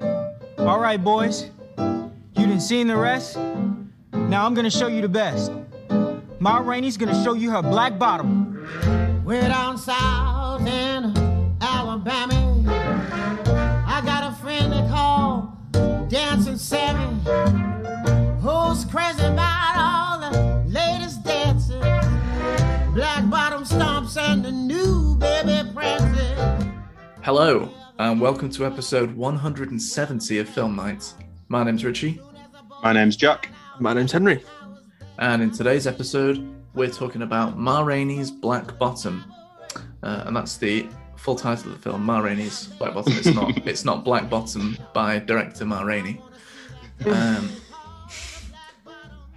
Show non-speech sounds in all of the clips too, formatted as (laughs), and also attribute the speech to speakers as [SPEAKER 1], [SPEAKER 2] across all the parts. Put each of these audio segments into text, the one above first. [SPEAKER 1] All right, boys. You done seen the rest? Now I'm gonna show you the best. Ma Rainey's gonna show you her black bottom.
[SPEAKER 2] Way down south in Alabama, I got a friend they call Dancing Sammy, who's crazy about all the latest dances, black bottom stomps and the new baby prances.
[SPEAKER 3] Hello, and welcome to episode 170 of Film Nights. My name's Richie,
[SPEAKER 4] My name's Jack.
[SPEAKER 5] My name's Henry.
[SPEAKER 3] and in today's episode, we're talking about Ma Rainey's Black Bottom. Uh, and that's the full title of the film, Ma Rainey's Black Bottom. It's not, it's not Black Bottom by director Ma Rainey. Um,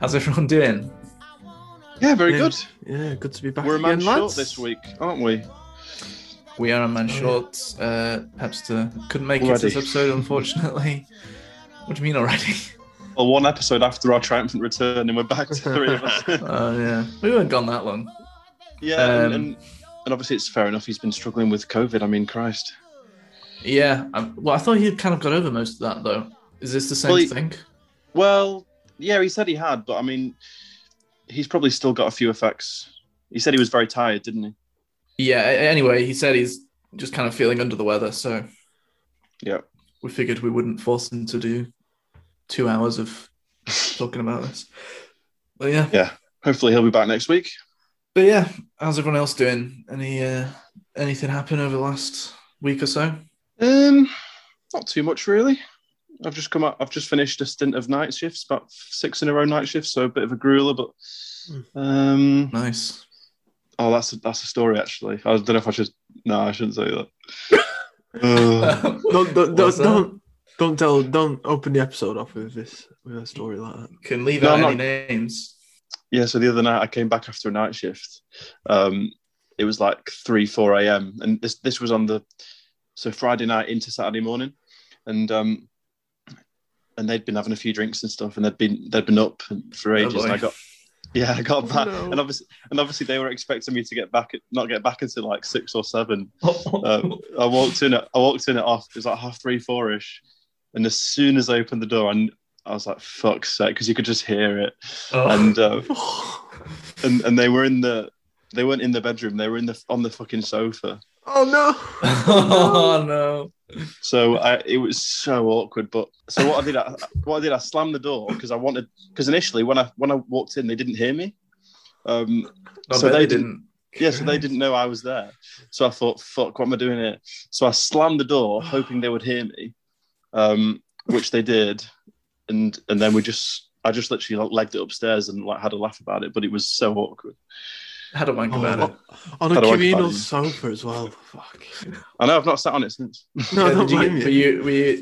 [SPEAKER 3] how's everyone doing?
[SPEAKER 4] Yeah, very
[SPEAKER 5] Yeah.
[SPEAKER 4] good.
[SPEAKER 5] Yeah, good to be back.
[SPEAKER 4] We're a man
[SPEAKER 5] again,
[SPEAKER 4] short
[SPEAKER 5] lads.
[SPEAKER 4] this week, aren't we?
[SPEAKER 3] We are a man short. Uh, Pepster couldn't make it to
[SPEAKER 4] Already.
[SPEAKER 3] this episode, unfortunately. What do you mean already? (laughs)
[SPEAKER 4] Well, one episode after our triumphant return, and we're back to three of us. (laughs)
[SPEAKER 5] (laughs)
[SPEAKER 3] Oh, yeah. We weren't gone that long.
[SPEAKER 4] yeah,
[SPEAKER 3] Um,
[SPEAKER 4] and, and, and obviously it's fair enough. He's been struggling with COVID. I mean, Christ.
[SPEAKER 3] Yeah. I, well, I thought he'd kind of got over most of that, though. Is this the same
[SPEAKER 4] Well, he-
[SPEAKER 3] thing?
[SPEAKER 4] Well, yeah, he said he had, but I mean, he's probably still got a few effects. He said he was very tired, didn't he?
[SPEAKER 3] Yeah. a- Anyway, he said he's just kind of feeling under the weather. So
[SPEAKER 4] Yeah.
[SPEAKER 3] we figured we wouldn't force him to do two hours
[SPEAKER 4] (laughs)
[SPEAKER 3] of talking about this. But yeah.
[SPEAKER 4] Hopefully he'll be back next week.
[SPEAKER 3] But yeah. How's everyone else doing? Any uh, anything happen over the last week or so?
[SPEAKER 4] Um, not too much really. I've just come out. I've just finished a stint of night shifts, about six in a row night shifts, so a bit of a grueler, but
[SPEAKER 5] Hmm.
[SPEAKER 4] um, (laughs)
[SPEAKER 3] Nice.
[SPEAKER 4] Oh, that's a, that's a story actually. I don't know if I should. No, I shouldn't say that.
[SPEAKER 5] (laughs)
[SPEAKER 4] Uh, Ugh.
[SPEAKER 5] Don't don't
[SPEAKER 3] What's
[SPEAKER 5] don't,
[SPEAKER 3] that?
[SPEAKER 5] don't don't tell don't open the episode off with this with a story
[SPEAKER 4] (sighs)
[SPEAKER 5] like that.
[SPEAKER 3] (laughs) Can leave
[SPEAKER 4] No,
[SPEAKER 3] out
[SPEAKER 4] I'm
[SPEAKER 3] any
[SPEAKER 4] not- (laughs)
[SPEAKER 3] names.
[SPEAKER 4] yeah, so the other night I came back after a night shift. Um, it was like three, four a.m. and this this was on the so Friday night into Saturday morning, and um, and they'd been having a few drinks and stuff, and they'd been they'd been up for ages. and I
[SPEAKER 3] boy.
[SPEAKER 4] got yeah, I got
[SPEAKER 5] Oh,
[SPEAKER 4] back,
[SPEAKER 5] no.
[SPEAKER 4] and obviously and obviously they were expecting me to get back, at, not get back until like six or seven, um, I walked in. At, I walked in at off. It was like half three, four ish, and as soon as I opened the door, and I was like, "Fuck's sake," because you could just hear it.
[SPEAKER 3] Oh.
[SPEAKER 4] And uh,
[SPEAKER 5] Oh,
[SPEAKER 4] and and they were in the. They weren't in the bedroom. They were in the on the fucking sofa.
[SPEAKER 5] oh no.
[SPEAKER 3] (laughs) oh no.
[SPEAKER 4] So I, it was so awkward. But so what I did, I, what I did, I slammed the door because I wanted. Because initially, when I when I walked in, they didn't hear me. Um,
[SPEAKER 3] I
[SPEAKER 4] So
[SPEAKER 3] bet
[SPEAKER 4] they
[SPEAKER 3] they
[SPEAKER 4] didn't-
[SPEAKER 3] didn't.
[SPEAKER 4] Yeah, so they didn't know I was there. So I thought, fuck, what am I doing here? So I slammed the
[SPEAKER 3] (sighs)
[SPEAKER 4] door, hoping they would hear me, um, which they did, and and then we just, I just literally like, legged it upstairs and like had a laugh about it, but it was so awkward.
[SPEAKER 3] Had a wank
[SPEAKER 5] Oh,
[SPEAKER 3] about it.
[SPEAKER 5] On
[SPEAKER 4] How
[SPEAKER 5] a
[SPEAKER 4] do I
[SPEAKER 5] communal
[SPEAKER 4] find-
[SPEAKER 5] sofa as well.
[SPEAKER 3] (laughs)
[SPEAKER 5] Fuck.
[SPEAKER 4] I know I've not sat on it since. (laughs)
[SPEAKER 5] No, I
[SPEAKER 3] Yeah,
[SPEAKER 5] don't
[SPEAKER 3] did you,
[SPEAKER 5] blame
[SPEAKER 3] get- were
[SPEAKER 5] you.
[SPEAKER 3] you, were you,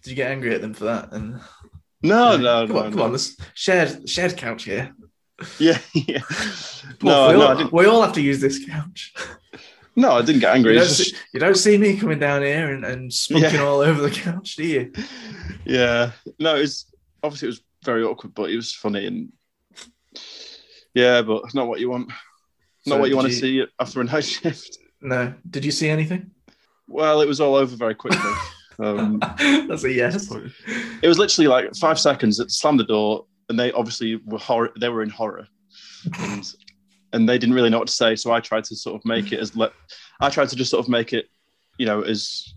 [SPEAKER 3] did you get angry at them for that? And
[SPEAKER 4] No, no,
[SPEAKER 3] come
[SPEAKER 4] no,
[SPEAKER 3] on,
[SPEAKER 4] no. (laughs)
[SPEAKER 3] come on, this shared shared couch here.
[SPEAKER 4] Yeah, yeah.
[SPEAKER 3] Come on,
[SPEAKER 4] No,
[SPEAKER 3] we, all,
[SPEAKER 4] no, I didn't.
[SPEAKER 3] we all have to use this couch.
[SPEAKER 4] No, I didn't get (laughs) angry.
[SPEAKER 3] You don't,
[SPEAKER 4] It's just-
[SPEAKER 3] see, you don't see me coming down here and, and spunking
[SPEAKER 4] Yeah.
[SPEAKER 3] all over the couch, do you?
[SPEAKER 4] yeah, no, it was obviously it was very awkward, but it was funny and yeah, but it's not what you want. Not
[SPEAKER 3] So
[SPEAKER 4] what you
[SPEAKER 3] did
[SPEAKER 4] want to see after a (laughs) night shift.
[SPEAKER 3] No. Did you see anything? (laughs)
[SPEAKER 4] Well, it was all over very quickly. um,
[SPEAKER 3] That's a yes.
[SPEAKER 4] it was literally like five seconds. That slammed the door, and they obviously were horror. They were in horror, and and they didn't really know what to say. So I tried to sort of make it as le- I tried to just sort of make it, you know, as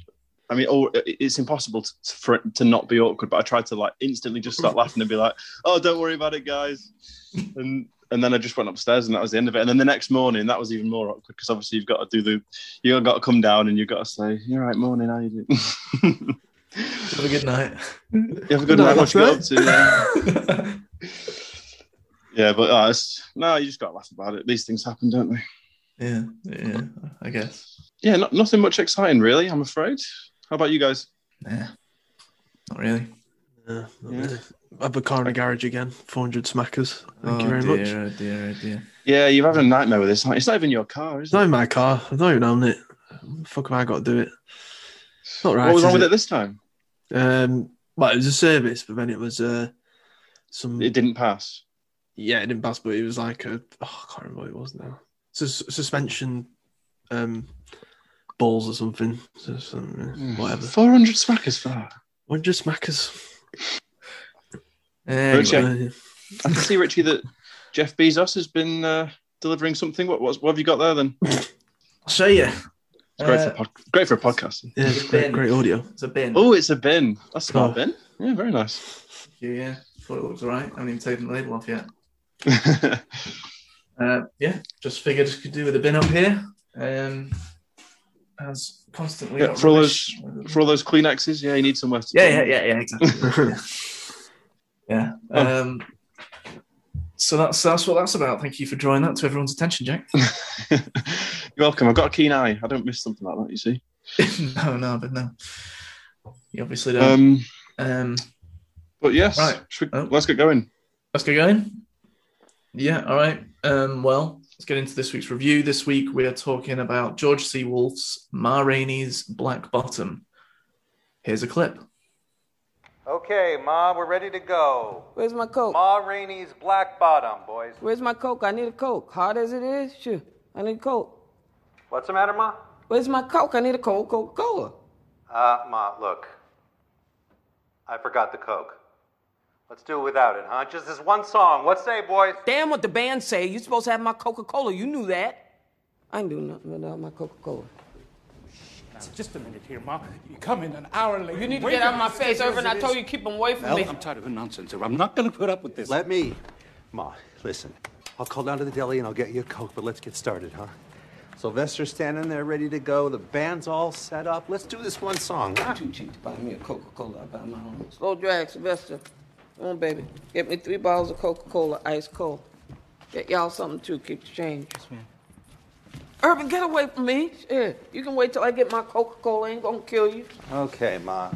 [SPEAKER 4] I mean, all, it- it's impossible to, for it to not be awkward. But I tried to like instantly just start laughing and be like, "Oh, don't worry about it, guys," and. And then I just went upstairs, and that was the end of it. And then the next morning, that was even more awkward because obviously you've got to do the, you've got to come down and you've got to say, "You're right, morning, how you doing?" (laughs)
[SPEAKER 3] Have a good night.
[SPEAKER 4] You have a good
[SPEAKER 5] No,
[SPEAKER 4] night. What
[SPEAKER 5] that's
[SPEAKER 4] you got
[SPEAKER 5] right.
[SPEAKER 4] up to? Yeah, yeah but uh, it's, no, you just got to laugh about it. These things happen, don't they?
[SPEAKER 3] yeah, (laughs) yeah, I guess.
[SPEAKER 4] Yeah, not, nothing much exciting, really. I'm afraid. How about you guys?
[SPEAKER 3] Nah, not really.
[SPEAKER 5] Yeah, not
[SPEAKER 4] Yeah.
[SPEAKER 5] really. Have a car in the garage again. 400 smackers.
[SPEAKER 3] oh,
[SPEAKER 5] Thank you very
[SPEAKER 3] dear,
[SPEAKER 5] much.
[SPEAKER 3] Oh dear, oh dear.
[SPEAKER 4] Yeah, you're having a nightmare with this. aren't you? It's not even your car, is
[SPEAKER 5] It's not
[SPEAKER 4] it?
[SPEAKER 5] in my car. I've not even owned it. Fuck have I got to do it? It's not right.
[SPEAKER 4] what was wrong
[SPEAKER 5] is
[SPEAKER 4] with
[SPEAKER 5] it?
[SPEAKER 4] it this time?
[SPEAKER 5] Um, well, it was a service, but then it was uh, some.
[SPEAKER 4] It didn't pass.
[SPEAKER 5] yeah, it didn't pass, but it was like a. Oh, I can't remember what it was now. Sus- suspension um, balls or something. So, so, yeah, whatever.
[SPEAKER 4] Mm. Four hundred smackers for that.
[SPEAKER 5] Or just Macca's.
[SPEAKER 3] Anyway,
[SPEAKER 4] Okay.
[SPEAKER 5] Uh,
[SPEAKER 4] I can see Richie that Jeff Bezos has been uh, delivering something. What, what's, what have you got there then?
[SPEAKER 3] I'll show you.
[SPEAKER 4] It's great,
[SPEAKER 3] Uh,
[SPEAKER 4] for, a pod- great for a podcast.
[SPEAKER 5] Yeah, it's great, great audio.
[SPEAKER 3] It's a bin.
[SPEAKER 4] Oh, it's a bin. That's a
[SPEAKER 5] Oh.
[SPEAKER 4] smart bin. Yeah, very nice. (laughs)
[SPEAKER 3] Yeah, thought it looked alright. I haven't even taken the label off yet. Uh, yeah, just figured could do with a bin up here. Um, as constantly
[SPEAKER 4] Yeah,
[SPEAKER 3] got
[SPEAKER 4] for all
[SPEAKER 3] rubbish.
[SPEAKER 4] for all those Kleenexes, yeah, you need somewhere to.
[SPEAKER 3] Yeah, yeah, yeah, yeah,
[SPEAKER 4] (laughs)
[SPEAKER 3] exactly. yeah.
[SPEAKER 4] Oh.
[SPEAKER 3] Um, so that's that's what that's about. Thank you for drawing that to everyone's attention, Jack. (laughs)
[SPEAKER 4] (laughs) You're welcome. I've got a keen eye. I don't miss something like that, you see.
[SPEAKER 3] no, no, but no. You obviously don't.
[SPEAKER 4] Um,
[SPEAKER 3] Um,
[SPEAKER 4] but yes,
[SPEAKER 3] Right.
[SPEAKER 4] should-
[SPEAKER 3] Oh.
[SPEAKER 4] let's get going.
[SPEAKER 3] let's get going. Yeah, all right. Um, well, let's get into this week's review. This week we are talking about George C. Wolfe's Ma Rainey's Black Bottom. Here's a clip.
[SPEAKER 6] Okay, Ma, we're ready to go.
[SPEAKER 7] Where's my coke?
[SPEAKER 6] Ma Rainey's Black Bottom, boys.
[SPEAKER 7] Where's my coke? I need a coke. Hard as it is, sure. I need a coke.
[SPEAKER 6] What's the matter, Ma?
[SPEAKER 7] Where's my coke? I need a coke. Coca Cola.
[SPEAKER 6] Uh, Ma, look. I forgot the Coke. Let's do it without it, huh? Just this one song. What say, boys?
[SPEAKER 7] Damn what the band say. You supposed to have my Coca Cola. You knew that. I ain't doing nothing without my Coca Cola.
[SPEAKER 8] Just a minute here, Ma. You come in an hour late. You need
[SPEAKER 7] you keep them away from
[SPEAKER 8] I'm tired of the nonsense, sir. I'm not going to put up with this.
[SPEAKER 9] Let me. Ma, listen. I'll call down to the deli and I'll get you a Coke, but let's get started, huh? Sylvester's standing there ready to go. The band's all set up. Let's do this one song.
[SPEAKER 7] Too cheap to buy me a Coca Cola. I buy my own. Slow drag, Sylvester. Come on, baby. Get me three bottles of Coca Cola, ice cold. Get y'all something too. Keep the change. Yes, ma'am. Urban, get away from me. Shit. You can wait till I get my Coca Cola. Ain't gonna kill you.
[SPEAKER 9] Okay, Ma.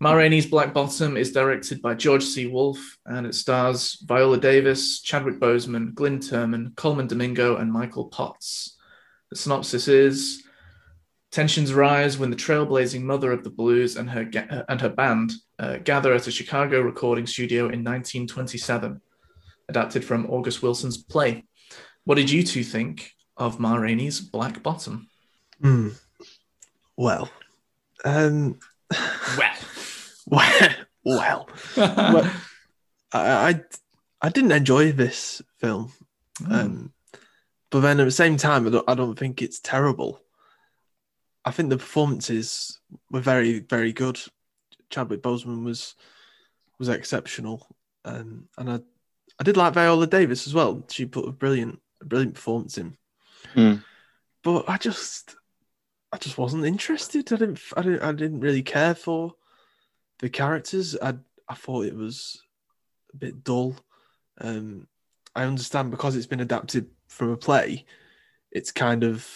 [SPEAKER 3] Ma Rainey's Black Bottom is directed by George C. Wolfe and it stars Viola Davis, Chadwick Boseman, Glyn Turman, Coleman Domingo, and Michael Potts. The synopsis is Tensions rise when the trailblazing mother of the blues and her, ga- and her band uh, gather at a Chicago recording studio in 1927, adapted from August Wilson's play. What did you two think of Ma Rainey's Black Bottom?
[SPEAKER 5] Hmm. Well, um, (laughs) well, well,
[SPEAKER 3] Well,
[SPEAKER 5] I, I, I didn't enjoy this film, um, but then at the same time, I don't, I don't think it's terrible. I think the performances were very, very good. Chadwick Boseman was was exceptional, um, and I, I did like Viola Davis as well. She put a brilliant, a brilliant performance in,
[SPEAKER 4] Hmm.
[SPEAKER 5] but I just, I just wasn't interested. I didn't, I didn't, I didn't really care for the characters. I, I thought it was a bit dull. Um, I understand because it's been adapted from a play, it's kind of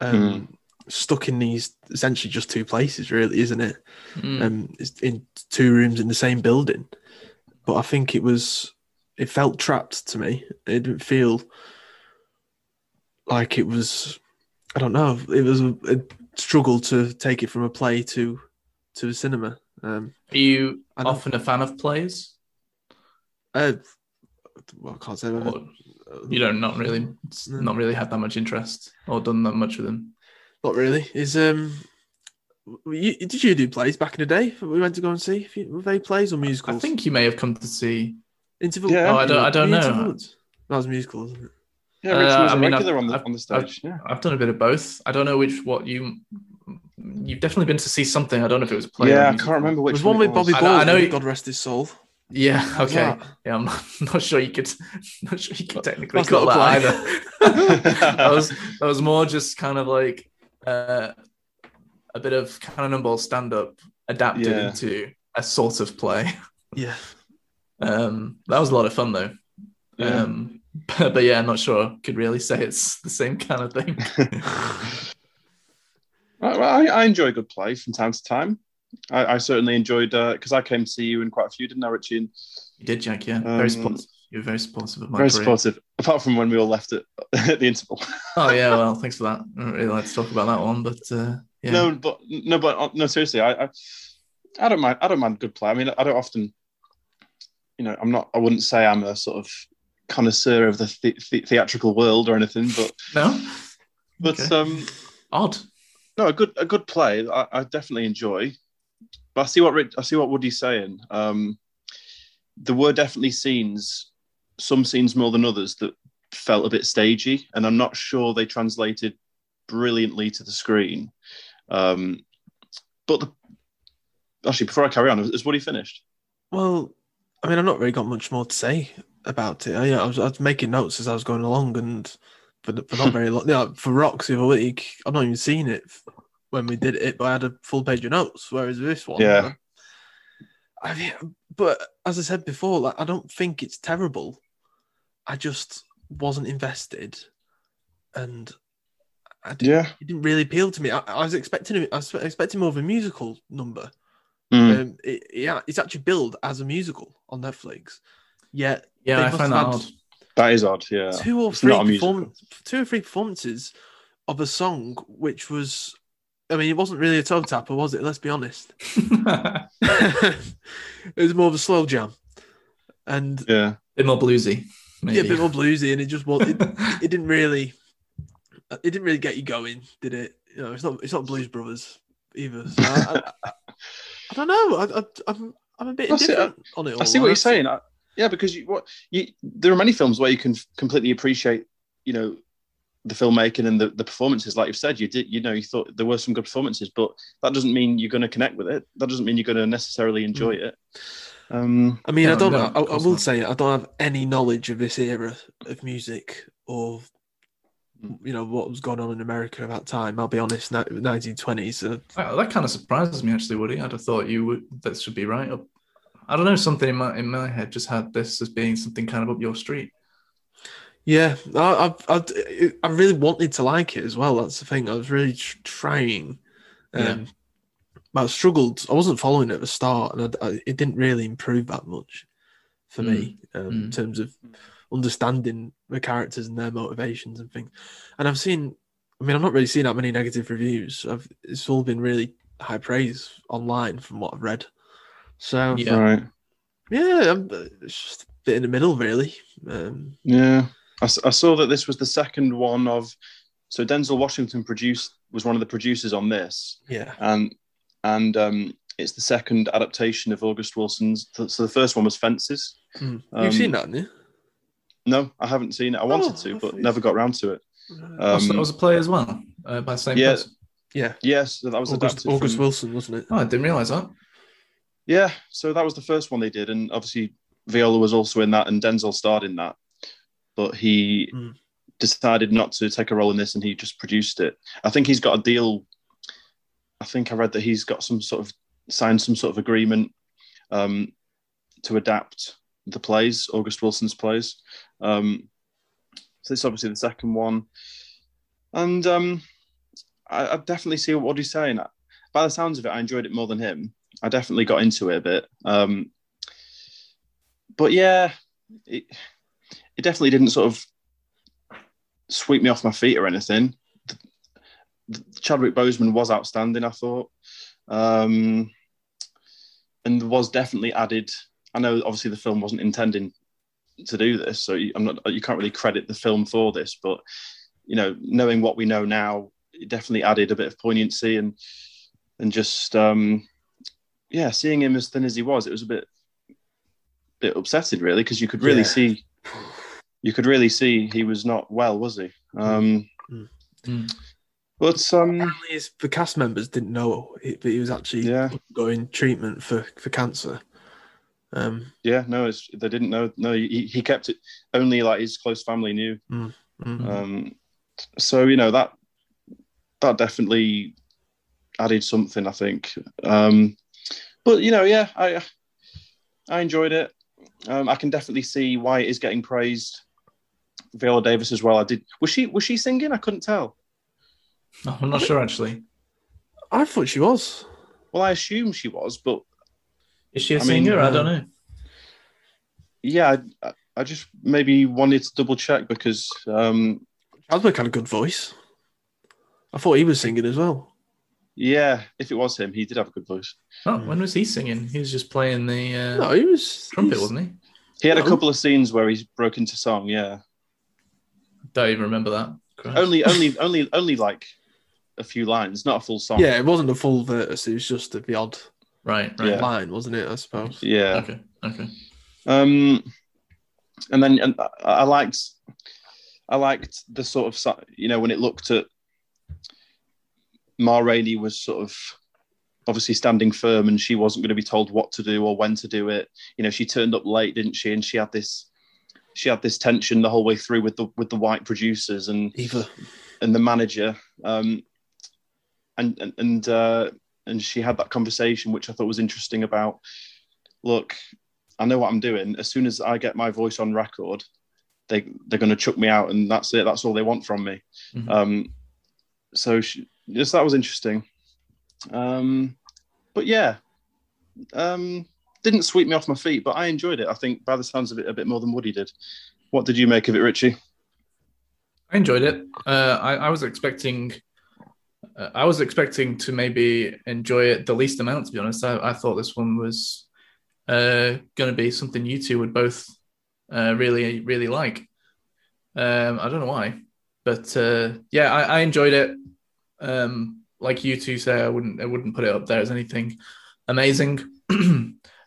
[SPEAKER 5] um, stuck in these essentially just two places, really, isn't it?
[SPEAKER 3] mm.
[SPEAKER 5] Um, it's in two rooms in the same building. But I think it was, it felt trapped to me. It didn't feel like it was, I don't know, it was a, a struggle to take it from a play to to the cinema. Um,
[SPEAKER 3] Are you
[SPEAKER 5] I don't-
[SPEAKER 3] often a fan of plays?
[SPEAKER 5] uh, well, I can't say. that.
[SPEAKER 3] Or you don't not really
[SPEAKER 5] No.
[SPEAKER 3] not really had that much interest or done that much with them.
[SPEAKER 5] Not really. Is um, w- you, did you do plays back in the day? that We went to go and see. If you- Were they plays or musicals?
[SPEAKER 3] I think you may have come to see.
[SPEAKER 5] interval.
[SPEAKER 4] Yeah. Oh,
[SPEAKER 3] I don't- I don't
[SPEAKER 5] The
[SPEAKER 3] know.
[SPEAKER 5] Intervals. That was musical, wasn't it?
[SPEAKER 4] Yeah,
[SPEAKER 3] Uh,
[SPEAKER 4] Richie was
[SPEAKER 3] I
[SPEAKER 4] a
[SPEAKER 3] mean,
[SPEAKER 4] regular
[SPEAKER 3] I've-
[SPEAKER 4] on the
[SPEAKER 3] I've-
[SPEAKER 4] on the stage. yeah.
[SPEAKER 3] I've done a bit of both. I don't know which what you. You've definitely been to see something. I don't know if it was a play. or a
[SPEAKER 4] yeah, I
[SPEAKER 3] musical.
[SPEAKER 4] can't remember
[SPEAKER 5] There
[SPEAKER 4] which
[SPEAKER 5] was one with
[SPEAKER 4] it was.
[SPEAKER 5] Bobby
[SPEAKER 3] I
[SPEAKER 5] Ball.
[SPEAKER 3] know- I know you-
[SPEAKER 5] God rest his soul.
[SPEAKER 3] Yeah. (laughs) Okay.
[SPEAKER 5] that?
[SPEAKER 3] Yeah, I'm not, not sure you could. (laughs) Not sure you could technically
[SPEAKER 5] that's not
[SPEAKER 3] call that
[SPEAKER 5] a
[SPEAKER 3] either. (laughs) that was that was more just kind of like uh, a bit of cannonball stand up adapted
[SPEAKER 4] Yeah.
[SPEAKER 3] into a sort of play. (laughs)
[SPEAKER 5] Yeah,
[SPEAKER 3] Um, that was a lot of fun though.
[SPEAKER 4] Yeah.
[SPEAKER 3] Um, (laughs) but, but yeah, I'm not sure. Could really say it's the same kind of
[SPEAKER 4] (laughs)
[SPEAKER 3] thing.
[SPEAKER 4] Right, well, I, I enjoy a good play from time to time. I, I certainly enjoyed because I came to see you in quite a few, didn't I, Richie? And
[SPEAKER 3] you did, Jack. Yeah, very
[SPEAKER 4] Um,
[SPEAKER 3] supportive. You're very supportive of my
[SPEAKER 4] very
[SPEAKER 3] career.
[SPEAKER 4] supportive, apart from when we all left at, (laughs) at the interval.
[SPEAKER 3] Oh yeah, well, thanks for that. I don't really like to talk about that one, but uh, yeah,
[SPEAKER 4] No, but no, but uh, no. Seriously, I, I, I don't mind. I don't mind good play. I mean, I don't often, you know, I'm not. I wouldn't say I'm a sort of connoisseur of the, the, the theatrical world or anything, but
[SPEAKER 3] no,
[SPEAKER 4] but
[SPEAKER 3] Okay.
[SPEAKER 4] um,
[SPEAKER 3] odd.
[SPEAKER 4] no, a good a good play I, I definitely enjoy. But I see what Rich, I see what Woody's saying. Um, there were definitely scenes, some scenes more than others that felt a bit stagey, and I'm not sure they translated brilliantly to the screen. Um, but the, actually, before I carry on, is Woody finished?
[SPEAKER 5] Well, I mean, I've not really got much more to say about it. I, you know, I, was, I was making notes as I was going along, and for, for not
[SPEAKER 3] (laughs)
[SPEAKER 5] very long. Yeah, for Rocks the other week, I've not even seen it f- when we did it, but I had a full page of notes. Whereas this one,
[SPEAKER 4] Yeah.
[SPEAKER 5] I mean, but as I said before, like, I don't think it's terrible. I just wasn't invested, and I didn't,
[SPEAKER 4] Yeah.
[SPEAKER 5] it didn't really appeal to me. I, I was expecting, I was expecting more of a musical number.
[SPEAKER 4] Mm.
[SPEAKER 5] Um, it, yeah, it's actually billed as a musical on Netflix. Yet,
[SPEAKER 3] Yeah,
[SPEAKER 5] they
[SPEAKER 3] I
[SPEAKER 5] must
[SPEAKER 3] find that
[SPEAKER 5] have
[SPEAKER 3] odd.
[SPEAKER 5] had
[SPEAKER 4] That is odd. Yeah.
[SPEAKER 5] two or
[SPEAKER 4] It's
[SPEAKER 5] three
[SPEAKER 4] not a musical.
[SPEAKER 5] perform- two or three performances of a song which was I mean it wasn't really a toe tapper, was it? Let's be honest. (laughs) it was more of a slow jam. And
[SPEAKER 4] Yeah.
[SPEAKER 3] (laughs) bit more bluesy.
[SPEAKER 5] yeah, a
[SPEAKER 3] Maybe.
[SPEAKER 5] bit more bluesy and it just was it,
[SPEAKER 3] (laughs)
[SPEAKER 4] (laughs)
[SPEAKER 5] it didn't really it didn't really get you going, did it? You know, it's not it's not Blues Brothers either. So I, I, I, I don't know. I, I, I'm I'm a bit
[SPEAKER 4] That's it.
[SPEAKER 5] indifferent on it. All
[SPEAKER 4] I see what you're
[SPEAKER 5] honestly.
[SPEAKER 4] saying. I, yeah, because you, what you, there are many films where you can f- completely appreciate, you know, the filmmaking and the, the performances. Like you've said, you did, you know, you thought there were some good performances, but that doesn't mean you're going to connect with it. That doesn't mean you're going to necessarily enjoy it. Mm. Um,
[SPEAKER 5] I mean,
[SPEAKER 3] No,
[SPEAKER 5] I don't.
[SPEAKER 3] no,
[SPEAKER 5] know.
[SPEAKER 3] of
[SPEAKER 5] I, I
[SPEAKER 3] course
[SPEAKER 5] will
[SPEAKER 3] not.
[SPEAKER 5] say I don't have any knowledge of this era of music or,
[SPEAKER 4] Hmm.
[SPEAKER 5] you know, what was going on in America at that time. I'll be honest, nineteen twenties. Uh,
[SPEAKER 3] Wow, that kind of surprises me actually, Woody. I'd have thought you would. That should be right up. I don't know. Something in my in my head just had this as being something kind of up your street.
[SPEAKER 5] yeah, I, I, I, I really wanted to like it as well. That's the thing. I was really tr- trying, um,
[SPEAKER 3] Yeah.
[SPEAKER 5] but I struggled. I wasn't following at the start, and I, I- it didn't really improve that much for me um, in
[SPEAKER 3] Mm.
[SPEAKER 5] terms of understanding the characters and their motivations and things. And I've seen, I mean, I've not really seen that many negative reviews. I've, it's all been really high praise online from what I've read. So yeah,
[SPEAKER 3] Yeah.
[SPEAKER 4] Right.
[SPEAKER 5] I'm, it's just a bit in the middle, really. Um,
[SPEAKER 4] Yeah. I, s- I saw that this was the second one of. So Denzel Washington produced was one of the producers on this,
[SPEAKER 5] yeah,
[SPEAKER 4] and and um, it's the second adaptation of August Wilson's. so the first one was Fences.
[SPEAKER 5] Mm.
[SPEAKER 4] Um,
[SPEAKER 5] you've seen that, haven't you?
[SPEAKER 4] No, I haven't seen it. I wanted
[SPEAKER 5] Oh, I
[SPEAKER 4] to,
[SPEAKER 5] thought
[SPEAKER 4] but
[SPEAKER 5] you-
[SPEAKER 4] never got round to it.
[SPEAKER 3] Um, that
[SPEAKER 4] Um,
[SPEAKER 3] was a play as well uh, by the same
[SPEAKER 4] yeah.
[SPEAKER 3] person.
[SPEAKER 5] Yeah,
[SPEAKER 4] yes, that was
[SPEAKER 5] August,
[SPEAKER 4] adapted
[SPEAKER 5] August
[SPEAKER 4] from-
[SPEAKER 5] Wilson, wasn't it?
[SPEAKER 3] Oh, I didn't realize that.
[SPEAKER 4] Yeah, so that was the first one they did, and obviously Viola was also in that, and Denzel starred in that, but he
[SPEAKER 5] Mm.
[SPEAKER 4] decided not to take a role in this, and he just produced it. I think he's got a deal. I think I read that he's got some sort of signed some sort of agreement um, to adapt the plays, August Wilson's plays. Um, so this is obviously the second one, and um, I, I definitely see what he's saying. By the sounds of it, I enjoyed it more than him. I definitely got into it a bit. Um, but yeah, it, it definitely didn't sort of sweep me off my feet or anything. The, the Chadwick Boseman was outstanding, I thought. Um, and there was definitely added. I know obviously the film wasn't intending to do this, so you, I'm not, you can't really credit the film for this, but you know, knowing what we know now, it definitely added a bit of poignancy and and just um, yeah, seeing him as thin as he was, it was a bit bit upsetting really because you could really
[SPEAKER 5] Yeah.
[SPEAKER 4] see you could really see he was not well, was he? Um,
[SPEAKER 5] Mm.
[SPEAKER 3] Mm.
[SPEAKER 4] But um,
[SPEAKER 5] Apparently, his, the cast members didn't know it, but he was actually
[SPEAKER 4] Yeah.
[SPEAKER 5] undergoing treatment for for cancer. Um,
[SPEAKER 4] yeah, no, it's, they didn't know. No, he, he kept it only like his close family knew.
[SPEAKER 5] mm.
[SPEAKER 4] Um, so you know that that definitely added something, I think. Um, but you know, yeah, I I enjoyed it. Um, I can definitely see why it is getting praised. Viola Davis as well. I did. Was she was she singing? I couldn't tell.
[SPEAKER 3] Oh, I'm not sure actually.
[SPEAKER 5] I thought she was.
[SPEAKER 4] Well, I assume she was, but
[SPEAKER 3] Is she a
[SPEAKER 4] I mean,
[SPEAKER 3] singer? I
[SPEAKER 5] uh,
[SPEAKER 3] don't know.
[SPEAKER 4] yeah, I, I just maybe wanted to double check because um,
[SPEAKER 5] Chadwick had a good voice. I thought he was singing as well.
[SPEAKER 4] yeah, if it was him, he did have a good voice.
[SPEAKER 3] Oh, when was he singing? He was just playing the uh,
[SPEAKER 5] No, he was
[SPEAKER 3] trumpet,
[SPEAKER 5] he's-
[SPEAKER 3] wasn't he?
[SPEAKER 4] He had a
[SPEAKER 5] No.
[SPEAKER 4] couple of scenes where he broke into song. Yeah,
[SPEAKER 3] Don't even remember that. Christ.
[SPEAKER 4] only only only only like a few lines, not a full song.
[SPEAKER 5] Yeah, it wasn't a full verse. It was just the odd
[SPEAKER 3] Right, right.
[SPEAKER 4] Yeah.
[SPEAKER 5] line, wasn't it? I suppose.
[SPEAKER 4] Yeah.
[SPEAKER 3] Okay, okay.
[SPEAKER 4] Um, and then and I- I liked, I liked the sort of si- you know when it looked at Ma Rainey was sort of obviously standing firm and she wasn't going to be told what to do or when to do it. You know, she turned up late, didn't she? And she had this, she had this tension the whole way through with the with the white producers and
[SPEAKER 5] Eva.
[SPEAKER 4] and the manager. Um, and and and, uh, and she had that conversation, which I thought was interesting about. Look, I know what I'm doing. As soon as I get my voice on record, they they're going to chuck me out, and that's it. That's all they want from me.
[SPEAKER 3] Mhm.
[SPEAKER 4] Um, so she, yes, that was interesting. Um, but yeah, um, didn't sweep me off my feet, but I enjoyed it. I think by the sounds of it, a bit more than Woody did. What did you make of it, Richie?
[SPEAKER 3] I enjoyed it. Uh, I, I was expecting, uh, I was expecting to maybe enjoy it the least amount. To be honest, I, I thought this one was uh, going to be something you two would both uh, really, really like. Um, I don't know why, but uh, yeah, I, I enjoyed it. Um, like you two say, I wouldn't, I wouldn't put it up there as anything amazing. (clears throat)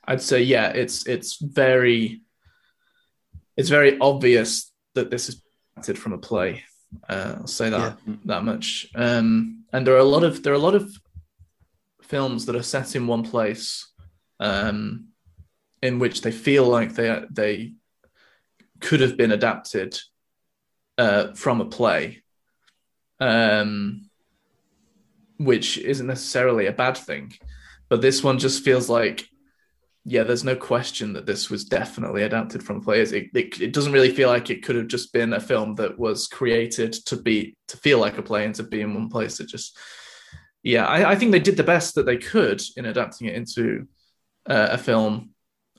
[SPEAKER 3] I'd say, yeah, it's it's very, it's very obvious that this is adapted from a play. Uh, I'll say that that much. Um, and there are a lot of there are a lot of films that are set in one place, um, in which they feel like they they could have been adapted uh, from a play, um, which isn't necessarily a bad thing. But this one just feels like yeah, there's no question that this was definitely adapted from players. It, it, it doesn't really feel like it could have just been a film that was created to be to feel like a play and to be in one place. It just, yeah, I, I think they did the best that they could in adapting it into uh, a film,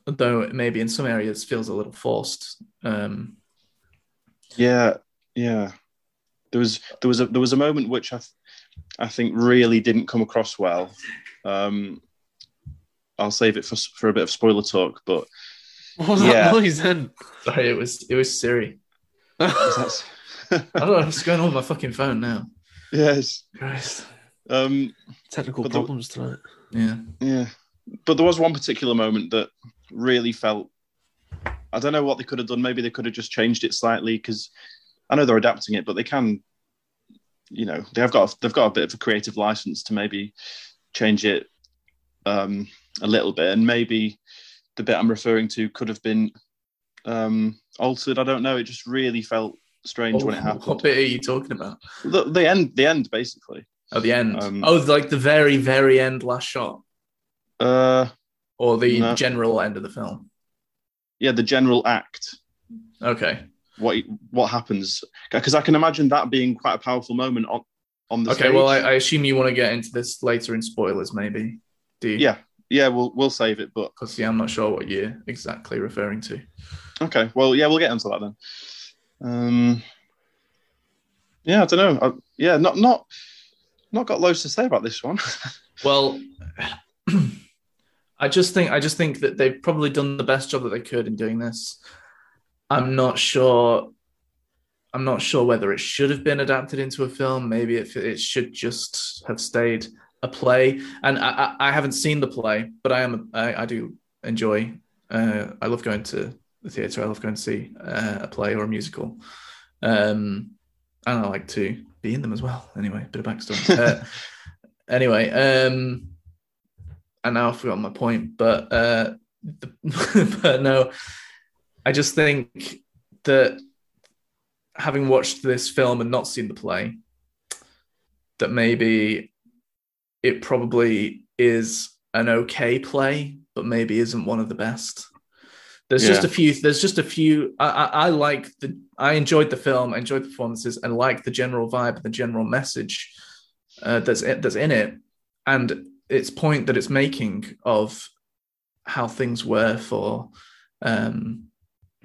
[SPEAKER 3] though it maybe in some areas feels a little forced. Um,
[SPEAKER 4] Yeah, yeah. There was there was a there was a moment which I th- I think really didn't come across well. Um, I'll save it for s- for a bit of spoiler talk, but
[SPEAKER 5] (laughs) What was
[SPEAKER 4] Yeah.
[SPEAKER 5] that noise then?
[SPEAKER 3] sorry, it was it was Siri.
[SPEAKER 5] (laughs)
[SPEAKER 4] that's (laughs)
[SPEAKER 3] I don't know what's going on with my fucking phone now.
[SPEAKER 4] yes.
[SPEAKER 3] Christ.
[SPEAKER 4] Um,
[SPEAKER 5] Technical
[SPEAKER 4] But the-
[SPEAKER 5] problems tonight.
[SPEAKER 3] Yeah.
[SPEAKER 4] yeah, but there was one particular moment that really felt. I don't know what they could have done. Maybe they could have just changed it slightly because I know they're adapting it, but they can. You know, they have got they've got a bit of a creative license to maybe change it um, a little bit, and maybe the bit I'm referring to could have been um, altered. I don't know. It just really felt strange when it
[SPEAKER 3] Oh, What
[SPEAKER 4] happened.
[SPEAKER 3] bit are you talking about?
[SPEAKER 4] The, the end, the end, basically.
[SPEAKER 3] At the end.
[SPEAKER 4] Um,
[SPEAKER 3] oh, like the very, very end last shot.
[SPEAKER 4] Uh,
[SPEAKER 3] or the
[SPEAKER 4] No.
[SPEAKER 3] general end of the film.
[SPEAKER 4] yeah, the general act.
[SPEAKER 3] Okay.
[SPEAKER 4] what what happens because I can imagine that being quite a powerful moment on on the
[SPEAKER 3] Okay.
[SPEAKER 4] stage.
[SPEAKER 3] Well, I, I assume you want to get into this later in spoilers, maybe. Do you?
[SPEAKER 4] yeah, yeah, we'll we'll save it, but
[SPEAKER 3] Because yeah, I'm not sure what you're exactly referring to.
[SPEAKER 4] okay, well, yeah, we'll get into that then. Um, yeah, I don't know. I, yeah, not not not got loads to say about this one. (laughs)
[SPEAKER 3] Well, I just think I just think that they've probably done the best job that they could in doing this. I'm not sure. I'm not sure whether it should have been adapted into a film. Maybe it, it should just have stayed a play. And I, I, I haven't seen the play, but I am I, I do enjoy. Uh, I love going to the theatre. I love going to see uh, a play or a musical, um, and I like to be in them as well. Anyway, bit of backstory. Uh, anyway, um, and now I've forgotten my point, but uh, (laughs) the, but no, I just think that having watched this film and not seen the play, that maybe it probably is an okay play, but maybe isn't one of the best. There's just
[SPEAKER 4] Yeah.
[SPEAKER 3] a few. There's just a few. I, I, I like the. I enjoyed the film. I enjoyed the performances, and like the general vibe and the general message uh, that's it, that's in it, and its point that it's making of how things were for um,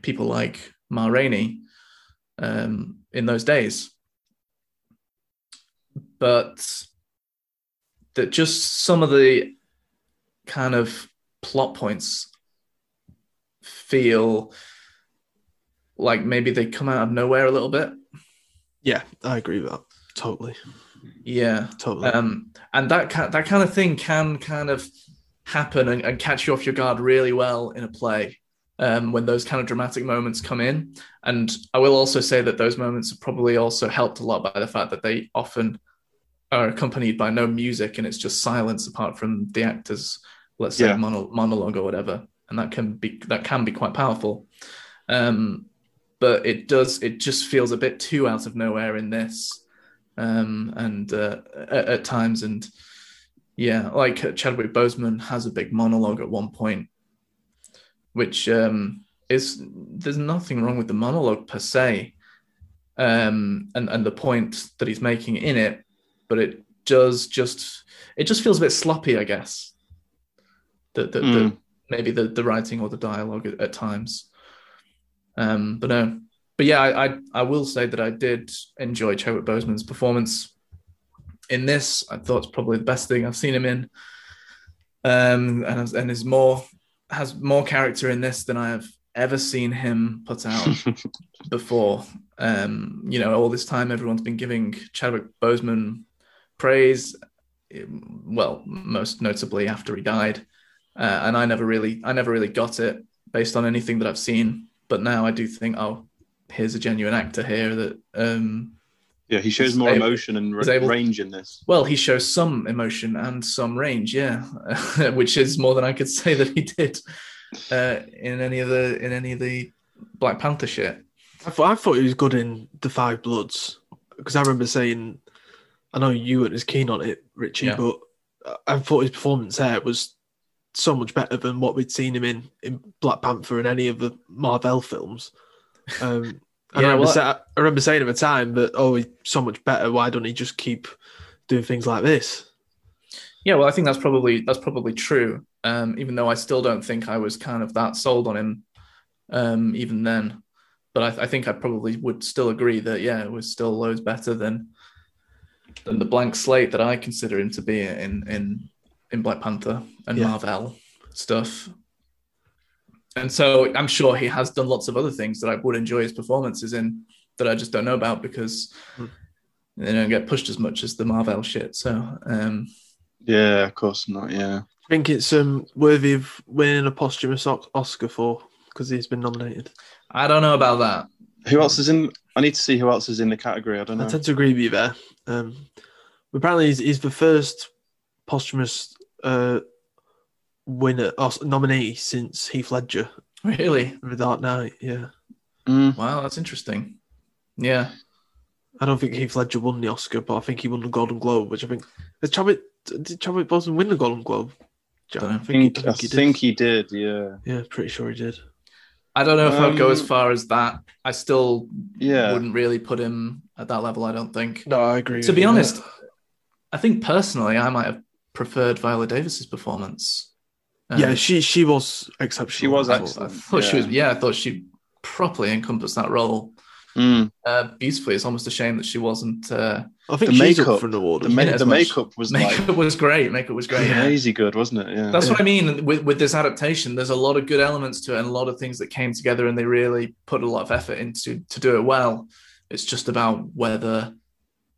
[SPEAKER 3] people like Ma Rainey um, in those days. But that just some of the kind of plot points feel like maybe they come out of nowhere a little bit.
[SPEAKER 5] Yeah, I agree with that. Totally,
[SPEAKER 3] Yeah.
[SPEAKER 5] totally.
[SPEAKER 3] um, and that ki- that kind of thing can kind of happen and, and catch you off your guard really well in a play um, when those kind of dramatic moments come in. And I will also say that those moments are probably also helped a lot by the fact that they often are accompanied by no music and it's just silence apart from the actors, let's say
[SPEAKER 4] Yeah.
[SPEAKER 3] mono- monologue or whatever. And that can be that can be quite powerful. Um, but it does it just feels a bit too out of nowhere in this um, and uh, at, at times and yeah, like uh, Chadwick Boseman has a big monologue at one point, which um, is there's nothing wrong with the monologue per se, um, and and the point that he's making in it, but it does just it just feels a bit sloppy, I guess. That that
[SPEAKER 4] Mm.
[SPEAKER 3] that maybe the the writing or the dialogue at, at times, um, but no, but yeah, I, I I will say that I did enjoy Chadwick Boseman's performance in this. I thought it's probably the best thing I've seen him in, um, and and is more has more character in this than I have ever seen him put out before. Um, you know, all this time everyone's been giving Chadwick Boseman praise, it- well, most notably after he died, uh, and I never really I never really got it based on anything that I've seen. But now I do think, oh, here's a genuine actor here that um,
[SPEAKER 4] Yeah, he shows
[SPEAKER 3] He's
[SPEAKER 4] more
[SPEAKER 3] able-
[SPEAKER 4] emotion and
[SPEAKER 3] he's
[SPEAKER 4] ra-
[SPEAKER 3] able-
[SPEAKER 4] range in this.
[SPEAKER 3] well, he shows some emotion and some range, yeah, (laughs) which is more than I could say that he did uh, in any of the in any of the Black Panther shit.
[SPEAKER 5] I thought, I thought he was good in The Five Bloods because I remember saying, I know you weren't as keen on it, Richie,
[SPEAKER 3] Yeah.
[SPEAKER 5] but I- I thought his performance there was so much better than what we'd seen him in in Black Panther and any of the Marvel
[SPEAKER 3] (laughs)
[SPEAKER 5] films. Um, I,
[SPEAKER 3] Yeah,
[SPEAKER 5] remember
[SPEAKER 3] well-
[SPEAKER 5] sa- I remember saying at the time that, oh, he's so much better. Why don't he just keep doing things like this?
[SPEAKER 3] Yeah, well, I think that's probably that's probably true. Um, even though I still don't think I was kind of that sold on him um, even then, but I, I think I probably would still agree that yeah, it was still loads better than than the blank slate that I consider him to be in in in Black Panther and
[SPEAKER 5] Yeah.
[SPEAKER 3] Marvel stuff. And so I'm sure he has done lots of other things that I would enjoy his performances in that I just don't know about because they don't get pushed as much as the Marvel shit. So. Um,
[SPEAKER 4] Yeah, of course not. Yeah,
[SPEAKER 5] I think it's um, worthy of winning a posthumous Ox- Oscar for because he's been nominated.
[SPEAKER 3] I don't know about that.
[SPEAKER 4] who else is in? I need to see who else is in the category. I don't
[SPEAKER 5] I
[SPEAKER 4] know.
[SPEAKER 5] tend to agree with you there. Um, apparently, he's, he's the first posthumous uh, winner or s- nominee since Heath Ledger
[SPEAKER 3] Really?
[SPEAKER 5] for The Dark Knight. Yeah,
[SPEAKER 4] Mm,
[SPEAKER 3] Wow, that's interesting. Yeah.
[SPEAKER 5] I don't think Heath Ledger won the Oscar, but I think he won the Golden Globe, which I think has Chadwick, did Chadwick Boseman win the Golden Globe? Jack?
[SPEAKER 3] Dunno.
[SPEAKER 4] I think, I think he did. Yeah,
[SPEAKER 5] Yeah, pretty sure he did.
[SPEAKER 3] I don't know if I'd go
[SPEAKER 4] Um,
[SPEAKER 3] as far as that. I still
[SPEAKER 4] yeah.
[SPEAKER 3] wouldn't really put him at that level, I don't think.
[SPEAKER 5] No, I agree.
[SPEAKER 3] to be honest, I think personally I might have preferred Viola Davis's performance. Um,
[SPEAKER 5] yeah, she she was exceptional.
[SPEAKER 4] She was
[SPEAKER 3] I, I
[SPEAKER 4] excellent,
[SPEAKER 3] thought she
[SPEAKER 4] yeah.
[SPEAKER 3] was yeah, I thought she properly encompassed that role.
[SPEAKER 4] Mm,
[SPEAKER 3] Uh, beautifully. It's almost a shame that she wasn't uh,
[SPEAKER 5] I think
[SPEAKER 4] The
[SPEAKER 5] she's
[SPEAKER 4] makeup-
[SPEAKER 5] up for an award.
[SPEAKER 4] the
[SPEAKER 5] isn't
[SPEAKER 4] ma-
[SPEAKER 5] she?
[SPEAKER 3] as
[SPEAKER 4] the
[SPEAKER 3] much.
[SPEAKER 4] makeup
[SPEAKER 3] (laughs)
[SPEAKER 4] was
[SPEAKER 3] makeup
[SPEAKER 4] like
[SPEAKER 3] was great. Makeup was great. yeah.
[SPEAKER 4] crazy good, wasn't it? Yeah.
[SPEAKER 3] That's what I mean with, with this adaptation. There's a lot of good elements to it and a lot of things that came together, and they really put a lot of effort into to do it well. It's just about whether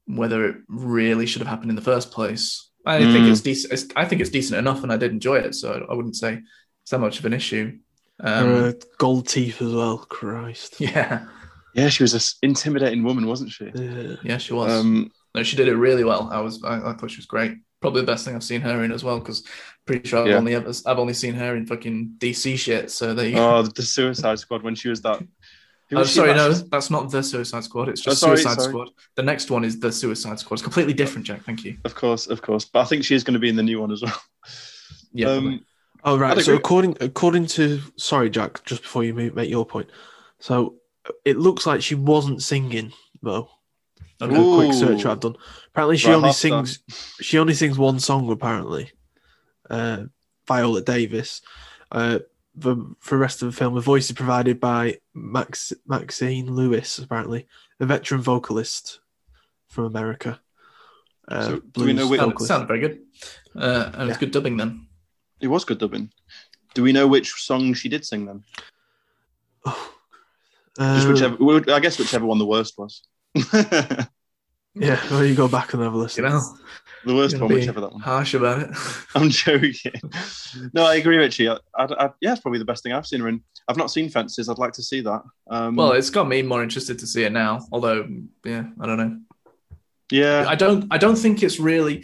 [SPEAKER 3] whether it really should have happened in the first place. I think
[SPEAKER 4] Mm.
[SPEAKER 3] it's decent. It's, I think it's decent enough, and I did enjoy it, so I, I wouldn't say it's that much of an issue. Um,
[SPEAKER 5] Her, uh, gold teeth as well. Christ.
[SPEAKER 3] (laughs) yeah,
[SPEAKER 4] yeah, she was this intimidating woman, wasn't she?
[SPEAKER 5] Yeah.
[SPEAKER 3] yeah, she was.
[SPEAKER 4] Um,
[SPEAKER 3] no, she did it really well. I was, I, I thought she was great. Probably the best thing I've seen her in as well, because pretty sure I've
[SPEAKER 4] Yeah.
[SPEAKER 3] only ever, I've only seen her in fucking DC shit. So there you go.
[SPEAKER 4] oh, the Suicide Squad when she was that. who
[SPEAKER 3] Oh,
[SPEAKER 4] was she
[SPEAKER 3] sorry,
[SPEAKER 4] that-
[SPEAKER 3] no, that's not the Suicide Squad. It's
[SPEAKER 4] Oh,
[SPEAKER 3] just
[SPEAKER 4] sorry,
[SPEAKER 3] Suicide
[SPEAKER 4] sorry.
[SPEAKER 3] Squad. The next one is the Suicide Squad. It's completely different, Jack. Thank you.
[SPEAKER 4] Of course, of course, but I think she is going to be in the new one as well.
[SPEAKER 3] (laughs) Yeah,
[SPEAKER 4] um,
[SPEAKER 5] Oh right.
[SPEAKER 4] I'd
[SPEAKER 5] So
[SPEAKER 4] agree.
[SPEAKER 5] according according to sorry Jack, just before you move, make your point. So it looks like she wasn't singing though.
[SPEAKER 3] Okay.
[SPEAKER 5] A quick search
[SPEAKER 4] Ooh.
[SPEAKER 5] I've done. Apparently she
[SPEAKER 4] Right,
[SPEAKER 5] only
[SPEAKER 4] half
[SPEAKER 5] sings she only sings one song apparently. Uh, Viola Davis. Uh, the, for the rest of the film, the voice is provided by Max Maxine Lewis apparently, a veteran vocalist from America. Uh,
[SPEAKER 4] So do we know
[SPEAKER 5] blues
[SPEAKER 4] which-
[SPEAKER 3] Sound-
[SPEAKER 5] vocalist. (sighs)
[SPEAKER 3] sounded very good, uh, and it's good dubbing then.
[SPEAKER 4] it was good dubbing. Do we know which song she did sing then? Just
[SPEAKER 5] Uh,
[SPEAKER 3] Uh,
[SPEAKER 4] whichever, well, I guess whichever one (laughs) the worst was.
[SPEAKER 5] Yeah, well, you go back and have a listen.
[SPEAKER 3] You know,
[SPEAKER 4] The worst
[SPEAKER 3] Gonna
[SPEAKER 4] one,
[SPEAKER 3] be
[SPEAKER 4] whichever that one. (laughs)
[SPEAKER 3] harsh about it.
[SPEAKER 4] I'm joking. no, I agree, Richie. I, I, I, yeah, it's probably the best thing I've seen her in. I've not seen Fences. I'd like to see that. Um,
[SPEAKER 3] Well, it's got me more interested to see it now. Although, yeah, I don't know.
[SPEAKER 4] yeah,
[SPEAKER 3] I don't. I don't think it's really.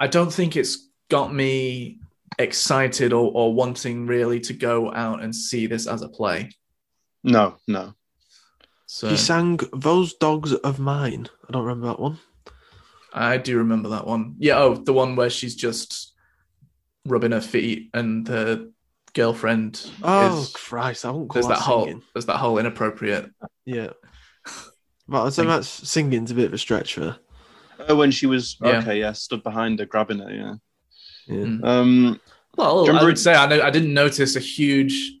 [SPEAKER 3] I don't think it's got me excited or, or wanting really to go out and see this as a play.
[SPEAKER 4] no, no.
[SPEAKER 3] So
[SPEAKER 5] He sang "Those Dogs of Mine." I don't remember that one.
[SPEAKER 3] I do remember that one. Yeah. Oh, the one where she's just rubbing her feet and the girlfriend.
[SPEAKER 5] Oh
[SPEAKER 3] is,
[SPEAKER 5] Christ! I won't call
[SPEAKER 3] there's that
[SPEAKER 5] that
[SPEAKER 3] whole.
[SPEAKER 5] singing.
[SPEAKER 3] There's that whole inappropriate.
[SPEAKER 5] (laughs) Yeah. Well, so
[SPEAKER 3] Sing-
[SPEAKER 5] that's singing's a bit of a stretch for.
[SPEAKER 4] Oh, when she was
[SPEAKER 3] Yeah.
[SPEAKER 4] okay, yeah, stood behind her, grabbing her. Yeah.
[SPEAKER 5] Yeah.
[SPEAKER 3] Mm.
[SPEAKER 4] Um,
[SPEAKER 3] Well, I
[SPEAKER 4] Remember-
[SPEAKER 3] would say I, know, I didn't notice a huge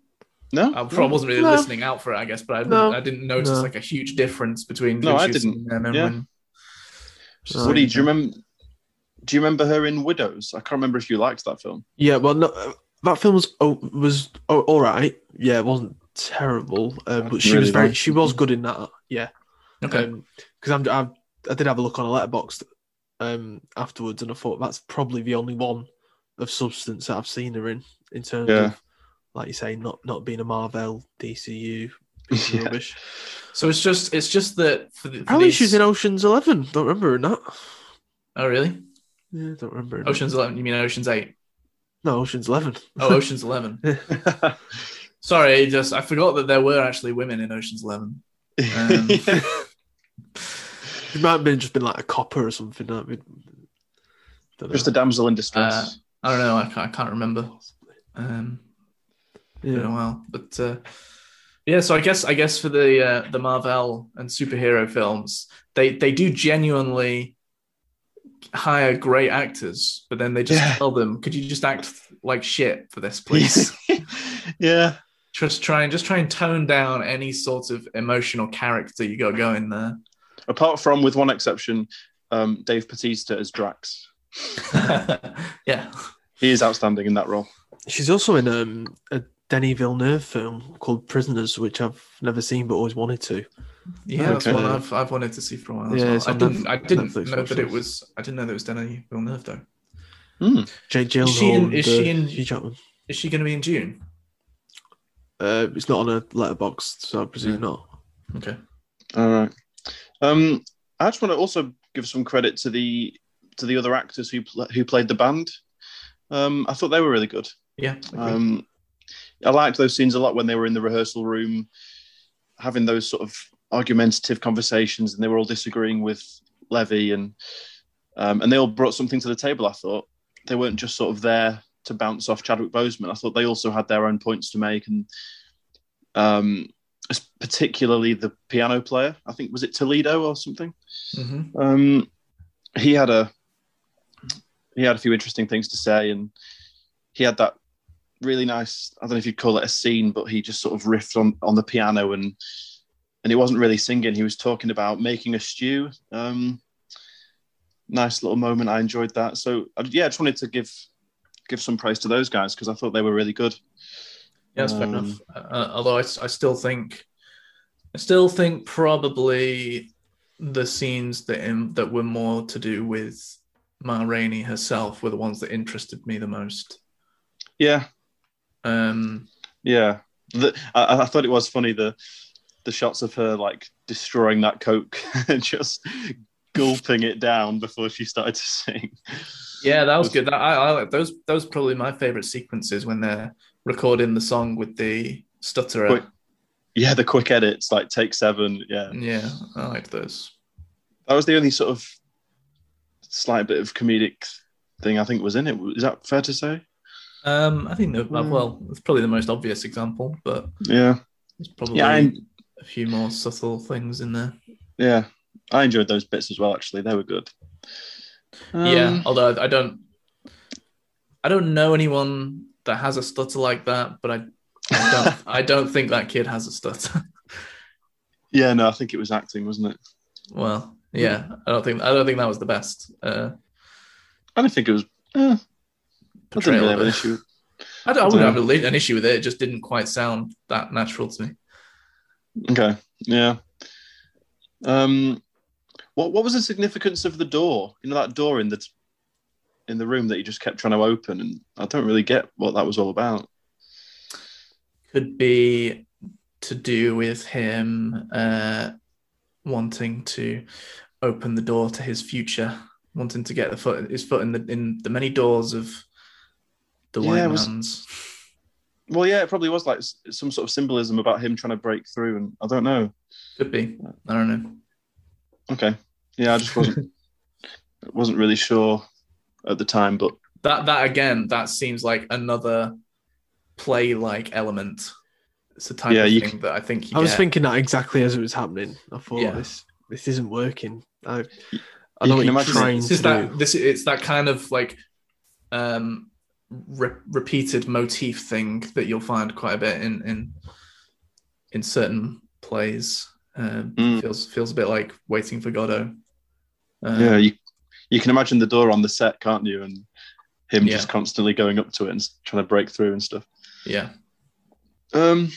[SPEAKER 4] no,
[SPEAKER 3] I probably wasn't really
[SPEAKER 5] No.
[SPEAKER 3] listening out for it, I guess, but I,
[SPEAKER 5] No.
[SPEAKER 3] I didn't notice
[SPEAKER 5] No.
[SPEAKER 3] like a huge difference between.
[SPEAKER 4] No,
[SPEAKER 3] who
[SPEAKER 4] I
[SPEAKER 3] she was
[SPEAKER 4] didn't.
[SPEAKER 3] singing and then
[SPEAKER 4] Yeah.
[SPEAKER 3] when-
[SPEAKER 5] No.
[SPEAKER 4] Woody, do you remember? Do you remember her in Widows? I can't remember if you liked that film.
[SPEAKER 5] Yeah, well, no, uh, that film was oh, was oh, all right. Yeah, it wasn't terrible, uh,
[SPEAKER 4] I
[SPEAKER 5] but she was
[SPEAKER 4] really
[SPEAKER 5] very
[SPEAKER 4] liked
[SPEAKER 5] she was good in that. Yeah,
[SPEAKER 3] Okay.
[SPEAKER 5] because I'm I, I did have a look on a letterbox um, afterwards, and I thought that's probably the only one of substance that I've seen her in in terms
[SPEAKER 4] Yeah.
[SPEAKER 5] of like you say, not not being a Marvel
[SPEAKER 4] (laughs)
[SPEAKER 5] DCU piece of
[SPEAKER 4] Yeah.
[SPEAKER 5] rubbish.
[SPEAKER 3] so it's just it's just that for the for
[SPEAKER 5] Probably
[SPEAKER 3] these-
[SPEAKER 5] she's in Ocean's Eleven. Don't remember her in that.
[SPEAKER 3] Oh really?
[SPEAKER 5] Yeah, don't remember. her in that.
[SPEAKER 3] Ocean's Eleven. You mean Ocean's Eight?
[SPEAKER 5] No, Ocean's Eleven.
[SPEAKER 3] Oh,
[SPEAKER 5] (laughs)
[SPEAKER 3] Ocean's Eleven.
[SPEAKER 4] (laughs)
[SPEAKER 3] Sorry, just I forgot that there were actually women in Ocean's Eleven. Um,
[SPEAKER 5] It might have been just been like a copper or something. That we, don't
[SPEAKER 4] Just a
[SPEAKER 5] know.
[SPEAKER 4] damsel in distress.
[SPEAKER 3] I don't know. I can't, I can't remember. Um,
[SPEAKER 5] yeah.
[SPEAKER 3] been a while. But uh, yeah, so I guess I guess for the uh, the Marvel and superhero films, they they do genuinely hire great actors, but then they just
[SPEAKER 4] Yeah.
[SPEAKER 3] tell them, "Could you just act like shit for this, please?"
[SPEAKER 4] (laughs)
[SPEAKER 5] (laughs)
[SPEAKER 4] yeah,
[SPEAKER 3] just try and just try and tone down any sort of emotional character you got going
[SPEAKER 5] (laughs)
[SPEAKER 3] there.
[SPEAKER 4] apart from with one exception, um, Dave Bautista as Drax.
[SPEAKER 3] yeah,
[SPEAKER 4] He is outstanding in that role.
[SPEAKER 5] She's also in um, a Denny Villeneuve film called Prisoners, which I've never seen but always wanted to.
[SPEAKER 3] yeah, that's
[SPEAKER 4] Okay.
[SPEAKER 3] one I've, I've wanted to see for a while.
[SPEAKER 5] Yeah,
[SPEAKER 3] as
[SPEAKER 5] it's
[SPEAKER 3] well. I
[SPEAKER 5] on
[SPEAKER 3] didn't
[SPEAKER 5] Netf-
[SPEAKER 3] I didn't
[SPEAKER 5] Netflix
[SPEAKER 3] know that
[SPEAKER 5] watch
[SPEAKER 3] it
[SPEAKER 5] this.
[SPEAKER 3] was I didn't know that it was Danny Villeneuve though.
[SPEAKER 5] Jake Gyllenhaal.
[SPEAKER 3] she in-
[SPEAKER 5] and,
[SPEAKER 3] is she
[SPEAKER 5] uh,
[SPEAKER 3] in-
[SPEAKER 5] Hugh Jackman.
[SPEAKER 3] Is she going to be in June?
[SPEAKER 5] Uh, it's not on a letterbox, so I
[SPEAKER 4] Mm.
[SPEAKER 5] presume not.
[SPEAKER 3] Okay.
[SPEAKER 4] All right. Um, I just want to also give some credit to the to the other actors who pl- who played the band. Um, I thought they were really good.
[SPEAKER 3] Yeah. agreed.
[SPEAKER 4] Um, I liked those scenes a lot when they were in the rehearsal room, having those sort of argumentative conversations, and they were all disagreeing with Levy, and um, and they all brought something to the table. I thought they weren't just sort of there to bounce off Chadwick Boseman. I thought they also had their own points to make, and um, s- particularly the piano player. I think was it Toledo or something.
[SPEAKER 3] Mhm.
[SPEAKER 4] Um, he had a he had a few interesting things to say, and he had that really nice. I don't know if you'd call it a scene, but he just sort of riffed on on the piano, and and he wasn't really singing. He was talking about making a stew. Um, nice little moment. I enjoyed that. So uh, yeah, I just wanted to give give some praise to those guys because I thought they were really good.
[SPEAKER 3] Yeah, that's fair
[SPEAKER 4] Um,
[SPEAKER 3] enough. Uh, although I, s- I still think, I still think probably the scenes that in, that were more to do with Ma Rainey herself were the ones that interested me the most.
[SPEAKER 4] Yeah,
[SPEAKER 3] Um,
[SPEAKER 4] Yeah, the, I, I thought it was funny the the shots of her like destroying that coke (laughs) and just gulping it down before she started to sing.
[SPEAKER 3] yeah, that was good. That, I, I like those. Those are probably my favorite sequences when they're recording the song with the stutterer.
[SPEAKER 4] Wait. Yeah, the quick edits like take seven. Yeah,
[SPEAKER 3] Yeah, I liked those.
[SPEAKER 4] that was the only sort of slight bit of comedic thing I think was in it. Is that fair to say?
[SPEAKER 3] Um, I think that,
[SPEAKER 5] Mm.
[SPEAKER 3] well, it's probably the most obvious example, but
[SPEAKER 4] Yeah,
[SPEAKER 3] there's probably
[SPEAKER 4] yeah, I,
[SPEAKER 3] a few more subtle things in there.
[SPEAKER 4] yeah. I enjoyed those bits as well. Actually, they were good.
[SPEAKER 3] yeah,
[SPEAKER 4] Um,
[SPEAKER 3] although I don't, I don't know anyone that has a stutter like that, but I, I
[SPEAKER 4] (laughs)
[SPEAKER 3] don't, I don't think that kid has a stutter. (laughs)
[SPEAKER 4] yeah. No, I think it was acting, wasn't it?
[SPEAKER 3] well, yeah, I don't think, I don't think that was the best uh,
[SPEAKER 4] I didn't think it was. Eh, I didn't
[SPEAKER 3] portrayal.
[SPEAKER 4] really
[SPEAKER 3] of
[SPEAKER 4] have an
[SPEAKER 3] it.
[SPEAKER 4] issue. with-
[SPEAKER 3] I, don't, I
[SPEAKER 4] Yeah.
[SPEAKER 3] wouldn't have a- an issue with it. It just didn't quite sound that natural to me.
[SPEAKER 4] Okay. Yeah. Um, What what was the significance of the door? You know that door in the in the room that you just kept trying to open, and I don't really get what that was all about.
[SPEAKER 3] Could be to do with him uh, wanting to open the door to his future, wanting to get the foot his foot in the in the many doors of the
[SPEAKER 4] Yeah,
[SPEAKER 3] white
[SPEAKER 4] it was-
[SPEAKER 3] man's.
[SPEAKER 4] Well, yeah, it probably was like s- some sort of symbolism about him trying to break through, and I don't know.
[SPEAKER 3] Could be. I don't know.
[SPEAKER 4] Okay, yeah, I just
[SPEAKER 3] (laughs)
[SPEAKER 4] wasn't wasn't really sure at the time, but
[SPEAKER 3] That that again, that seems like another play like element. It's a type
[SPEAKER 4] Yeah,
[SPEAKER 3] of
[SPEAKER 4] you
[SPEAKER 3] thing that I think you
[SPEAKER 5] I was
[SPEAKER 3] get.
[SPEAKER 5] thinking that exactly as it was happening. I thought
[SPEAKER 3] Yeah.
[SPEAKER 5] this this isn't working. I,
[SPEAKER 4] You
[SPEAKER 5] I know
[SPEAKER 4] can
[SPEAKER 5] what you're
[SPEAKER 4] imagine it.
[SPEAKER 5] trying
[SPEAKER 3] This
[SPEAKER 5] to
[SPEAKER 3] is
[SPEAKER 5] do.
[SPEAKER 3] that this it's that kind of like um re- repeated motif thing that you'll find quite a bit in in in certain plays. Um,
[SPEAKER 4] Mm.
[SPEAKER 3] Feels feels a bit like waiting for Godot. Uh,
[SPEAKER 4] yeah, you you can imagine the door on the set, can't you? And him
[SPEAKER 3] Yeah.
[SPEAKER 4] just constantly going up to it and s- trying to break through and stuff.
[SPEAKER 3] yeah.
[SPEAKER 4] Um,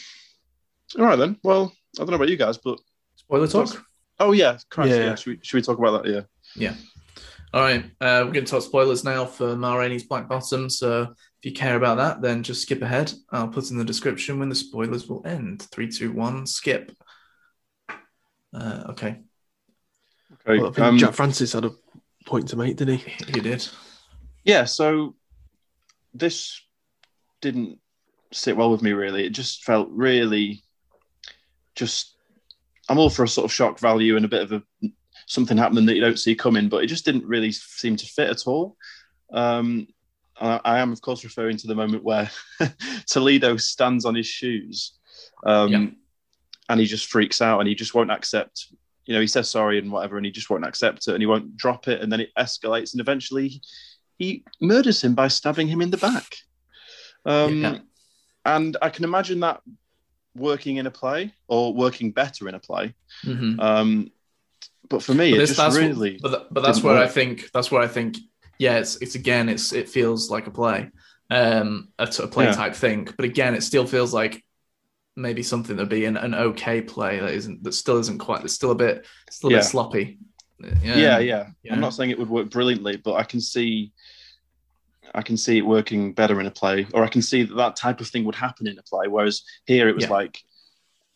[SPEAKER 4] all right then. Well, I don't know about you guys, but
[SPEAKER 3] Spoiler talk.
[SPEAKER 4] oh yeah, Christ,
[SPEAKER 5] Yeah.
[SPEAKER 4] yeah. Should, we, should we talk about that? Yeah.
[SPEAKER 3] All right, uh, we're going to talk spoilers now for Ma Rainey's Black Bottom. So if you care about that, then just skip ahead. I'll put in the description when the spoilers will end. Three, two, one, skip. Uh, okay,
[SPEAKER 4] Okay.
[SPEAKER 5] Well, I think
[SPEAKER 4] um,
[SPEAKER 5] Jack Francis had a point to make, didn't he?
[SPEAKER 3] you did.
[SPEAKER 4] yeah. So this didn't sit well with me really. It just felt really just. I'm all for a sort of shock value and a bit of a something happening that you don't see coming, but it just didn't really seem to fit at all. Um, I, I am, of course, referring to the moment where (laughs) Toledo stands on his shoes, um,
[SPEAKER 3] Yeah.
[SPEAKER 4] and he just freaks out and he just won't accept. You know, he says sorry and whatever, and he just won't accept it and he won't drop it, and then it escalates, and eventually he, he murders him by stabbing him in the back. Um,
[SPEAKER 3] Yeah.
[SPEAKER 4] And I can imagine that working in a play or working better in a play.
[SPEAKER 3] hmm
[SPEAKER 4] Um, but for me,
[SPEAKER 3] But
[SPEAKER 4] it
[SPEAKER 3] this-
[SPEAKER 4] just
[SPEAKER 3] that's,
[SPEAKER 4] really
[SPEAKER 3] but, th- but that's
[SPEAKER 4] didn't
[SPEAKER 3] where I
[SPEAKER 4] work.
[SPEAKER 3] think that's where I think yeah it's it's again it's it feels like a play um a, t- a play
[SPEAKER 4] Yeah.
[SPEAKER 3] type thing but again it still feels like maybe something that'd be an, an okay play that isn't that still isn't quite that's still a bit still a
[SPEAKER 4] Yeah.
[SPEAKER 3] bit sloppy
[SPEAKER 4] yeah, yeah,
[SPEAKER 3] Um, yeah.
[SPEAKER 4] I'm not saying it would work brilliantly, but I can see, I can see it working better in a play, or I can see that that type of thing would happen in a play. Whereas here, it was
[SPEAKER 3] Yeah.
[SPEAKER 4] like,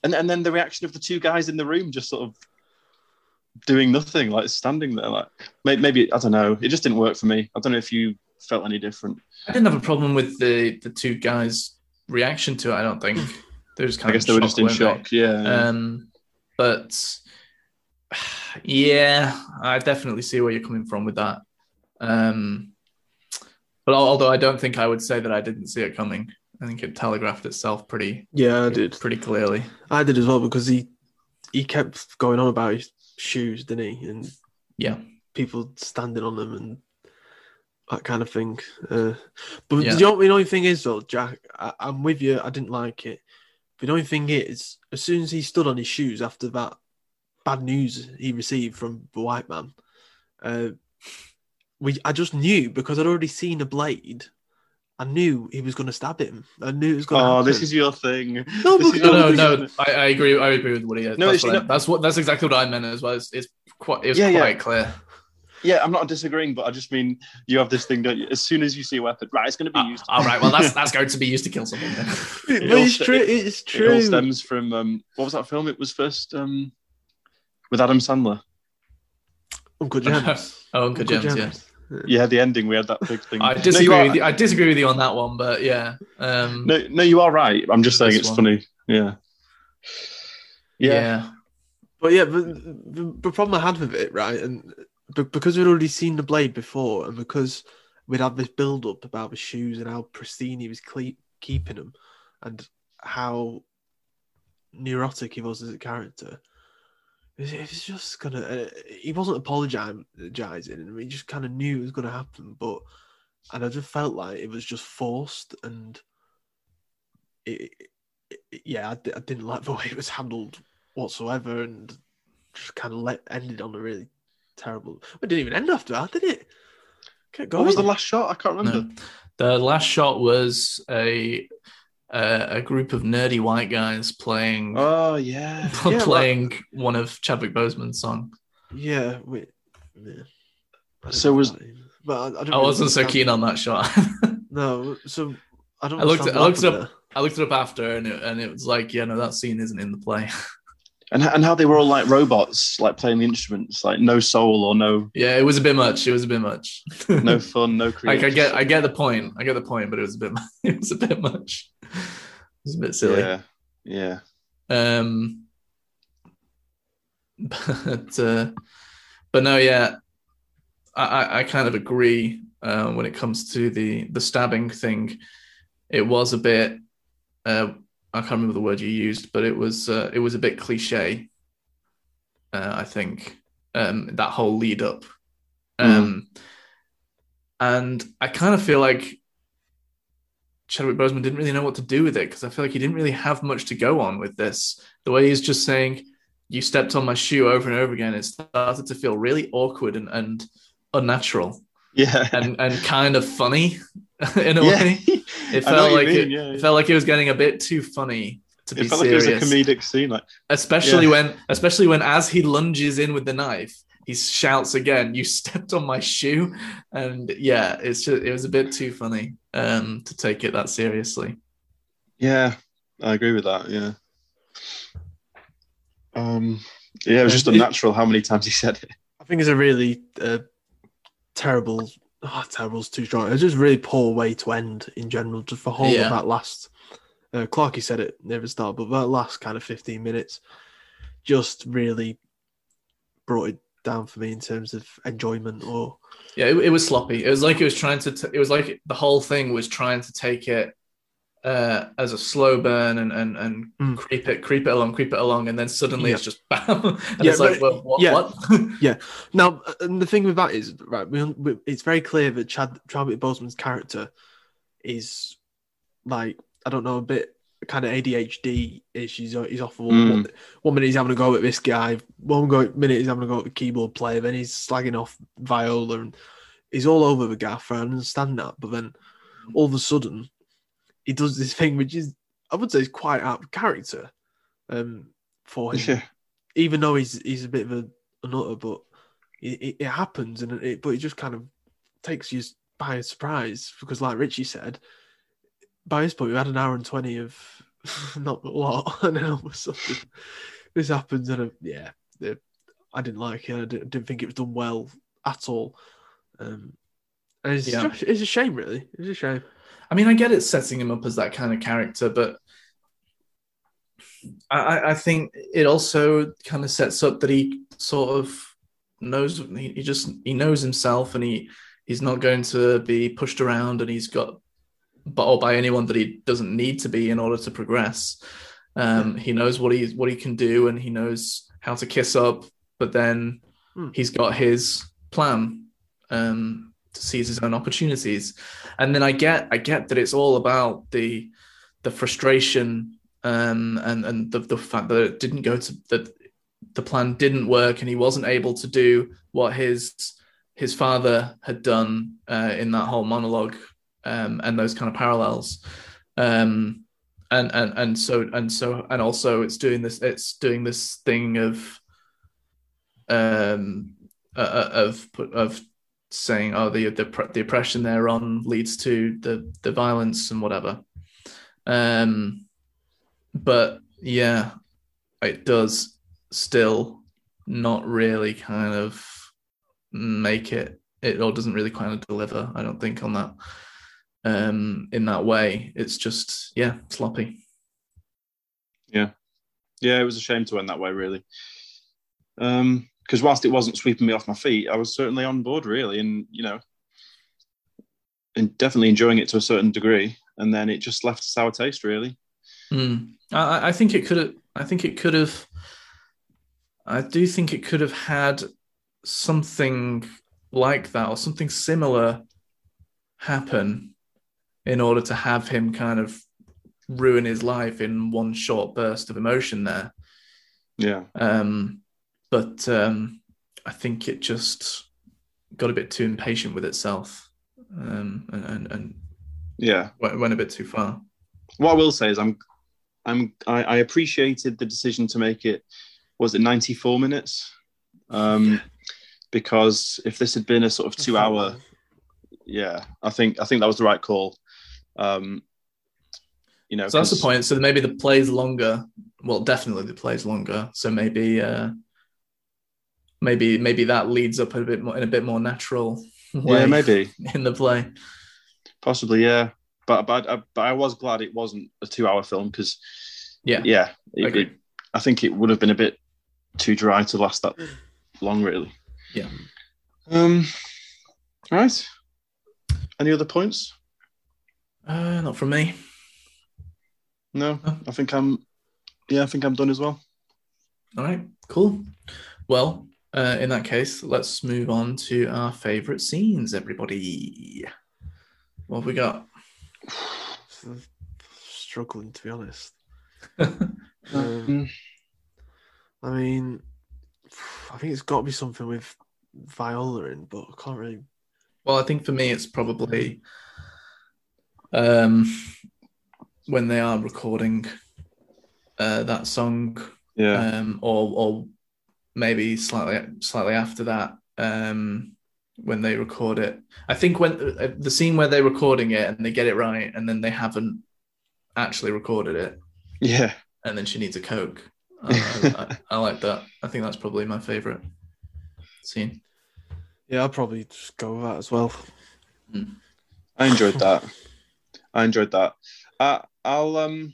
[SPEAKER 4] and and then the reaction of the two guys in the room just sort of doing nothing, like standing there, like may- maybe I don't know. It just didn't work for me. I don't know if you felt any different.
[SPEAKER 3] I didn't have a problem with the the two guys reaction to it I don't think they're just kind
[SPEAKER 4] I
[SPEAKER 3] of
[SPEAKER 4] guess they were just in
[SPEAKER 3] weren't they?
[SPEAKER 4] shock. Yeah.
[SPEAKER 3] Um, but yeah, I definitely see where you're coming from with that. Um, but al- although I don't think I would say that I didn't see it coming, I think it telegraphed itself pretty
[SPEAKER 5] Yeah, I did.
[SPEAKER 3] pretty clearly.
[SPEAKER 5] I did as well because he he kept going on about his shoes, didn't he? And
[SPEAKER 3] Yeah.
[SPEAKER 5] people standing on them and that kind of thing. Uh, but
[SPEAKER 3] Yeah.
[SPEAKER 5] the, only, the only thing is, though, Jack, I, I'm with you. I didn't like it. But the only thing is, as soon as he stood on his shoes after that bad news he received from the white man, uh, we I just knew because I'd already seen a blade. I knew he was going to stab him. I knew it was going to.
[SPEAKER 4] oh, this is your thing. (laughs)
[SPEAKER 5] No,
[SPEAKER 4] this
[SPEAKER 5] but-
[SPEAKER 4] is
[SPEAKER 3] No,
[SPEAKER 4] your
[SPEAKER 3] no,
[SPEAKER 4] thing.
[SPEAKER 3] no. I, I agree. I agree with Woody.
[SPEAKER 4] No,
[SPEAKER 3] that's,
[SPEAKER 4] it's-
[SPEAKER 3] what I-
[SPEAKER 4] no.
[SPEAKER 3] that's what that's exactly what I meant as well. It's, it's quite it was
[SPEAKER 4] Yeah, yeah.
[SPEAKER 3] quite clear.
[SPEAKER 4] Yeah, I'm not disagreeing, but I just mean you have this thing, don't you? As soon as you see a weapon, right, it's going to be
[SPEAKER 3] Uh,
[SPEAKER 4] used.
[SPEAKER 3] all right. Well, that's that's going to be used to kill someone. then.
[SPEAKER 5] But
[SPEAKER 4] all
[SPEAKER 5] it's
[SPEAKER 4] sta-
[SPEAKER 5] true. It's
[SPEAKER 4] It all
[SPEAKER 5] true.
[SPEAKER 4] stems from um, what was that film? It was first um, with Adam Sandler.
[SPEAKER 5] (laughs) Uncle James.
[SPEAKER 3] oh, Uncle James. Yeah.
[SPEAKER 4] Yeah, the ending we had that big thing.
[SPEAKER 3] I
[SPEAKER 4] No, you
[SPEAKER 3] disagree.
[SPEAKER 4] are-
[SPEAKER 3] with you, I disagree with you on that one, but yeah. Um,
[SPEAKER 4] No, no, you are right. I'm just saying
[SPEAKER 3] This
[SPEAKER 4] it's
[SPEAKER 3] one.
[SPEAKER 4] funny. Yeah.
[SPEAKER 3] yeah.
[SPEAKER 4] Yeah.
[SPEAKER 5] But yeah, the, the, the problem I had with it, right, and be- because we'd already seen the blade before, and because we'd had this build up about the shoes and how pristine he was cle- keeping them, and how neurotic he was as a character, it was, it was just gonna. Uh, he wasn't apologizing, and we just kind of knew it was gonna happen, but and I just felt like it was just forced, and it, it- yeah, I, di- I didn't like the (laughs) way it was handled whatsoever and just kind of let, ended on a really terrible. It didn't even end after that, did it? Kept
[SPEAKER 4] What was the
[SPEAKER 5] going.
[SPEAKER 4] last shot? I can't remember.
[SPEAKER 3] No. The last shot was a uh, a group of nerdy white guys playing (laughs)
[SPEAKER 4] Oh yeah.
[SPEAKER 5] yeah,
[SPEAKER 3] playing one of Chadwick Boseman's songs.
[SPEAKER 5] Yeah, wait. yeah. I don't
[SPEAKER 4] So
[SPEAKER 5] know
[SPEAKER 4] was-
[SPEAKER 5] that either. But I, I, don't
[SPEAKER 3] I
[SPEAKER 5] really
[SPEAKER 3] wasn't so
[SPEAKER 5] understand-
[SPEAKER 3] keen on that shot. (laughs)
[SPEAKER 5] No, so I don't.
[SPEAKER 3] I looked
[SPEAKER 5] understand
[SPEAKER 3] I
[SPEAKER 5] what
[SPEAKER 3] looked it
[SPEAKER 5] happened
[SPEAKER 3] up. I looked it up after, and it, and it was like, yeah, no, that scene isn't in the play. (laughs)
[SPEAKER 4] And and how they were all like robots, like playing the instruments, like no soul or no
[SPEAKER 3] yeah, it was a bit much. It was a bit much. (laughs)
[SPEAKER 4] no fun, no
[SPEAKER 3] like
[SPEAKER 4] creativity.
[SPEAKER 3] I get, I get the point. I get the point, but it was a bit, (laughs) it was a bit much. It was a bit silly.
[SPEAKER 4] Yeah, yeah.
[SPEAKER 3] Um, but uh, but no, yeah, I, I, I kind of agree uh, when it comes to the the stabbing thing. It was a bit, uh, I can't remember the word you used, but it was uh, it was a bit cliche. Uh, I think um, that whole lead up, um, and I kind of feel like Chadwick Boseman didn't really know what to do with it because I feel like he didn't really have much to go on with this. The way he's just saying, "You stepped on my shoe" over and over again, it started to feel really awkward and, and unnatural
[SPEAKER 4] Yeah.
[SPEAKER 3] and and kind of funny (laughs) in a
[SPEAKER 4] (laughs) yeah.
[SPEAKER 3] way. It
[SPEAKER 4] (laughs) I know
[SPEAKER 3] felt
[SPEAKER 4] what
[SPEAKER 3] like
[SPEAKER 4] you mean,
[SPEAKER 3] it,
[SPEAKER 4] yeah, yeah.
[SPEAKER 3] it felt like it was getting a bit too funny to be
[SPEAKER 4] It felt
[SPEAKER 3] serious,
[SPEAKER 4] like it was a comedic scene. Like,
[SPEAKER 3] especially
[SPEAKER 4] yeah.
[SPEAKER 3] when especially when as he lunges in with the knife. He shouts again, "You (laughs) stepped on my shoe," and yeah, it's just, it was a bit too funny um, to take it that seriously.
[SPEAKER 4] yeah, I agree with that. Yeah. Um. Yeah, it was just
[SPEAKER 5] Yeah.
[SPEAKER 4] unnatural how many times he said it.
[SPEAKER 5] I think it's a really uh, terrible. Oh, terrible's too strong. It's just a really poor way to end in general. Just for whole
[SPEAKER 3] Yeah.
[SPEAKER 5] of that last. Uh, Clarky said it near the start, but that last kind of fifteen minutes just really brought it down for me in terms of enjoyment or
[SPEAKER 3] Yeah, it, it was sloppy. It was like it was trying to. T- it was like the whole thing was trying to take it uh, as a slow burn and and and
[SPEAKER 5] Mm.
[SPEAKER 3] creep it, creep it along, creep it along, and then suddenly it's just (laughs) bam. And
[SPEAKER 5] Yeah,
[SPEAKER 3] it's like,
[SPEAKER 5] but-
[SPEAKER 3] well, what?
[SPEAKER 5] yeah.
[SPEAKER 3] what?
[SPEAKER 5] Now, uh, and the thing with that is, right, we, we, it's very clear that Chad Chadwick Boseman's character is like, I don't know, a bit kind of ADHD ish. He's, uh, he's off the wall.
[SPEAKER 4] Mm.
[SPEAKER 5] One, one minute he's having a go at this guy, one go, minute he's having a go at the keyboard player, then he's slagging off Viola, and he's all over the gaff. I understand that, but then all of a sudden, he does this thing which is, I would say, is quite out of character um, for him
[SPEAKER 4] Yeah.
[SPEAKER 5] even though he's he's a bit of a, a nutter, but it, it, it happens, and it but it just kind of takes you by surprise because, like Richie said, by this point we had an hour and twenty of (laughs) not a lot, (laughs) and then all of a sudden this happens, and uh, yeah, it- I didn't like it. I didn't, didn't think it was done well at all. Um, and it's,
[SPEAKER 3] Yeah.
[SPEAKER 5] just- it's a shame, really. It's a shame.
[SPEAKER 3] I mean, I get it setting him up as that kind of character, but I, I- I think it also kind of sets up that he sort of knows he, he just he knows himself and he he's not going to be pushed around and he's got but or by anyone that he doesn't need to be in order to progress. Um, he knows what he what he can do and he knows how to kiss up, but then
[SPEAKER 5] Hmm.
[SPEAKER 3] he's got his plan um, to seize his own opportunities and then I get I get that it's all about the the frustration um, and and the, the fact that it didn't go to that the plan didn't work and he wasn't able to do what his his father had done uh, in that whole monologue um, and those kind of parallels um, and and and so and so and also it's doing this it's doing this thing of um uh, uh, of of saying, "Oh, the the pr- the oppression they're on leads to the the violence and whatever." Um, but yeah, it does still not really kind of make it. It all doesn't really kind of deliver. I don't think on that um in that way it's just yeah sloppy
[SPEAKER 4] (laughs) Yeah, it was a shame to end that way, really. Um, because whilst it wasn't sweeping me off my feet, I was certainly on board, really, and you know, and definitely enjoying it to a certain degree. And then it just left a sour taste, really.
[SPEAKER 3] Mm. I, I- I think it could have. I think it could have. I do think it could have had something like that or something similar happen in order to have him kind of ruin his life in one short burst of emotion there.
[SPEAKER 4] Yeah,
[SPEAKER 3] Um, but um, I think it just got a bit too impatient with itself um, and, and, and
[SPEAKER 4] yeah.
[SPEAKER 3] went went a bit too far.
[SPEAKER 4] What I will say is, I'm, I'm, I, I appreciated the decision to make it. Was it 94 minutes? um, because if this had been a sort of two-hour, yeah, I think I think that was the right call. Um, you know,
[SPEAKER 3] So that's the
[SPEAKER 4] 'cause-
[SPEAKER 3] point. So maybe the play's longer. Well, definitely the play's longer. So maybe uh maybe maybe that leads up a bit more in a bit more natural way
[SPEAKER 4] Yeah, maybe.
[SPEAKER 3] (laughs) in the play.
[SPEAKER 4] Possibly, yeah. But but I, but I was glad it wasn't a two-hour film because
[SPEAKER 3] Yeah.
[SPEAKER 4] yeah, it-
[SPEAKER 3] Agreed.
[SPEAKER 4] it- I think it would have been a bit too dry to last that long, really.
[SPEAKER 3] Yeah.
[SPEAKER 4] Um. Right. Any other points?
[SPEAKER 3] Uh, not from me.
[SPEAKER 4] No,
[SPEAKER 3] No.
[SPEAKER 4] I think I'm. Yeah, I think I'm done as well.
[SPEAKER 3] All right, cool. Well, uh, in that case, let's move on to our favorite scenes, everybody. What have we got?
[SPEAKER 5] Struggling to
[SPEAKER 3] (laughs)
[SPEAKER 5] be honest. Um, I mean, I think it's got to be something with Viola in, but I can't really.
[SPEAKER 3] Well, I think for me, it's probably um, when they are recording uh, that song,
[SPEAKER 4] Yeah.
[SPEAKER 3] um, or or maybe slightly slightly after that um, when they record it. I think when uh, the scene where they're recording it and they get it right, and then they haven't actually recorded it,
[SPEAKER 4] yeah.
[SPEAKER 3] and then she needs a coke. I, I, I like that. I think that's probably my favorite scene.
[SPEAKER 5] Yeah, I'll probably just go with that as well.
[SPEAKER 4] I enjoyed that. I enjoyed that. Uh, I'll um,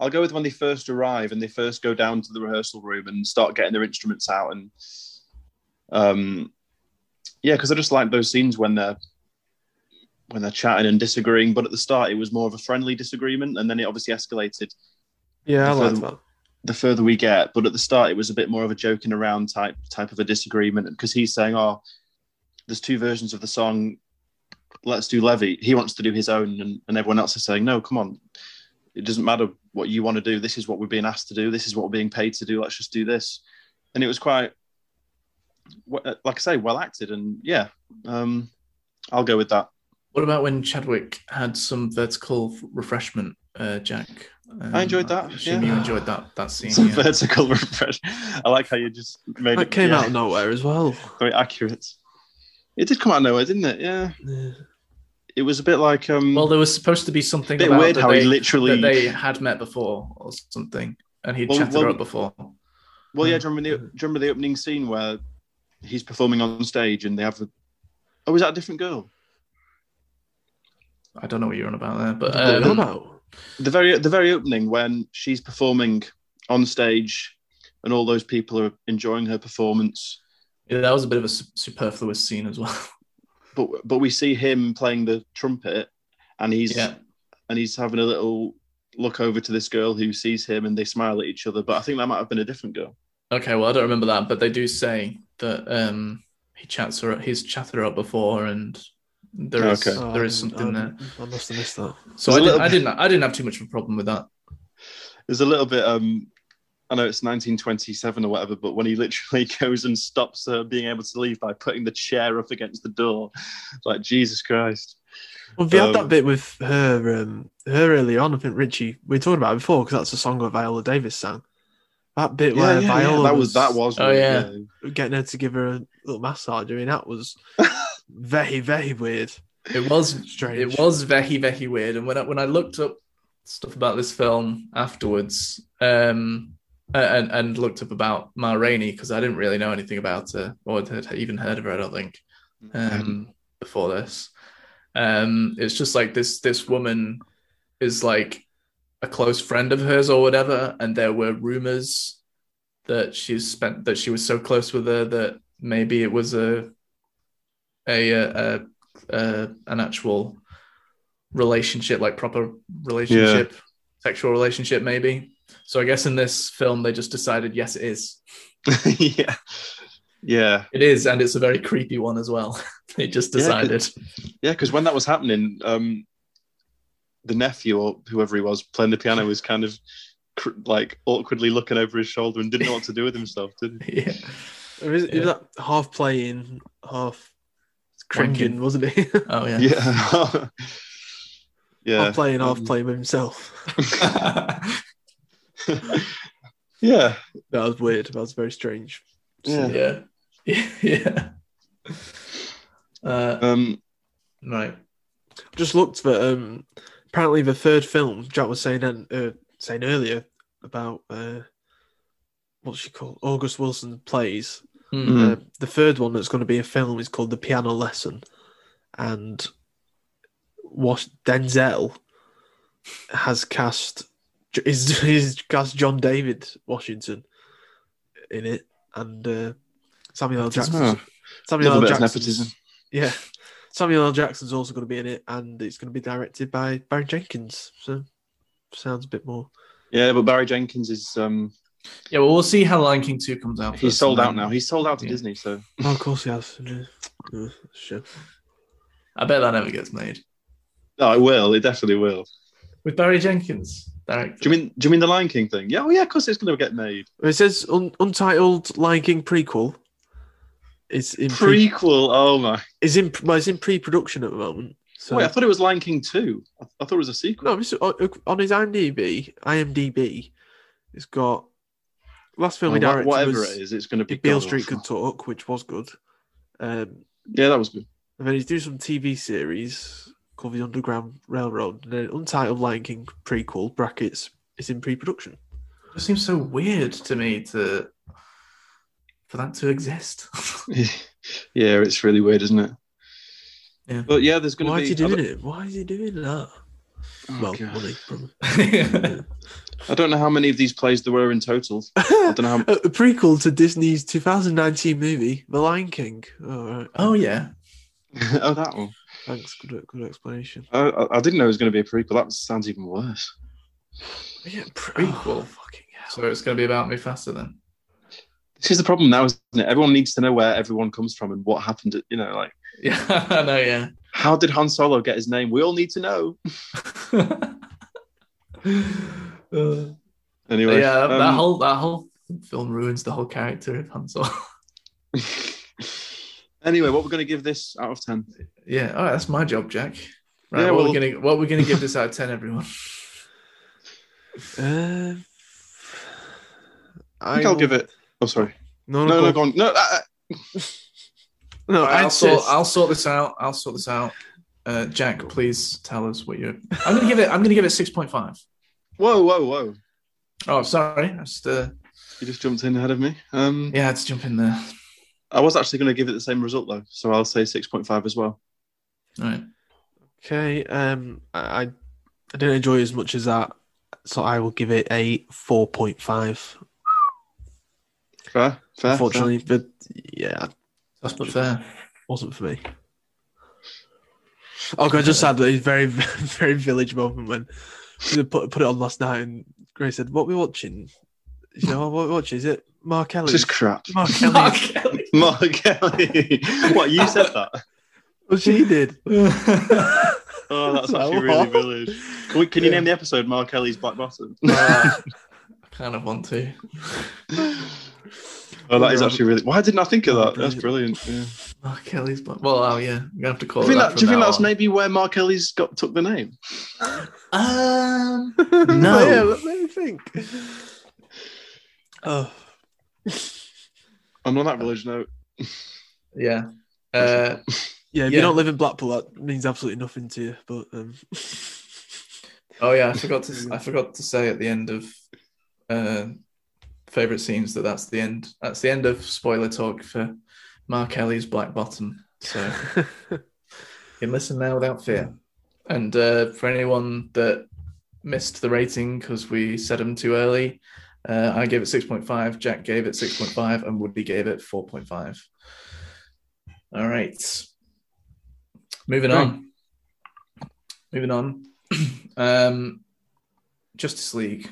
[SPEAKER 4] I'll go with when they first arrive and they first go down to the rehearsal room and start getting their instruments out and um, yeah, because I just like those scenes when they're when they're chatting and disagreeing. But at the start, it was more of a friendly disagreement, and then it obviously escalated
[SPEAKER 5] Yeah, I
[SPEAKER 4] So-
[SPEAKER 5] like that.
[SPEAKER 4] the further we get. But at the start, it was a bit more of a joking around type type of a disagreement because he's saying, "Oh, there's two versions of the song. Let's do Levy." He wants to do his own, and, and everyone else is saying, "No, come on. It doesn't matter what you want to do. This is what we're being asked to do. This is what we're being paid to do. Let's just do this." And it was quite, we- like I say, well acted, and yeah, um, I'll go with that.
[SPEAKER 3] What about when Chadwick had some vertical f- refreshment, uh, Jack? Um,
[SPEAKER 4] I enjoyed that,
[SPEAKER 3] I assume
[SPEAKER 4] yeah.
[SPEAKER 3] you enjoyed that that scene.
[SPEAKER 4] Some
[SPEAKER 3] yeah.
[SPEAKER 4] vertical refresh. I like how you just made
[SPEAKER 5] That
[SPEAKER 4] it
[SPEAKER 5] came
[SPEAKER 4] yeah,
[SPEAKER 5] out of nowhere as well.
[SPEAKER 4] very accurate. It did come out of nowhere, didn't it? Yeah.
[SPEAKER 5] Yeah.
[SPEAKER 4] it was a bit like um
[SPEAKER 3] Well, there was supposed to be something
[SPEAKER 4] bit
[SPEAKER 3] about
[SPEAKER 4] weird
[SPEAKER 3] that
[SPEAKER 4] how
[SPEAKER 3] they,
[SPEAKER 4] he literally
[SPEAKER 3] that they had met before or something, and he'd
[SPEAKER 4] Well,
[SPEAKER 3] chatted
[SPEAKER 4] well-
[SPEAKER 3] her up before.
[SPEAKER 4] well yeah do you, remember
[SPEAKER 3] Hmm.
[SPEAKER 4] the, do you remember the opening scene where he's performing on stage and they have a, oh is that a different girl
[SPEAKER 3] I don't know what you're on about there, but
[SPEAKER 5] What are we on
[SPEAKER 3] um,
[SPEAKER 5] about?
[SPEAKER 4] the very the very opening when she's performing on stage and all those people are enjoying her performance
[SPEAKER 3] yeah, that was a bit of a su- superfluous scene as well. (laughs)
[SPEAKER 4] but but we see him playing the trumpet and he's
[SPEAKER 3] yeah,
[SPEAKER 4] and he's having a little look over to this girl who sees him and they smile at each other but i think that might have been a different girl
[SPEAKER 3] Okay, well, I don't remember that, but they do say that um, he chats her. He's chatted her up before, and there is
[SPEAKER 4] Okay.
[SPEAKER 5] Oh,
[SPEAKER 3] there
[SPEAKER 5] I
[SPEAKER 3] is
[SPEAKER 5] didn't-
[SPEAKER 3] something
[SPEAKER 5] I
[SPEAKER 3] there.
[SPEAKER 5] didn't- I must have missed that.
[SPEAKER 3] So
[SPEAKER 4] There's
[SPEAKER 3] I
[SPEAKER 4] a
[SPEAKER 3] didn't,
[SPEAKER 4] little
[SPEAKER 3] I
[SPEAKER 4] bit-
[SPEAKER 3] didn't. I didn't have too much of a problem with that.
[SPEAKER 4] There's a little bit. Um, I know it's 1927 or whatever, but when he literally (laughs) goes and stops her being able to leave by putting the chair up against the door, it's like Jesus Christ.
[SPEAKER 5] Well, they had
[SPEAKER 4] Um,
[SPEAKER 5] that bit with her, um, her early on. I think Richie, we talked about it before because that's a song that Viola Davis sang. That bit where Viola
[SPEAKER 4] that was that was.
[SPEAKER 3] Oh, yeah.
[SPEAKER 5] getting her to give her a little massage. I mean,
[SPEAKER 3] (laughs)
[SPEAKER 5] that was very, very weird.
[SPEAKER 3] It was
[SPEAKER 5] Strange.
[SPEAKER 3] it was very very weird. And when I, when I looked up stuff about this film afterwards, um, and and looked up about Ma Rainey because I didn't really know anything about her or had even heard of her. I don't think um, before this. Um, it's just like this this woman is like a close friend of hers or whatever, and there were rumors that she's spent that she was so close with her that maybe it was a a, a, a, a an actual relationship, like proper relationship, sexual relationship, maybe. So I guess in this film they just decided yes, it is.
[SPEAKER 4] (laughs) yeah, yeah,
[SPEAKER 3] It is, and it's a very creepy one as well. (laughs) they just
[SPEAKER 4] Yeah, 'cause-
[SPEAKER 3] decided. (laughs)
[SPEAKER 4] yeah. Because when that was happening, um, the nephew or whoever he was playing the piano was kind of cr- like awkwardly looking over his shoulder and didn't know what to do with himself, did he?
[SPEAKER 3] yeah.
[SPEAKER 5] Or is, it
[SPEAKER 3] Yeah.
[SPEAKER 5] was that half playing, half
[SPEAKER 3] Wanking.
[SPEAKER 5] cranking, wasn't it? (laughs)
[SPEAKER 3] Oh yeah.
[SPEAKER 4] Yeah, (laughs) yeah.
[SPEAKER 5] half playing,
[SPEAKER 3] Mm.
[SPEAKER 5] half playing with himself. (laughs)
[SPEAKER 4] yeah.
[SPEAKER 3] (laughs)
[SPEAKER 4] (laughs)
[SPEAKER 5] That was weird. That was very strange.
[SPEAKER 4] Yeah.
[SPEAKER 3] yeah. (laughs) yeah. Uh,
[SPEAKER 4] Um,
[SPEAKER 3] right.
[SPEAKER 5] Just looked that um, apparently the third film Jack was saying en- uh, saying earlier about uh, what's she called August Wilson plays
[SPEAKER 3] Hmm.
[SPEAKER 4] mm,
[SPEAKER 5] Uh, the third one that's going to be a film is called The Piano Lesson, and what Denzel has cast is is cast John David Washington in it, and uh, Samuel L. Jackson.
[SPEAKER 4] Oh.
[SPEAKER 5] Samuel
[SPEAKER 4] Little
[SPEAKER 5] L.
[SPEAKER 4] bit of
[SPEAKER 5] Jackson.
[SPEAKER 4] nepotism.
[SPEAKER 5] Yeah, Samuel L. Jackson's also going to be in it, and it's going to be directed by Barry Jenkins. So sounds a bit more.
[SPEAKER 4] yeah, but Barry Jenkins is um,
[SPEAKER 3] Yeah, well, we'll see how Lion King 2 comes out.
[SPEAKER 4] he's um,
[SPEAKER 3] first,
[SPEAKER 4] sold
[SPEAKER 3] and
[SPEAKER 4] out
[SPEAKER 3] then-
[SPEAKER 4] now. He's sold out to
[SPEAKER 3] Yeah.
[SPEAKER 4] Disney, so
[SPEAKER 5] Oh, of course
[SPEAKER 4] (laughs)
[SPEAKER 5] he has. Yeah. Yeah, Sure.
[SPEAKER 3] I bet that never gets made.
[SPEAKER 4] oh, it will. It definitely will.
[SPEAKER 3] With Barry Jenkins, director.
[SPEAKER 4] Do you mean Do you mean the Lion King thing? Yeah, oh yeah, of course it's going to get made.
[SPEAKER 5] It says un- untitled Lion King prequel. It's in pre,
[SPEAKER 4] Prequel. Oh my!
[SPEAKER 5] is in well, it's in pre-production at the moment. So
[SPEAKER 4] Wait, I thought it was Lion King two. I, I thought it was a sequel.
[SPEAKER 5] no, it's- on on his IMDb, IMDb, it's got last film
[SPEAKER 4] Oh,
[SPEAKER 5] he
[SPEAKER 4] wha-
[SPEAKER 5] directed
[SPEAKER 4] whatever
[SPEAKER 5] was
[SPEAKER 4] it is, it's going to be.
[SPEAKER 5] If Beale
[SPEAKER 4] god
[SPEAKER 5] Street
[SPEAKER 4] awful.
[SPEAKER 5] Could Talk, which was good. Um,
[SPEAKER 4] Yeah, that was good. (laughs)
[SPEAKER 5] and then he's doing some TV series called The Underground Railroad, and then untitled Lion King prequel brackets. It's in pre-production.
[SPEAKER 3] It just seems so weird to me to for that to exist. (laughs)
[SPEAKER 4] yeah, it's really weird, isn't it?
[SPEAKER 5] Yeah.
[SPEAKER 4] But yeah, there's going to
[SPEAKER 5] Why
[SPEAKER 4] be.
[SPEAKER 5] is he doing it? Why is he doing that?
[SPEAKER 4] Oh,
[SPEAKER 5] well,
[SPEAKER 4] God.
[SPEAKER 5] money, probably.
[SPEAKER 4] I don't know how many of these plays there were in total. I don't know how.
[SPEAKER 5] Uh, A a prequel to Disney's 2019 movie, The Lion King. All right.
[SPEAKER 3] oh yeah,
[SPEAKER 4] (laughs) oh, that one.
[SPEAKER 5] Thanks. Good, good explanation.
[SPEAKER 4] I, I- I didn't know it was going to be a prequel. That sounds even worse.
[SPEAKER 5] Yeah,
[SPEAKER 3] Prequel.
[SPEAKER 5] Oh, fucking hell.
[SPEAKER 3] so it's going to be about me faster then. (laughs)
[SPEAKER 4] This is the problem now, isn't it? Everyone needs to know where everyone comes from and what happened. At, you know, like
[SPEAKER 3] Yeah, I know.
[SPEAKER 4] (laughs)
[SPEAKER 3] Yeah.
[SPEAKER 4] how did Han Solo get his name? We all need to know. (laughs)
[SPEAKER 3] Uh,
[SPEAKER 4] Anyway,
[SPEAKER 3] yeah, that, that
[SPEAKER 4] um,
[SPEAKER 3] whole that whole film ruins the whole character of Hansel.
[SPEAKER 4] (laughs) anyway, what we're going to give this out of ten?
[SPEAKER 3] yeah, all right, that's my job, Jack. Right,
[SPEAKER 4] Yeah,
[SPEAKER 3] what
[SPEAKER 4] well-
[SPEAKER 3] we're gonna what we're gonna give this out of ten, everyone.
[SPEAKER 5] Um,
[SPEAKER 4] I think I'll give it. Oh, sorry.
[SPEAKER 5] No,
[SPEAKER 4] No,
[SPEAKER 5] no,
[SPEAKER 4] no,
[SPEAKER 5] no.
[SPEAKER 4] go on. No, uh, uh,
[SPEAKER 5] no
[SPEAKER 3] (laughs) Right, I'll,
[SPEAKER 5] I'd say.
[SPEAKER 3] sort, I'll sort this out. I'll sort this out. Uh, Jack, please tell us what you're. I'm gonna give it. I'm gonna give it six point five.
[SPEAKER 4] whoa, whoa, whoa!
[SPEAKER 3] Oh, sorry. I just uh,
[SPEAKER 4] You just jumped in ahead of me. Um,
[SPEAKER 3] yeah, I had to jump in there.
[SPEAKER 4] I was actually going to give it the same result though, so I'll say six point five as well.
[SPEAKER 3] All right.
[SPEAKER 5] Okay. Um, I, I I didn't enjoy it as much as that, so I will give it a 4.5.
[SPEAKER 4] Fair, fair.
[SPEAKER 5] Unfortunately, but yeah, it
[SPEAKER 3] That's but fair.
[SPEAKER 5] wasn't for me. Oh, God, I just had a very, (laughs) very village moment when we put, put it on last night and Grace said, What we watching? You know, what we watching? Is it Mark
[SPEAKER 4] fair.
[SPEAKER 5] Ellis?
[SPEAKER 4] Just crap. (laughs)
[SPEAKER 5] Mark Ellis.
[SPEAKER 4] Mark Kelly. what you said that?
[SPEAKER 5] Well, she did.
[SPEAKER 4] Oh, that's
[SPEAKER 5] No,
[SPEAKER 4] actually really
[SPEAKER 5] what?
[SPEAKER 4] village. Can, we, can you name the episode Mark Kelly's Black Bottom?
[SPEAKER 3] Uh, I kind of want to.
[SPEAKER 4] oh, that is actually really. Why didn't I think of that? That's brilliant. Yeah.
[SPEAKER 3] Mark Kelly's. Black- Well, oh yeah, I'm gonna have to call
[SPEAKER 4] Do you think,
[SPEAKER 3] it.
[SPEAKER 4] that, do you think that's
[SPEAKER 3] from
[SPEAKER 4] maybe where Mark Kelly's got took the name?
[SPEAKER 3] now on. Um,
[SPEAKER 5] Oh, (laughs) yeah,
[SPEAKER 3] no.
[SPEAKER 5] let, let me think. Oh,
[SPEAKER 4] I'm on that village note.
[SPEAKER 3] yeah. Uh,
[SPEAKER 5] yeah. If
[SPEAKER 3] Yeah.
[SPEAKER 5] you don't live in Blackpool, that means absolutely nothing to you. But um,
[SPEAKER 3] oh yeah, I forgot to. I forgot to say at the end of uh, favorite scenes that that's the end. That's the end of spoiler talk for Mark Kelly's Black Bottom. So. You can listen now without fear. And uh, for anyone that missed the rating because we said them too early, uh, I gave it 6.5, Jack gave it 6.5, and Woody gave it 4.5. All right. Moving on. Moving on. um, Justice League.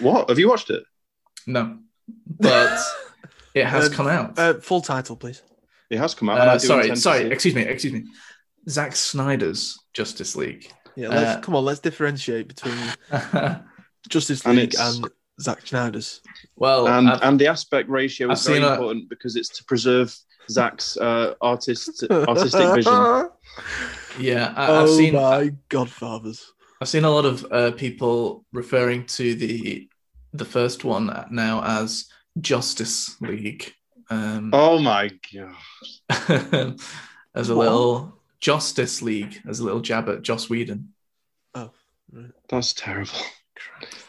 [SPEAKER 4] What have you watched it?
[SPEAKER 3] No. But it has
[SPEAKER 5] Um,
[SPEAKER 3] come out.
[SPEAKER 5] uh, full title, please.
[SPEAKER 4] It has come out. and I
[SPEAKER 3] Uh,
[SPEAKER 4] do
[SPEAKER 3] sorry,
[SPEAKER 4] intend to see
[SPEAKER 3] sorry.
[SPEAKER 4] it.
[SPEAKER 3] Excuse me. Excuse me. Zack Snyder's Justice League. (laughs)
[SPEAKER 5] Yeah, let's,
[SPEAKER 3] Uh,
[SPEAKER 5] come on. Let's differentiate between Justice
[SPEAKER 4] And
[SPEAKER 5] League
[SPEAKER 4] it's-
[SPEAKER 5] and Zack Snyder's.
[SPEAKER 3] well,
[SPEAKER 4] and
[SPEAKER 3] I've-
[SPEAKER 4] and the aspect ratio
[SPEAKER 3] I've
[SPEAKER 4] is very
[SPEAKER 3] seen a-
[SPEAKER 4] important because it's to preserve Zach's uh, artist
[SPEAKER 3] (laughs)
[SPEAKER 4] artistic
[SPEAKER 5] (laughs)
[SPEAKER 4] vision.
[SPEAKER 3] Yeah, I,
[SPEAKER 5] oh
[SPEAKER 3] I've seen
[SPEAKER 5] my Godfathers.
[SPEAKER 3] I've seen a lot of uh, people referring to the the first one now as Justice League um,
[SPEAKER 4] Oh my god.
[SPEAKER 3] (laughs) as a little Justice League, as a little jab at Joss Whedon.
[SPEAKER 4] That's terrible. (laughs)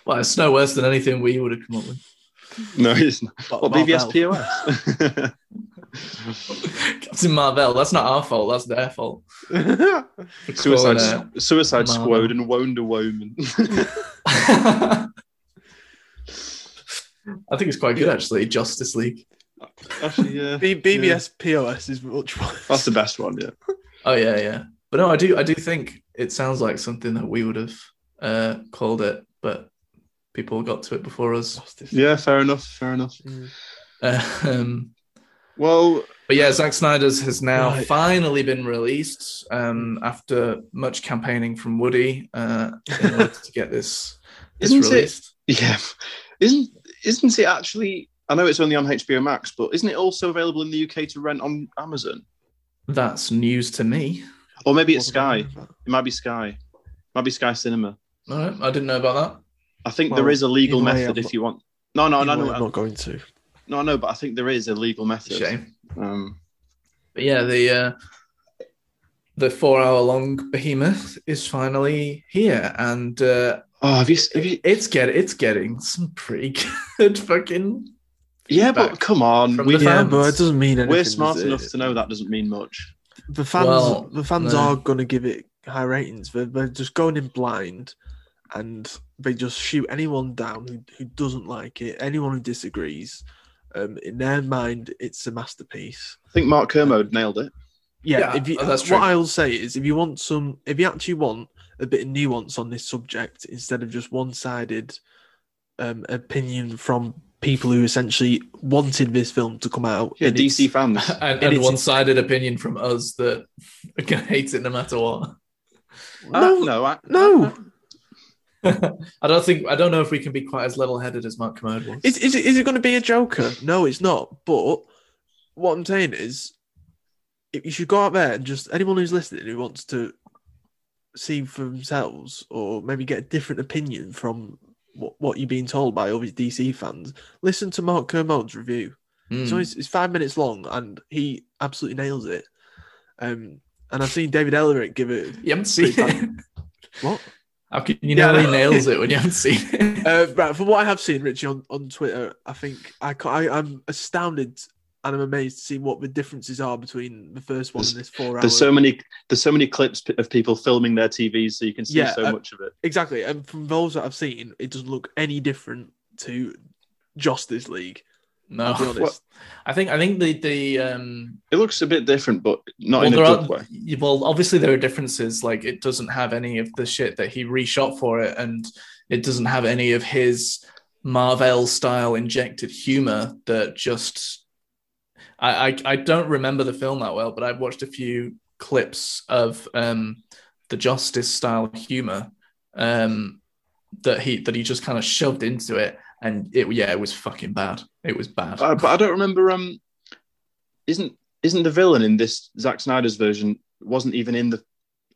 [SPEAKER 3] Well, it's no worse than anything we would have come up with.
[SPEAKER 4] No, it's not.
[SPEAKER 5] But
[SPEAKER 4] What,
[SPEAKER 5] Marvel.
[SPEAKER 4] BBS
[SPEAKER 3] (laughs)
[SPEAKER 4] POS?
[SPEAKER 3] Captain Marvel, that's not our fault, that's their fault. For
[SPEAKER 4] (laughs) Suicide,
[SPEAKER 3] calling
[SPEAKER 4] Suicide
[SPEAKER 3] uh, Marvel.
[SPEAKER 4] Squad and Wonder Woman. (laughs)
[SPEAKER 3] out- uh, (laughs) I think it's quite good actually, Justice League.
[SPEAKER 4] Actually,
[SPEAKER 3] (laughs)
[SPEAKER 4] yeah.
[SPEAKER 5] B- BBS POS is much worse. (laughs)
[SPEAKER 4] That's the best one, yeah.
[SPEAKER 3] Oh yeah, yeah. But no, I do I do think it sounds like something that we would have uh, called it, but people got to it before us.
[SPEAKER 4] Yeah, fair enough, fair enough.
[SPEAKER 3] Uh, um,
[SPEAKER 4] Well,
[SPEAKER 3] But yeah, Zack Snyder's has now
[SPEAKER 5] Right.
[SPEAKER 3] finally been released um, after much campaigning from Woody uh, in
[SPEAKER 4] (laughs)
[SPEAKER 3] order to get this, this
[SPEAKER 4] Isn't it-
[SPEAKER 3] released.
[SPEAKER 4] yeah. Isn't isn't it actually I know it's only on HBO Max, but isn't it also available in the UK to rent on Amazon?
[SPEAKER 3] That's news to me.
[SPEAKER 4] Or maybe it's Sky. It might be Sky. It might be Sky Cinema.
[SPEAKER 3] All right, I didn't know about
[SPEAKER 4] I think
[SPEAKER 5] Well,
[SPEAKER 4] there is a legal
[SPEAKER 5] either way,
[SPEAKER 4] method
[SPEAKER 5] I'm
[SPEAKER 4] if you want. No, Oh, no,
[SPEAKER 5] No,
[SPEAKER 4] no,
[SPEAKER 5] no,
[SPEAKER 4] no,
[SPEAKER 5] I'm
[SPEAKER 4] no,
[SPEAKER 5] not going to.
[SPEAKER 4] no, no, but I think there is a legal
[SPEAKER 3] that.
[SPEAKER 4] method.
[SPEAKER 3] Shame.
[SPEAKER 4] Um,
[SPEAKER 3] But yeah, the uh, the four hour long behemoth is finally here, and uh,
[SPEAKER 4] oh, have you, s- have you?
[SPEAKER 3] it's get it's getting some pretty (laughs) good fucking
[SPEAKER 4] Yeah, but
[SPEAKER 3] Back
[SPEAKER 4] come on,
[SPEAKER 3] from
[SPEAKER 4] we,
[SPEAKER 3] the
[SPEAKER 5] Yeah,
[SPEAKER 3] fans.
[SPEAKER 5] but it doesn't mean anything.
[SPEAKER 4] we're
[SPEAKER 5] does
[SPEAKER 4] smart
[SPEAKER 5] it?
[SPEAKER 4] enough to know that doesn't mean much.
[SPEAKER 5] The fans,
[SPEAKER 3] Well,
[SPEAKER 5] the fans
[SPEAKER 3] no.
[SPEAKER 5] are going to give it high ratings. They're, they're just going in blind, and they just shoot anyone down who, who doesn't like it, anyone who disagrees. Um, in their mind, it's a masterpiece.
[SPEAKER 4] I think Mark Kermode nailed it.
[SPEAKER 5] Yeah,
[SPEAKER 3] Yeah,
[SPEAKER 5] if you,
[SPEAKER 3] oh, that's true.
[SPEAKER 5] what I'll say is, if you want some, if you actually want a bit of nuance on this subject instead of just one-sided um, opinion from people who essentially wanted this film to come out,
[SPEAKER 4] Yeah,
[SPEAKER 5] in its-
[SPEAKER 4] DC fans.
[SPEAKER 5] (laughs)
[SPEAKER 3] and,
[SPEAKER 5] it's-
[SPEAKER 3] and one sided opinion from us that are gonna hate it no matter what. Ah,
[SPEAKER 5] No,
[SPEAKER 4] no, I,
[SPEAKER 5] no,
[SPEAKER 3] I don't think I don't know if we can be quite as level-headed as Mark Kermode was.
[SPEAKER 5] Is, is, it, is it going to be a Joker? No, it's not. But what I'm saying is, if you should go out there and just anyone who's listening who wants to see for themselves or maybe get a different opinion from what, what you're being told by all these DC fans, listen to Mark Kermode's review.
[SPEAKER 3] Mm.
[SPEAKER 5] So it's, it's five minutes long and he absolutely nails it. Um, and I've seen David Ellerick give it
[SPEAKER 3] you haven't seen
[SPEAKER 5] pretty
[SPEAKER 3] it.
[SPEAKER 5] what?
[SPEAKER 3] How can you
[SPEAKER 5] Yeah,
[SPEAKER 3] know
[SPEAKER 5] I
[SPEAKER 3] he
[SPEAKER 5] know.
[SPEAKER 3] nails it when you haven't seen it?
[SPEAKER 5] (laughs) Uh, right, from what I have seen, Richie on, on Twitter, I think I, ca- I I'm astounded and I'm amazed to see what the differences are between the first one and this four hour.
[SPEAKER 4] there's so many. There's so many clips p- of people filming their TVs, so you can see
[SPEAKER 5] Yeah,
[SPEAKER 4] so
[SPEAKER 5] uh,
[SPEAKER 4] much of it.
[SPEAKER 5] exactly, and from those that I've seen, it doesn't look any different to Justice League.
[SPEAKER 3] no,
[SPEAKER 5] I'll be honest.
[SPEAKER 3] Well, I think I think the the um,
[SPEAKER 4] It looks a bit different, but not
[SPEAKER 3] well,
[SPEAKER 4] in a
[SPEAKER 3] there
[SPEAKER 4] good
[SPEAKER 3] are,
[SPEAKER 4] way.
[SPEAKER 3] y- well, obviously there are differences. Like it doesn't have any of the shit that he reshot for it, and it doesn't have any of his Marvel style injected humor that just. I, I I don't remember the film that well, but I've watched a few clips of um, the Justice style humor um, that he that he just kind of shoved into it, and it yeah, it was fucking bad. It was bad.
[SPEAKER 4] Uh, but I don't remember. Um, isn't isn't the villain in this Zack Snyder's version wasn't even in the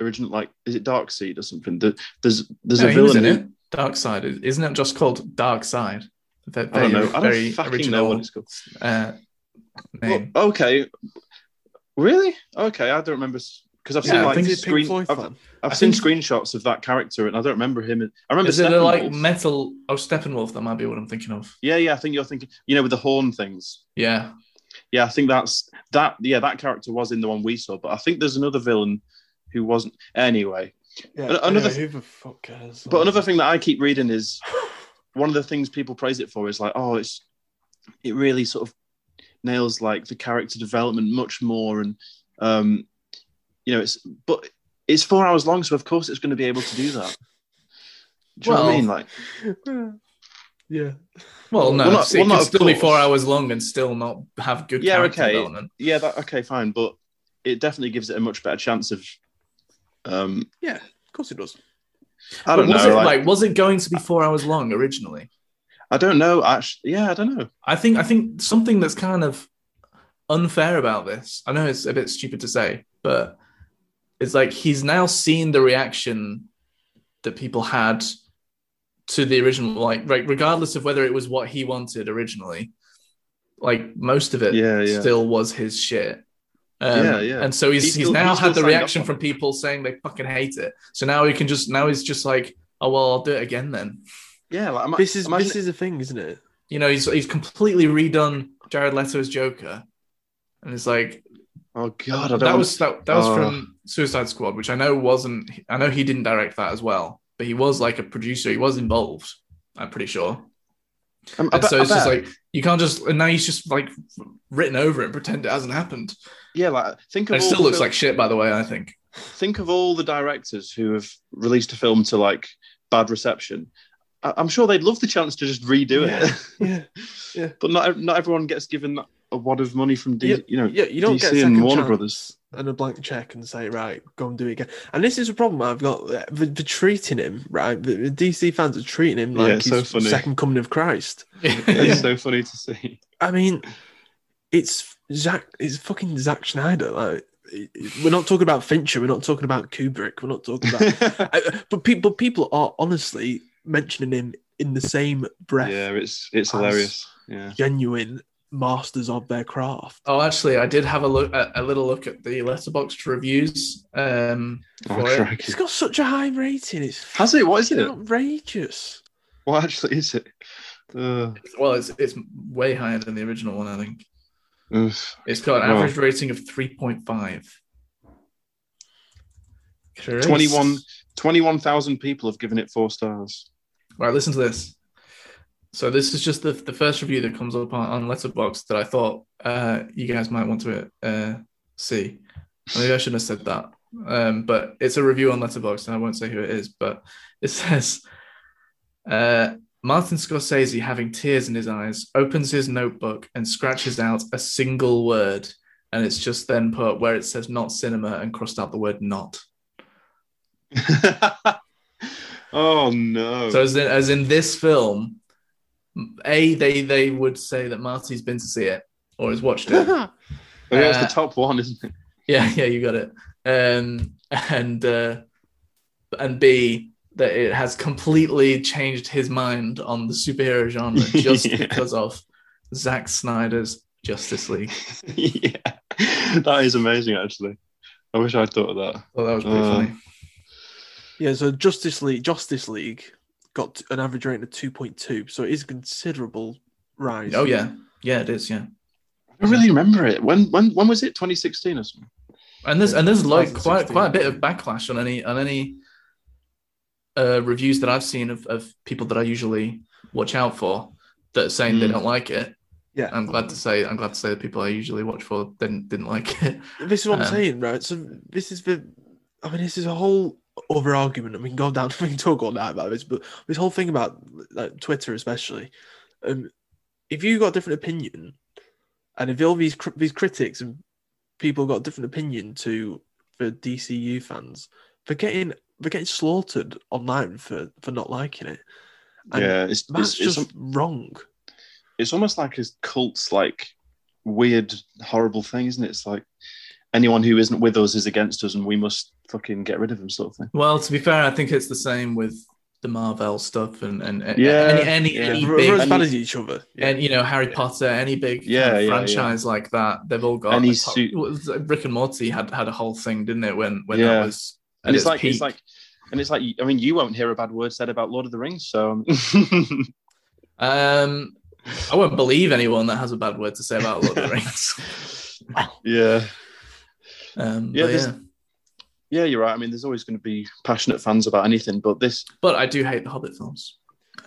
[SPEAKER 4] original? Like, is it Dark Seed or something? There- There's there's
[SPEAKER 3] No,
[SPEAKER 4] a
[SPEAKER 3] he was
[SPEAKER 4] villain
[SPEAKER 3] in
[SPEAKER 4] in.
[SPEAKER 3] it. Dark Side isn't it just called Dark Side? Ve-
[SPEAKER 4] I
[SPEAKER 3] very-
[SPEAKER 4] don't know. I
[SPEAKER 3] very
[SPEAKER 4] don't fucking know what it's called.
[SPEAKER 3] uh, name.
[SPEAKER 4] Well, okay, really? Okay, I don't remember because I've
[SPEAKER 3] Yeah,
[SPEAKER 4] seen
[SPEAKER 3] I
[SPEAKER 4] like
[SPEAKER 3] think
[SPEAKER 5] Is it Pink
[SPEAKER 4] screen.
[SPEAKER 5] Floyd
[SPEAKER 4] I've,
[SPEAKER 5] fan?
[SPEAKER 4] I've
[SPEAKER 3] I
[SPEAKER 4] seen
[SPEAKER 3] think-
[SPEAKER 4] screenshots of that character, and I don't remember him. in- I remember.
[SPEAKER 3] Is it a, like
[SPEAKER 4] Steppenwolf.
[SPEAKER 3] metal? Oh, Steppenwolf. That might be what I'm thinking of.
[SPEAKER 4] Yeah, yeah. I think you're thinking. You know, with the horn things.
[SPEAKER 3] Yeah,
[SPEAKER 4] Yeah, I think that's that. Yeah, that character was in the one we saw, but I think there's another villain who wasn't. Anyway,
[SPEAKER 5] Yeah,
[SPEAKER 4] Another
[SPEAKER 5] anyway,
[SPEAKER 4] th-
[SPEAKER 5] who the fuck cares?
[SPEAKER 4] But another thing that I keep
[SPEAKER 3] (laughs)
[SPEAKER 4] reading is one of the things people praise it for is like, oh, it's it really sort of nails like the character development much more, and um, you know, it's but it's four hours long, so of course it's going to be able to do that. Do you know what I
[SPEAKER 3] Well,
[SPEAKER 4] mean? Like,
[SPEAKER 5] yeah,
[SPEAKER 3] well, no,
[SPEAKER 4] Well, not-
[SPEAKER 3] it's-
[SPEAKER 4] well,
[SPEAKER 3] it
[SPEAKER 4] not
[SPEAKER 3] can
[SPEAKER 4] of
[SPEAKER 3] still be four
[SPEAKER 4] course.
[SPEAKER 3] hours long and still not have good
[SPEAKER 4] Yeah,
[SPEAKER 3] character
[SPEAKER 4] okay.
[SPEAKER 3] development.
[SPEAKER 4] yeah, that okay, fine, but it definitely gives it a much better chance of. Um,
[SPEAKER 5] yeah, of course it does.
[SPEAKER 4] I don't
[SPEAKER 3] But was
[SPEAKER 4] know.
[SPEAKER 3] It,
[SPEAKER 4] like,
[SPEAKER 3] like, was it going to be four hours long originally?
[SPEAKER 4] I don't know. Actually, yeah, I don't know.
[SPEAKER 3] I think I think something that's kind of unfair about this. I know it's a bit stupid to say, but it's like he's now seen the reaction that people had to the original, like right, regardless of whether it was what he wanted originally. like most of it
[SPEAKER 4] Yeah, yeah.
[SPEAKER 3] still was his shit. Um,
[SPEAKER 4] Yeah, yeah.
[SPEAKER 3] And so he's
[SPEAKER 4] He
[SPEAKER 3] he's,
[SPEAKER 4] still-
[SPEAKER 3] now
[SPEAKER 4] he still
[SPEAKER 3] had the
[SPEAKER 4] signed up
[SPEAKER 3] reaction
[SPEAKER 4] on
[SPEAKER 3] from
[SPEAKER 4] it.
[SPEAKER 3] people saying they fucking hate it. So now he can just now he's just like, oh well, I'll do it again then.
[SPEAKER 4] Yeah, like, ima-
[SPEAKER 5] This is
[SPEAKER 4] imagine
[SPEAKER 5] this is a thing, isn't it?
[SPEAKER 3] You know, he's he's completely redone Jared Leto's Joker, and it's like
[SPEAKER 4] Oh god, I don't
[SPEAKER 3] that
[SPEAKER 4] want-
[SPEAKER 3] was that, that was
[SPEAKER 4] Oh.
[SPEAKER 3] from Suicide Squad, which I know wasn't. I know he didn't direct that as well, but he was like a producer. He was involved. I'm pretty sure.
[SPEAKER 4] Um, I
[SPEAKER 3] And
[SPEAKER 4] bet-
[SPEAKER 3] so
[SPEAKER 4] I
[SPEAKER 3] it's just
[SPEAKER 4] bet.
[SPEAKER 3] like you can't just and now he's just like written over it and pretend it hasn't happened.
[SPEAKER 4] yeah, like think of
[SPEAKER 3] It
[SPEAKER 4] all
[SPEAKER 3] still
[SPEAKER 4] the
[SPEAKER 3] looks
[SPEAKER 4] fil-
[SPEAKER 3] like shit, by the way. I think.
[SPEAKER 4] think of all the directors who have released a film to like bad reception. I- I'm sure they'd love the chance to just redo (laughs) it,
[SPEAKER 5] Yeah,
[SPEAKER 4] but not ev- not everyone gets given that a wad of money from D- you know
[SPEAKER 5] yeah. You don't
[SPEAKER 4] DC
[SPEAKER 5] get a second
[SPEAKER 4] and Warner
[SPEAKER 5] chance (laughs)
[SPEAKER 4] Brothers.
[SPEAKER 5] and a blank check and say, right, go and do it again. And this is a problem I've got. They're, they're treating him right. The, the DC fans are treating him
[SPEAKER 4] Yeah,
[SPEAKER 5] like
[SPEAKER 4] it's
[SPEAKER 5] he's
[SPEAKER 4] so funny.
[SPEAKER 5] second coming of Christ.
[SPEAKER 4] It's so funny to
[SPEAKER 5] (laughs)
[SPEAKER 4] see.
[SPEAKER 5] I mean, it's Zach. It's fucking Zack Schneider. Like, it- it- we're not talking about Fincher. We're not talking about Kubrick. We're not
[SPEAKER 4] (laughs)
[SPEAKER 5] talking about.
[SPEAKER 4] yeah,
[SPEAKER 5] I- but people, people are honestly mentioning him in the same breath.
[SPEAKER 4] it's it's
[SPEAKER 5] Us.
[SPEAKER 4] hilarious. Yeah,
[SPEAKER 5] Genuine masters of their craft.
[SPEAKER 3] (laughs) Oh, actually, I did have a look, a, a little look at the letterboxed reviews. Um,
[SPEAKER 4] oh,
[SPEAKER 3] for it.
[SPEAKER 5] It's
[SPEAKER 4] crikey.
[SPEAKER 5] got such a high rating. It's
[SPEAKER 4] has it? What is
[SPEAKER 5] fucking
[SPEAKER 4] it?
[SPEAKER 5] outrageous.
[SPEAKER 4] What actually is it? Uh,
[SPEAKER 3] well, it's it's way higher than the original one. I think
[SPEAKER 4] oof.
[SPEAKER 3] it's got an
[SPEAKER 4] Wow.
[SPEAKER 3] average rating of three point five.
[SPEAKER 4] 21 21,000 people have given it four stars. (laughs)
[SPEAKER 3] Right, listen to this. So this is just the the first review that comes up on, on Letterboxd that I thought uh, you guys might want to uh, see. Maybe I shouldn't have said that, um, but it's a review on Letterboxd, and I won't say who it is. But it (laughs) says uh, Martin Scorsese, having tears in his eyes, opens his notebook and scratches out a single word, and it's just then put where it says "not cinema" and crossed out the word "not."
[SPEAKER 4] oh no.
[SPEAKER 3] So as in, as in this film, a they they would say that Marty's been to see it or has watched
[SPEAKER 4] (laughs)
[SPEAKER 3] it.
[SPEAKER 4] Oh, yeah, it's
[SPEAKER 3] uh,
[SPEAKER 4] the top one, isn't it? (laughs)
[SPEAKER 3] yeah, yeah, you got it. Um, and uh, and b that it has completely changed his mind on the superhero
[SPEAKER 4] (laughs)
[SPEAKER 3] genre just
[SPEAKER 4] Yeah.
[SPEAKER 3] because of Zack Snyder's Justice League.
[SPEAKER 4] yeah. That is amazing actually. I wish I'd thought of that.
[SPEAKER 3] Well, that was pretty
[SPEAKER 4] Uh,
[SPEAKER 3] funny.
[SPEAKER 5] Yeah, so Justice League, Justice League got an average rating of two point two, so it is a considerable rise.
[SPEAKER 3] Oh yeah, yeah, it is. Yeah,
[SPEAKER 4] I don't really remember it. When when when was it? 2016 or something?
[SPEAKER 3] and there's and there's like quite
[SPEAKER 5] 2016.
[SPEAKER 3] quite a bit of backlash on any on any uh, reviews that I've seen of, of people that I usually watch out for that are saying they
[SPEAKER 4] Mm.
[SPEAKER 3] don't like it.
[SPEAKER 5] Yeah.
[SPEAKER 3] I'm glad to say I'm glad to say the people I usually watch for didn't didn't like it. (laughs)
[SPEAKER 5] This is what I'm
[SPEAKER 3] Um,
[SPEAKER 5] saying, right? So this is the, I mean, this is a whole other argument. I mean, go down, (laughs) we can talk all night about this, but this whole thing about like Twitter, especially, um, if you got a different opinion, and if all these cr- these critics and people got a different opinion to the DCU fans, they're getting they're getting slaughtered online for for not liking it. And
[SPEAKER 4] yeah, it's
[SPEAKER 5] That's
[SPEAKER 4] it's, it's,
[SPEAKER 5] just wrong.
[SPEAKER 4] it's almost like a cult's like weird, horrible thing, isn't it? It's like anyone who isn't with us is against us, and we must fucking get rid of them, sort of thing.
[SPEAKER 3] Well, to be fair, I think it's the same with the Marvel stuff and and, and
[SPEAKER 4] Yeah,
[SPEAKER 3] any any,
[SPEAKER 4] yeah.
[SPEAKER 3] any
[SPEAKER 5] We're,
[SPEAKER 3] big
[SPEAKER 5] we're as bad as each other.
[SPEAKER 3] and you know Harry Potter, any big kind
[SPEAKER 4] Yeah,
[SPEAKER 3] of
[SPEAKER 4] yeah,
[SPEAKER 3] franchise like that, they've all got
[SPEAKER 4] Any
[SPEAKER 3] a top-
[SPEAKER 4] suit-
[SPEAKER 3] well, it was like Rick and Morty had had a whole thing, didn't it? When when
[SPEAKER 4] Yeah.
[SPEAKER 3] that was at
[SPEAKER 4] And it's like
[SPEAKER 3] peak.
[SPEAKER 4] it's like. And it's like, I mean, you won't hear a bad word said about Lord of the Rings, so
[SPEAKER 3] Um, I won't believe anyone that has a bad word to say about Lord of
[SPEAKER 5] (laughs)
[SPEAKER 3] the Rings.
[SPEAKER 4] (laughs) yeah,
[SPEAKER 3] Um,
[SPEAKER 4] Yeah,
[SPEAKER 3] but,
[SPEAKER 4] there's-
[SPEAKER 3] yeah.
[SPEAKER 4] yeah, you're right. I mean, there's always going to be passionate fans about anything, but this,
[SPEAKER 3] but I do hate the Hobbit films.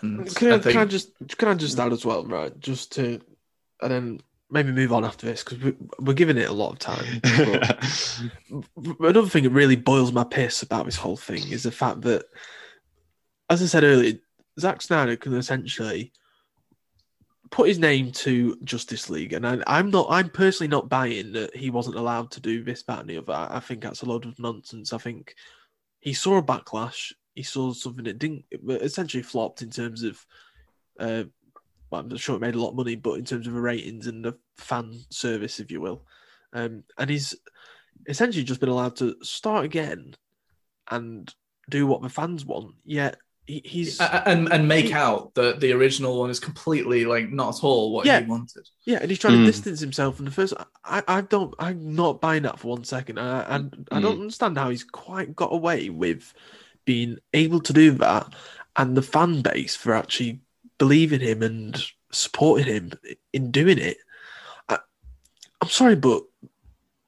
[SPEAKER 3] And
[SPEAKER 5] Can I,
[SPEAKER 3] I think-
[SPEAKER 5] can I just can I just add as well, right? Just to and then maybe move on after this because we, we're giving it a lot of (laughs) time.
[SPEAKER 4] (laughs)
[SPEAKER 5] But another thing that really boils my piss about this whole thing is the fact that, as I said earlier, Zack Snyder can essentially put his name to Justice League, and I, I'm not. I'm personally not buying that he wasn't allowed to do this, that, and the other. I, I think that's a load of nonsense. I think he saw a backlash. He saw something that didn't it essentially flopped in terms of. Uh, well, I'm sure it made a lot of money, but in terms of the ratings and the fan service, if you will, um, and he's essentially just been allowed to start again and do what the fans want. Yet he, he's
[SPEAKER 3] A- a- and and make out that the original one is completely like not at all what
[SPEAKER 5] Yeah.
[SPEAKER 3] he wanted.
[SPEAKER 5] yeah, and he's trying
[SPEAKER 4] Mm.
[SPEAKER 5] to distance himself from the first. I, I don't, I'm not buying that for one second. And I, and I don't understand how he's quite got away with being able to do that, and the fan base for actually believing him and supporting him in doing it. I, I'm sorry, but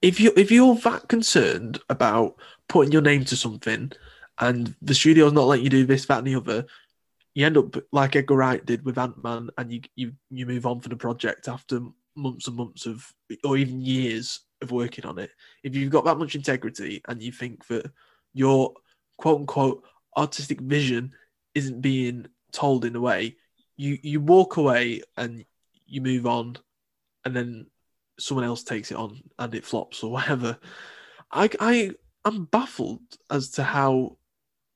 [SPEAKER 5] if you if you're that concerned about putting your name to something, and the studio's not letting you do this, that, and the other, you end up like Edgar Wright did with Ant Man, and you you you move on for the project after months and months of, or even years of working on it. If you've got that much integrity and you think that your quote unquote artistic vision isn't being told in a way, you you walk away and you move on, and then someone else takes it on and it flops or whatever. I I I'm baffled as to how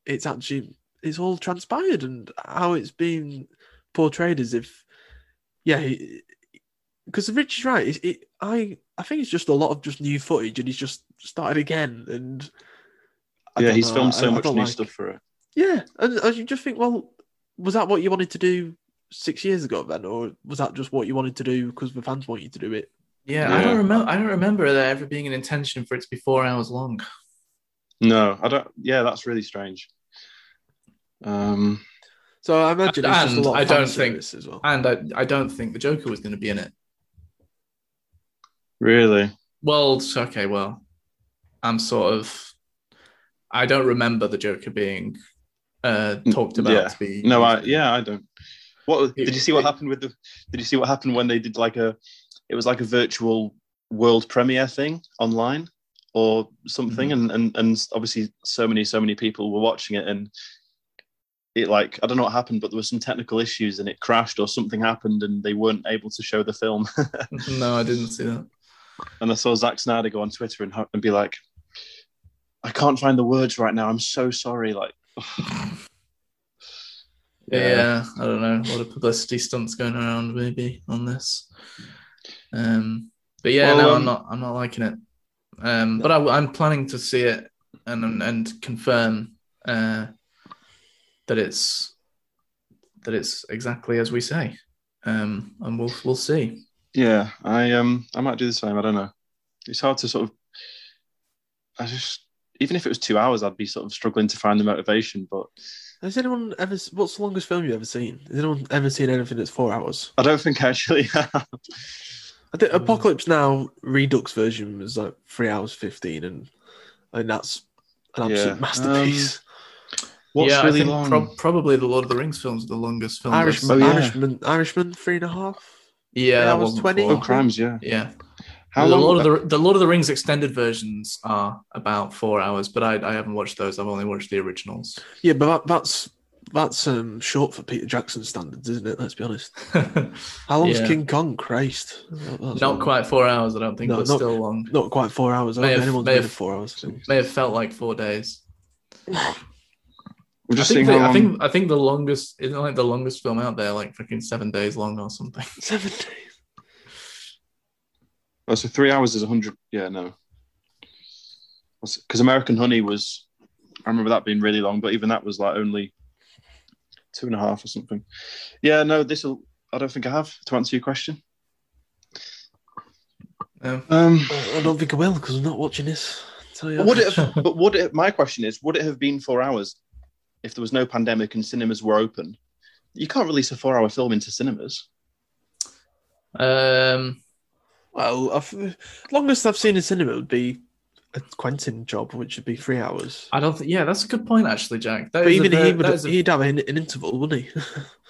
[SPEAKER 5] it's actually it's all transpired and how it's been portrayed as if yeah because Rich is right it, it, I I think it's just a lot of just new footage and he's just started again and I
[SPEAKER 4] yeah,
[SPEAKER 5] don't
[SPEAKER 4] he's
[SPEAKER 5] know,
[SPEAKER 4] filmed
[SPEAKER 5] I-
[SPEAKER 4] so
[SPEAKER 5] I
[SPEAKER 4] much
[SPEAKER 5] don't
[SPEAKER 4] new
[SPEAKER 5] like-
[SPEAKER 4] stuff for it.
[SPEAKER 5] yeah and, and you just think well was that what you wanted to do six years ago then or was that just what you wanted to do because the fans want you to do it
[SPEAKER 3] Yeah, I
[SPEAKER 4] Yeah.
[SPEAKER 3] don't remember. I don't remember there ever being an intention for it to be four hours long.
[SPEAKER 4] No, I don't. Yeah, that's really strange. Um,
[SPEAKER 5] so I imagine it's just a
[SPEAKER 3] And
[SPEAKER 5] lot
[SPEAKER 3] I
[SPEAKER 5] of fan
[SPEAKER 3] don't think-
[SPEAKER 5] service as well
[SPEAKER 3] And I, I don't think the Joker was going to be in it.
[SPEAKER 4] really.
[SPEAKER 3] Well, okay, well, I'm sort of. I don't remember the Joker being uh, talked about
[SPEAKER 4] Mm, yeah.
[SPEAKER 3] to be.
[SPEAKER 4] No, I yeah, I don't. What
[SPEAKER 3] It-
[SPEAKER 4] did you see? What
[SPEAKER 3] it-
[SPEAKER 4] happened with the? Did you see what happened when they did like a? It was like a virtual world premiere thing online or something, and and and obviously so many so many people were watching it, and it like I don't know what happened, but there were some technical issues, and it crashed or something happened, and they weren't able to show the film.
[SPEAKER 3] (laughs)
[SPEAKER 4] (laughs)
[SPEAKER 3] No, I didn't see that.
[SPEAKER 4] And I saw Zack Snyder go on Twitter and, and be like, I can't find the words right now. I'm so sorry. Like,
[SPEAKER 3] Yeah. I don't know. A lot of publicity stunts going around maybe on this. Um, but yeah,
[SPEAKER 4] Well,
[SPEAKER 3] no,
[SPEAKER 4] um,
[SPEAKER 3] I'm not. I'm not liking it. Um, but I, am planning to see it and and, and confirm uh, that it's that it's exactly as we say. Um, and we'll we'll see.
[SPEAKER 4] yeah, I um, I might do the same. I don't know. It's hard to sort of. I just even if it was two hours, I'd be sort of struggling to find the motivation. But
[SPEAKER 5] Has anyone ever? What's the longest film you've ever seen? Has anyone ever seen anything that's four hours?
[SPEAKER 4] I don't think I actually. (laughs) have.
[SPEAKER 5] I think
[SPEAKER 3] Hmm.
[SPEAKER 5] Apocalypse Now Redux version was like three hours fifteen, and and that's an
[SPEAKER 4] Yeah.
[SPEAKER 5] absolute masterpiece.
[SPEAKER 4] What's
[SPEAKER 3] yeah,
[SPEAKER 4] really
[SPEAKER 3] I think
[SPEAKER 4] long?
[SPEAKER 3] prob- probably the Lord of the Rings films are the longest film.
[SPEAKER 5] Irishman,
[SPEAKER 4] Oh, yeah.
[SPEAKER 5] Irishman, Irishman, three and a half.
[SPEAKER 3] yeah, that
[SPEAKER 5] hours
[SPEAKER 3] wasn't
[SPEAKER 5] 20?
[SPEAKER 3] four.
[SPEAKER 4] oh, crimes. Yeah.
[SPEAKER 3] Yeah,
[SPEAKER 4] How
[SPEAKER 3] the
[SPEAKER 4] long?
[SPEAKER 3] Lord of the the Lord of the Rings extended versions are about four hours, but I I haven't watched those. I've only watched the originals. (laughs)
[SPEAKER 5] Yeah, but that, that's that's um short for Peter Jackson standards, isn't it? Let's be honest. How long's
[SPEAKER 3] Yeah.
[SPEAKER 5] King Kong? Christ, That-
[SPEAKER 3] Not
[SPEAKER 5] that's long.
[SPEAKER 3] quite four hours, I don't think,
[SPEAKER 5] No,
[SPEAKER 3] but
[SPEAKER 5] not-
[SPEAKER 3] still long.
[SPEAKER 5] Not quite four hours. I
[SPEAKER 3] May
[SPEAKER 5] don't think
[SPEAKER 3] have-
[SPEAKER 5] anyone's
[SPEAKER 3] may
[SPEAKER 5] made a
[SPEAKER 3] have-
[SPEAKER 5] four hours film.
[SPEAKER 3] May have felt like four days.
[SPEAKER 4] We're
[SPEAKER 3] I
[SPEAKER 4] just
[SPEAKER 3] think,
[SPEAKER 4] seeing
[SPEAKER 3] the,
[SPEAKER 4] how long.
[SPEAKER 3] I think I think the longest isn't like the longest film out there, like freaking seven days long or something. (laughs)
[SPEAKER 5] Seven days.
[SPEAKER 4] Oh, so three hours is 100. Yeah, no. Because American Honey was, I remember that being really long, but even that was like only two and a half or something. Yeah, no, this will, I don't think I have to answer your question.
[SPEAKER 3] No.
[SPEAKER 4] Um,
[SPEAKER 5] I don't think I will because I'm not watching this. Tell you.
[SPEAKER 4] but would it have, but would it, my question is, would it have been four hours if there was no pandemic and cinemas were open? You can't release a four hour film into cinemas.
[SPEAKER 3] Um,
[SPEAKER 5] Well, I've, longest I've seen in cinema would be a Quentin job, which would be three hours.
[SPEAKER 3] I don't. think yeah, that's a good point actually, Jack. That
[SPEAKER 5] But
[SPEAKER 3] is
[SPEAKER 5] even
[SPEAKER 3] a very,
[SPEAKER 5] he would
[SPEAKER 3] that is a-
[SPEAKER 5] he'd have an, an interval, wouldn't he?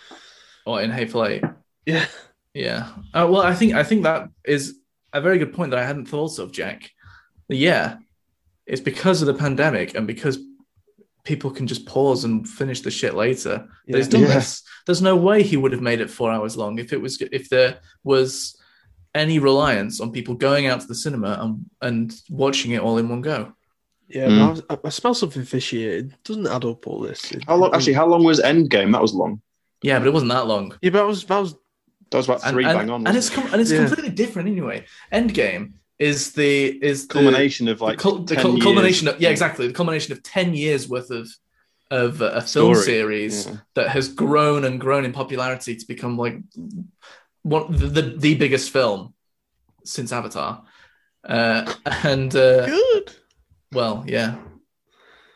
[SPEAKER 5] (laughs)
[SPEAKER 3] or in Hateful Eight.
[SPEAKER 5] yeah.
[SPEAKER 3] Yeah. Uh, well, I think I think that is a very good point that I hadn't thought of, Jack. Yeah, it's because of the pandemic and because people can just pause and finish the shit later. that he's done
[SPEAKER 4] Yeah.
[SPEAKER 3] this. There's no way he would have made it four hours long if it was if there was any reliance on people going out to the cinema and and watching it all in one go.
[SPEAKER 5] Yeah,
[SPEAKER 4] Hmm.
[SPEAKER 5] but I, was- I, I smell something fishy here. It doesn't add up all this. It-
[SPEAKER 4] How long, actually, how long was Endgame? That was long.
[SPEAKER 3] Yeah, but it wasn't that long.
[SPEAKER 5] yeah, but I was, I was
[SPEAKER 4] That was about
[SPEAKER 3] And,
[SPEAKER 4] three
[SPEAKER 3] and,
[SPEAKER 4] bang on.
[SPEAKER 3] and
[SPEAKER 4] wasn't
[SPEAKER 3] it's
[SPEAKER 4] it?
[SPEAKER 3] com- and it's
[SPEAKER 5] Yeah.
[SPEAKER 3] completely different anyway. Endgame is the is the
[SPEAKER 4] culmination of like
[SPEAKER 3] the, cul- the
[SPEAKER 4] 10
[SPEAKER 3] cul-
[SPEAKER 4] years.
[SPEAKER 3] culmination of yeah exactly the culmination of 10 years worth of of uh, a film
[SPEAKER 4] Story,
[SPEAKER 3] series
[SPEAKER 4] yeah.
[SPEAKER 3] that has grown and grown in popularity to become like one the the, the biggest film since Avatar. Uh, and uh,
[SPEAKER 5] Good.
[SPEAKER 3] well, yeah.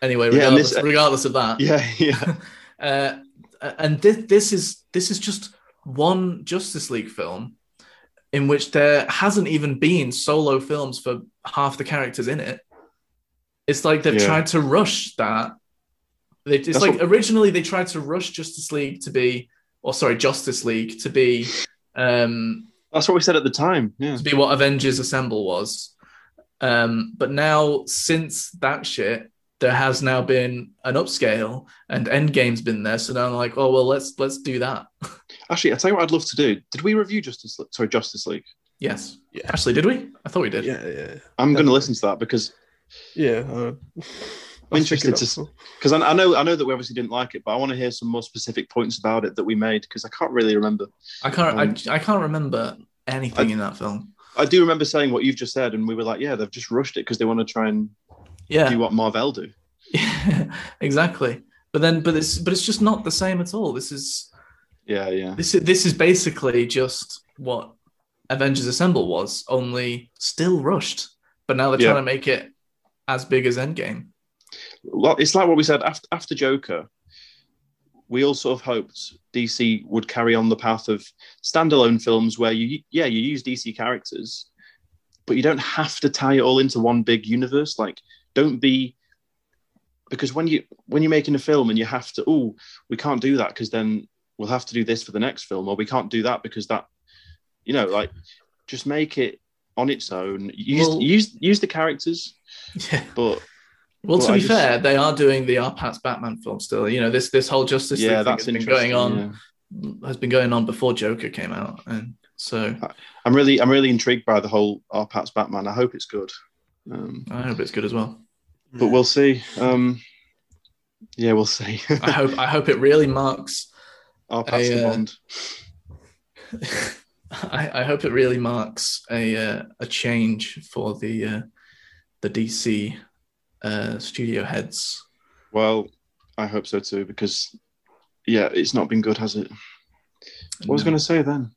[SPEAKER 3] Anyway,
[SPEAKER 4] Yeah, and
[SPEAKER 3] regardless,
[SPEAKER 4] this-
[SPEAKER 3] regardless of that,
[SPEAKER 4] (laughs) Yeah, yeah.
[SPEAKER 3] uh, and this this is this is just one Justice League film in which there hasn't even been solo films for half the characters in it. It's like they've
[SPEAKER 4] Yeah.
[SPEAKER 3] tried to rush that. They, it's
[SPEAKER 4] That's
[SPEAKER 3] like
[SPEAKER 4] what-
[SPEAKER 3] originally they tried to rush Justice League to be, or sorry, Justice League to be, um,
[SPEAKER 4] That's what we said at the time. Yeah.
[SPEAKER 3] to be what Avengers Assemble was. Um, but now, since that shit, there has now been an upscale, and Endgame's been there. So now I'm like, oh well, let's let's do that.
[SPEAKER 4] Actually, I tell you what I'd love to do. Did we review Justice League? Sorry, Justice League.
[SPEAKER 3] Yes.
[SPEAKER 5] Yeah.
[SPEAKER 3] Actually, did we? I thought we did.
[SPEAKER 5] Yeah, yeah,
[SPEAKER 4] I'm going to listen to that because
[SPEAKER 5] yeah. uh, (laughs)
[SPEAKER 4] I'm interested
[SPEAKER 5] that's
[SPEAKER 4] to
[SPEAKER 5] cool.
[SPEAKER 4] because I, I know I know that we obviously didn't like it, but I want to hear some more specific points about it that we made because I can't really remember.
[SPEAKER 3] I can't.
[SPEAKER 5] Um,
[SPEAKER 3] I, I can't remember anything in that film.
[SPEAKER 4] I do remember saying what you've just said, and we were like, "Yeah, they've just rushed it because they want to try and do
[SPEAKER 3] Yeah.
[SPEAKER 4] what Marvel do."
[SPEAKER 3] (laughs) exactly. But then, but it's but it's just not the same at all. This is
[SPEAKER 4] Yeah, yeah,
[SPEAKER 3] this is this is basically just what Avengers Assemble was, only still rushed. But now they're
[SPEAKER 4] Yeah.
[SPEAKER 3] trying to make it as big as
[SPEAKER 4] (laughs)
[SPEAKER 3] Endgame.
[SPEAKER 4] well, it's like what we said after, after Joker. We all sort of hoped DC would carry on the path of standalone films where you, yeah, you use DC characters, but you don't have to tie it all into one big universe. Like, don't be because when you when you're making a film and you have to, oh, we can't do that because then we'll have to do this for the next film, or we can't do that because that, you know, like just make it on its own. Use
[SPEAKER 3] Well-
[SPEAKER 4] use use the characters,
[SPEAKER 3] Yeah.
[SPEAKER 4] but
[SPEAKER 3] Well,
[SPEAKER 4] Well,
[SPEAKER 3] to
[SPEAKER 4] I
[SPEAKER 3] be
[SPEAKER 4] just-
[SPEAKER 3] fair, they are doing the R. Pat's Batman film still. You know, this this whole Justice League
[SPEAKER 4] yeah,
[SPEAKER 3] thing
[SPEAKER 4] that's
[SPEAKER 3] has been
[SPEAKER 4] interesting.
[SPEAKER 3] going on
[SPEAKER 4] yeah.
[SPEAKER 3] has been going on before Joker came out, and so
[SPEAKER 4] I'm really, I'm really intrigued by the whole R. Pat's Batman. I hope it's good, um,
[SPEAKER 3] I hope it's good as well.
[SPEAKER 4] but we'll see. Um, yeah, we'll see. (laughs)
[SPEAKER 3] I hope I hope it really marks.
[SPEAKER 4] R. Pat's
[SPEAKER 3] I,
[SPEAKER 4] the
[SPEAKER 3] uh,
[SPEAKER 4] Bond.
[SPEAKER 3] I, I hope it really marks a uh, a change for the uh, the DC uh, studio heads.
[SPEAKER 4] Well, I hope so too because, yeah, it's not been good, has it? What was
[SPEAKER 3] No.
[SPEAKER 4] I going to say then?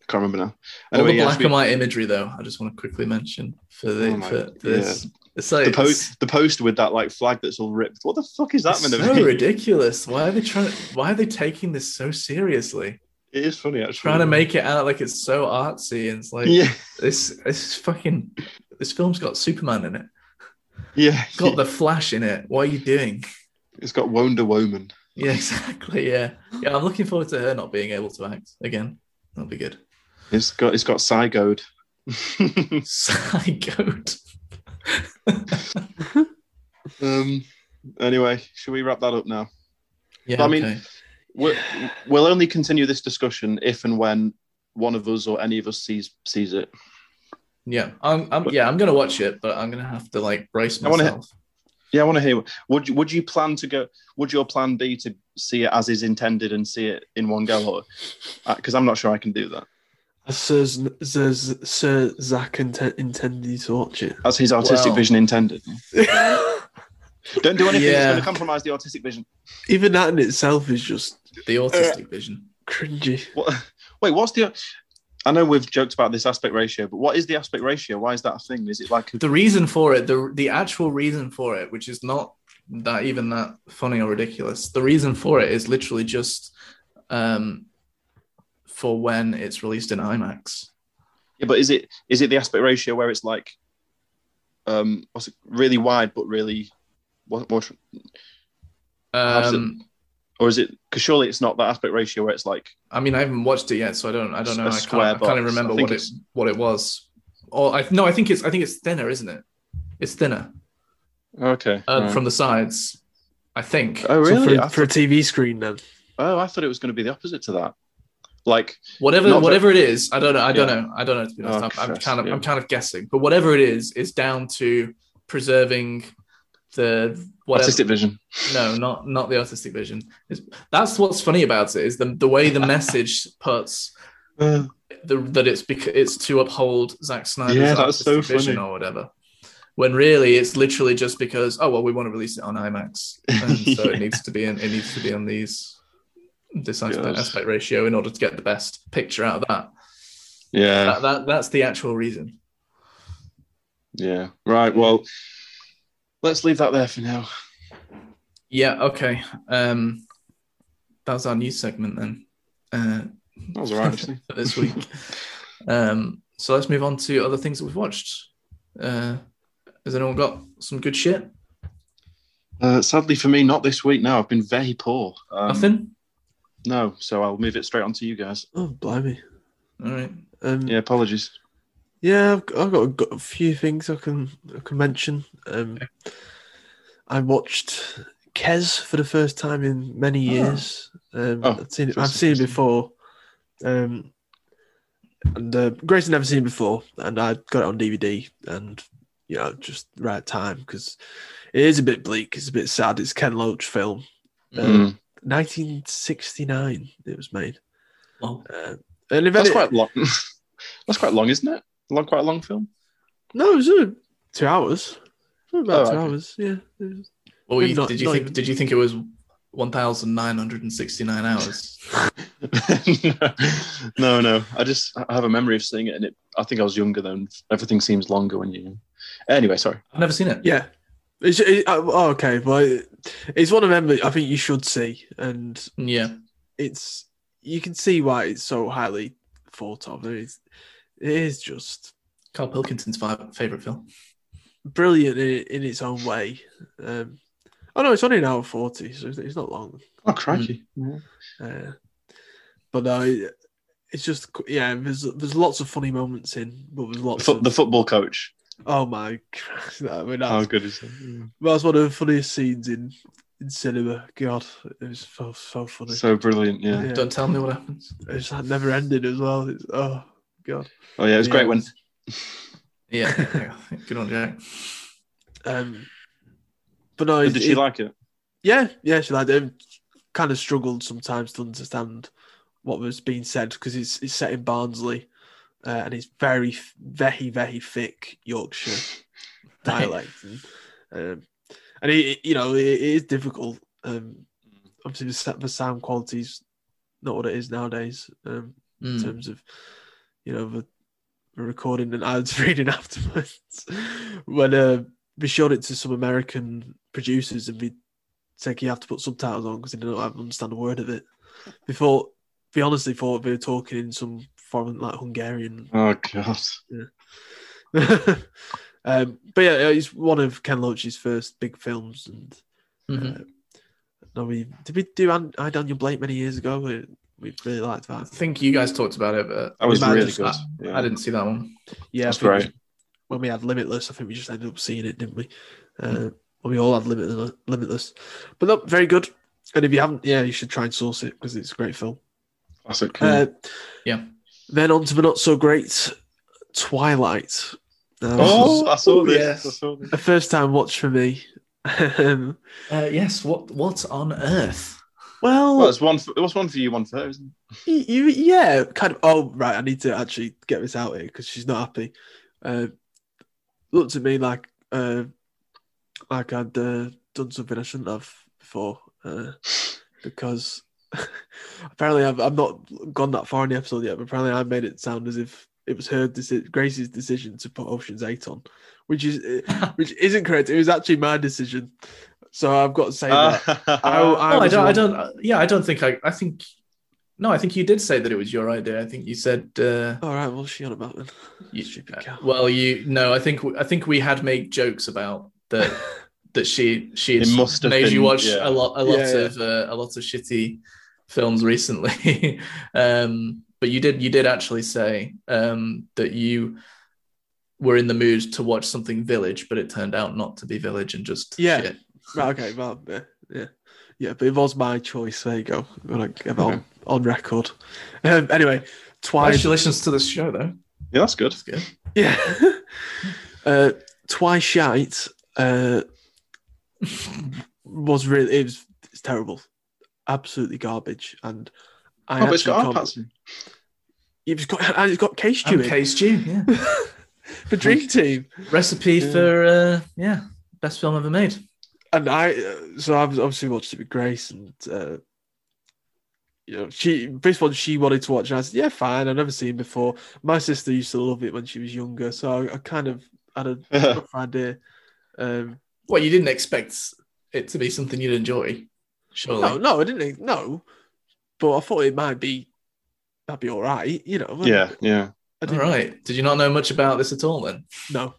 [SPEAKER 4] I can't remember now.
[SPEAKER 3] All
[SPEAKER 4] Anyway,
[SPEAKER 3] the
[SPEAKER 4] yeah,
[SPEAKER 3] black
[SPEAKER 4] should we-
[SPEAKER 3] and white imagery, though, I just want to quickly mention for the
[SPEAKER 4] Oh my-
[SPEAKER 3] for this. It's like
[SPEAKER 4] the
[SPEAKER 3] it's-
[SPEAKER 4] post, the poster with that like flag that's all ripped. What the fuck is that
[SPEAKER 3] it's
[SPEAKER 4] meant to
[SPEAKER 3] so
[SPEAKER 4] be?
[SPEAKER 3] ridiculous. Why are they trying? Why are they taking this so seriously?
[SPEAKER 4] It is funny actually.
[SPEAKER 3] Trying to make it out like it's so artsy, and it's like
[SPEAKER 4] yeah,
[SPEAKER 3] this. This fucking this film's got Superman in it.
[SPEAKER 4] yeah.
[SPEAKER 3] It's got the Flash in it. What are you doing?
[SPEAKER 4] (laughs)
[SPEAKER 3] (laughs)
[SPEAKER 4] it's got Wonder Woman.
[SPEAKER 3] Yeah, exactly. Yeah, yeah. I'm looking forward to her not being able to act again. That'll be good. (laughs)
[SPEAKER 4] It's got, it's got Psygode.
[SPEAKER 3] Psychoed.
[SPEAKER 4] (laughs) um. Anyway, should we wrap that up now?
[SPEAKER 3] Yeah.
[SPEAKER 4] But I mean-
[SPEAKER 3] okay.
[SPEAKER 4] We're, we'll only continue this discussion if and when one of us or any of us sees sees it.
[SPEAKER 3] yeah. I'm, I'm. Yeah. I'm gonna watch it, but I'm gonna have to like brace
[SPEAKER 4] I wanna-
[SPEAKER 3] myself.
[SPEAKER 4] Yeah, I want to hear. Would you, would you plan to go? Would your plan be to see it as is intended and see it in one go? Or because I'm not sure I can do that.
[SPEAKER 5] As Sir, Z- Sir, Z- Sir Zach inten- intended you to
[SPEAKER 4] (laughs)
[SPEAKER 5] watch it.
[SPEAKER 4] As his artistic
[SPEAKER 3] Well.
[SPEAKER 4] vision intended. Don't do anything that's
[SPEAKER 3] Yeah.
[SPEAKER 4] going to compromise the artistic vision.
[SPEAKER 5] Even that in itself is just
[SPEAKER 3] The autistic vision.
[SPEAKER 5] cringy.
[SPEAKER 4] What, wait, what's the? I know we've joked about this aspect ratio, but what is the aspect ratio? Why is that a thing? Is it like a,
[SPEAKER 3] The reason for it, the the actual reason for it, which is not that even that funny or ridiculous. The reason for it is literally just um, for when it's released in IMAX.
[SPEAKER 4] yeah, but is it is it the aspect ratio where it's like, um, what's it, really wide but really, what, what
[SPEAKER 3] Um,
[SPEAKER 4] or is it? Because surely it's not that aspect ratio where it's like,
[SPEAKER 3] I mean, I haven't watched it yet, so I don't. I don't know.
[SPEAKER 4] A
[SPEAKER 3] I can't,
[SPEAKER 4] square
[SPEAKER 3] I can't even
[SPEAKER 4] box.
[SPEAKER 3] remember
[SPEAKER 4] I think
[SPEAKER 3] what it
[SPEAKER 4] it's-
[SPEAKER 3] what it was. Or I, no, I think it's I think it's thinner, isn't it? It's thinner
[SPEAKER 4] okay,
[SPEAKER 3] uh,
[SPEAKER 4] right.
[SPEAKER 3] from the sides. I think.
[SPEAKER 4] oh
[SPEAKER 5] So
[SPEAKER 4] really?
[SPEAKER 5] for,
[SPEAKER 4] I
[SPEAKER 5] for a
[SPEAKER 4] thought-
[SPEAKER 5] TV screen, then.
[SPEAKER 4] oh, I thought it was going to be the opposite to that. Like,
[SPEAKER 3] whatever
[SPEAKER 4] Not ve-
[SPEAKER 3] whatever it is i don't know i don't
[SPEAKER 4] Yeah.
[SPEAKER 3] know i don't know to be honest
[SPEAKER 4] Oh,
[SPEAKER 3] I'm, I'm
[SPEAKER 4] gosh,
[SPEAKER 3] kind of
[SPEAKER 4] yeah.
[SPEAKER 3] i'm kind of guessing but whatever it is is down to preserving the whatever
[SPEAKER 4] artistic vision.
[SPEAKER 3] no not not the artistic vision It's- that's what's funny about it is the, the way the
[SPEAKER 4] (laughs)
[SPEAKER 3] message puts
[SPEAKER 4] Uh.
[SPEAKER 3] the, that it's because it's to uphold Zack Snyder's
[SPEAKER 4] Yeah, that's so
[SPEAKER 3] artistic vision
[SPEAKER 4] funny.
[SPEAKER 3] or whatever When really it's literally just because oh well we want to release it on IMAX,
[SPEAKER 4] (laughs)
[SPEAKER 3] and so it needs to be in it needs to be on these this aspect,
[SPEAKER 4] Yes.
[SPEAKER 3] aspect ratio in order to get the best picture out of that.
[SPEAKER 4] Yeah.
[SPEAKER 3] That, that that's the actual reason.
[SPEAKER 4] Yeah. Right. Well, let's leave that there for now.
[SPEAKER 3] Yeah. Okay. Um, that was our news segment then. Uh,
[SPEAKER 4] That was all right, actually.
[SPEAKER 3] for this (laughs) week. um, so let's move on to other things that we've watched. Uh, has anyone got some good shit?
[SPEAKER 4] (laughs) Uh, sadly for me, not this week. Now I've been very poor. Um,
[SPEAKER 3] Nothing.
[SPEAKER 4] No, so I'll move it straight on to you guys.
[SPEAKER 5] Oh, blimey.
[SPEAKER 3] All right.
[SPEAKER 5] Um,
[SPEAKER 4] Yeah, apologies.
[SPEAKER 5] Yeah, I've got, I've got a go- a few things I can I can mention. Um, I watched Kes for the first time in many years. Um,
[SPEAKER 4] Ah. Oh,
[SPEAKER 5] I've seen it. I've
[SPEAKER 4] that's
[SPEAKER 5] seen it before, um, and uh, Grace had never seen it before, and I got it on DVD, and you know, just the right time because it is a bit bleak. It's a bit sad. It's Ken Loach film,
[SPEAKER 4] Mm.
[SPEAKER 3] Uh,
[SPEAKER 4] Hmm.
[SPEAKER 5] um, 1969. It was made.
[SPEAKER 3] Wow.
[SPEAKER 5] Uh, and if
[SPEAKER 4] That's
[SPEAKER 5] any-
[SPEAKER 4] quite long. (laughs) That's quite long, isn't it? Long, quite a long film.
[SPEAKER 5] No, it was uh, two hours. It was About
[SPEAKER 4] Oh,
[SPEAKER 5] two
[SPEAKER 4] okay.
[SPEAKER 5] hours. Yeah. It was-
[SPEAKER 3] What were you-
[SPEAKER 5] Not-
[SPEAKER 3] did you
[SPEAKER 5] not-
[SPEAKER 3] think? Did you think it was one thousand nine hundred and sixty nine hours?
[SPEAKER 4] (laughs) no, no. I just I have a memory of seeing it, and it. I think I was younger then. Everything seems longer when you. Anyway, sorry.
[SPEAKER 3] (laughs) I've never seen it.
[SPEAKER 5] Yeah. It's, it, uh, oh, okay. Well, it- it's one of them that I think you should see, and
[SPEAKER 3] Yeah.
[SPEAKER 5] it's you can see why it's so highly thought of. It's, it is just
[SPEAKER 3] Carl Pilkington's fi- favorite film.
[SPEAKER 5] brilliant in, in its own way. Um, oh no, it's only an hour forty, so it's, it's not long.
[SPEAKER 4] Oh crikey!
[SPEAKER 5] Uh, but no, it- it's just yeah. There's there's lots of funny moments in, but there's
[SPEAKER 4] The,
[SPEAKER 5] lots.
[SPEAKER 4] Mm. fo-
[SPEAKER 5] of,
[SPEAKER 4] the Oh, football coach.
[SPEAKER 5] oh my, (laughs) Christ, I mean, that's-
[SPEAKER 4] How good is that?
[SPEAKER 5] That was one of the funniest scenes in, in cinema. God, it was so, so funny.
[SPEAKER 4] So brilliant. Yeah.
[SPEAKER 5] yeah.
[SPEAKER 3] Don't tell me what happens.
[SPEAKER 5] It's that never ended as well. It's, oh, God.
[SPEAKER 4] Oh yeah, it was
[SPEAKER 5] Yeah.
[SPEAKER 4] great when.
[SPEAKER 3] (laughs) Yeah. yeah. Good on Jack.
[SPEAKER 5] Um, but no,
[SPEAKER 4] Did
[SPEAKER 5] it-
[SPEAKER 4] she
[SPEAKER 5] it-
[SPEAKER 4] like it?
[SPEAKER 5] Yeah, yeah, she liked it. Kind of struggled sometimes to understand what was being said because it's, it's set in Barnsley uh, and it's very, very, very thick Yorkshire dialect. And, um, and it, it- you know, it, it is difficult. Um, obviously, the, sa- the sound quality's not what it is nowadays um, in
[SPEAKER 3] Mm.
[SPEAKER 5] terms of, you know, the, the recording. And I was (laughs) reading afterwards when uh, we showed it to some American producers and we said you have to put subtitles on because they don't have- understand a word of it. They thought, they honestly thought they were talking in some foreign, like Hungarian (laughs)
[SPEAKER 4] Oh god.
[SPEAKER 5] um, but yeah, it's one of Ken Loach's first big films, and uh,
[SPEAKER 3] Mhm.
[SPEAKER 5] no, we did we do An- I Daniel Blake many years ago. We, we really liked
[SPEAKER 3] I
[SPEAKER 5] that.
[SPEAKER 3] think you guys talked about it, but
[SPEAKER 4] That was
[SPEAKER 5] Imagine
[SPEAKER 4] really
[SPEAKER 3] that.
[SPEAKER 4] good. Yeah.
[SPEAKER 3] uh, I didn't see that one.
[SPEAKER 5] Yeah, I
[SPEAKER 4] That's
[SPEAKER 5] think
[SPEAKER 4] great.
[SPEAKER 5] When we had Limitless, I think we just ended up seeing it, didn't we? Uh, well, we all had Limitless, Limitless, but no, very good. And if you haven't, yeah, you should try and source it because it's a great film.
[SPEAKER 4] Classic.
[SPEAKER 5] Uh,
[SPEAKER 3] Yeah.
[SPEAKER 5] Then on to the not so great Twilight. Now, this was
[SPEAKER 4] oh, I saw
[SPEAKER 3] oh,
[SPEAKER 4] this.
[SPEAKER 3] yes.
[SPEAKER 4] I saw this.
[SPEAKER 5] a first time watch for me. (laughs) Um,
[SPEAKER 3] Uh, yes. What? What on earth?
[SPEAKER 5] well,
[SPEAKER 4] Well, it's one. For, it was one for you, one for her, isn't it?
[SPEAKER 5] Y- You, yeah, kind of. Oh, right. I need to actually get this out here because she's not happy. Uh, looked at me like uh, like I'd uh, done something I shouldn't have before uh, because (laughs) apparently I've, I've not gone that far in the episode yet. But apparently I made it sound as if it was her deci- Grace's decision to put Ocean's Eight on, which is
[SPEAKER 3] (laughs)
[SPEAKER 5] uh, which isn't correct. It was actually my decision. So I've got to say that.
[SPEAKER 4] (laughs)
[SPEAKER 5] I
[SPEAKER 3] Uh, Oh, I
[SPEAKER 5] was
[SPEAKER 3] don't. I
[SPEAKER 5] wrong.
[SPEAKER 3] don't. uh, Yeah, I don't think. I. I think. No, I think you did say that it was your idea. I think you said. Uh,
[SPEAKER 5] All right, what's she on about then?
[SPEAKER 3] you-
[SPEAKER 5] Stupid
[SPEAKER 3] uh,
[SPEAKER 5] cow.
[SPEAKER 3] well, you. No, I think. I think we had made jokes about
[SPEAKER 5] (laughs)
[SPEAKER 3] that. that she. She had
[SPEAKER 4] It must have
[SPEAKER 3] made you
[SPEAKER 4] been,
[SPEAKER 3] watch
[SPEAKER 4] yeah.
[SPEAKER 3] a lot. A lot
[SPEAKER 5] Yeah, yeah.
[SPEAKER 3] of. Uh, a lot of shitty films recently. (laughs) um, but you did. You did actually say um, that you were in the mood to watch something Village, but it turned out not to be Village and just
[SPEAKER 5] Yeah.
[SPEAKER 3] shit.
[SPEAKER 5] Right, okay, well, yeah, yeah, yeah, but it was my choice. There you go. We're like I'm on, on record. Um, anyway,
[SPEAKER 3] Why
[SPEAKER 5] twice.
[SPEAKER 3] she listens to this show though?
[SPEAKER 4] yeah, that's good.
[SPEAKER 3] That's good.
[SPEAKER 5] (laughs) yeah, uh, twice shite. Uh, was really it was it's terrible, absolutely garbage. And I
[SPEAKER 4] Oh, but it's
[SPEAKER 5] actually
[SPEAKER 4] got our
[SPEAKER 5] can't.
[SPEAKER 4] Patsy.
[SPEAKER 5] It's got and it's got case
[SPEAKER 3] I'm
[SPEAKER 5] in. (laughs)
[SPEAKER 3] Case Stew, yeah.
[SPEAKER 5] for Dream Team.
[SPEAKER 3] Recipe for uh, yeah, best film ever made.
[SPEAKER 5] and I uh, so I've obviously watched it with Grace, and uh, you know she this one she wanted to watch, and I said, "Yeah, fine. I've never seen it before." My sister used to love it when she was younger, so I, I kind of had a rough idea. Um,
[SPEAKER 3] Well, you didn't expect it to be something you'd enjoy, surely.
[SPEAKER 5] no, no, I didn't. No, but I thought it might be that'd be all right. You know,
[SPEAKER 4] (laughs) Yeah, (laughs) yeah.
[SPEAKER 5] I
[SPEAKER 3] All
[SPEAKER 5] didn't,
[SPEAKER 3] right. Did you not know much about this at all then?
[SPEAKER 5] No,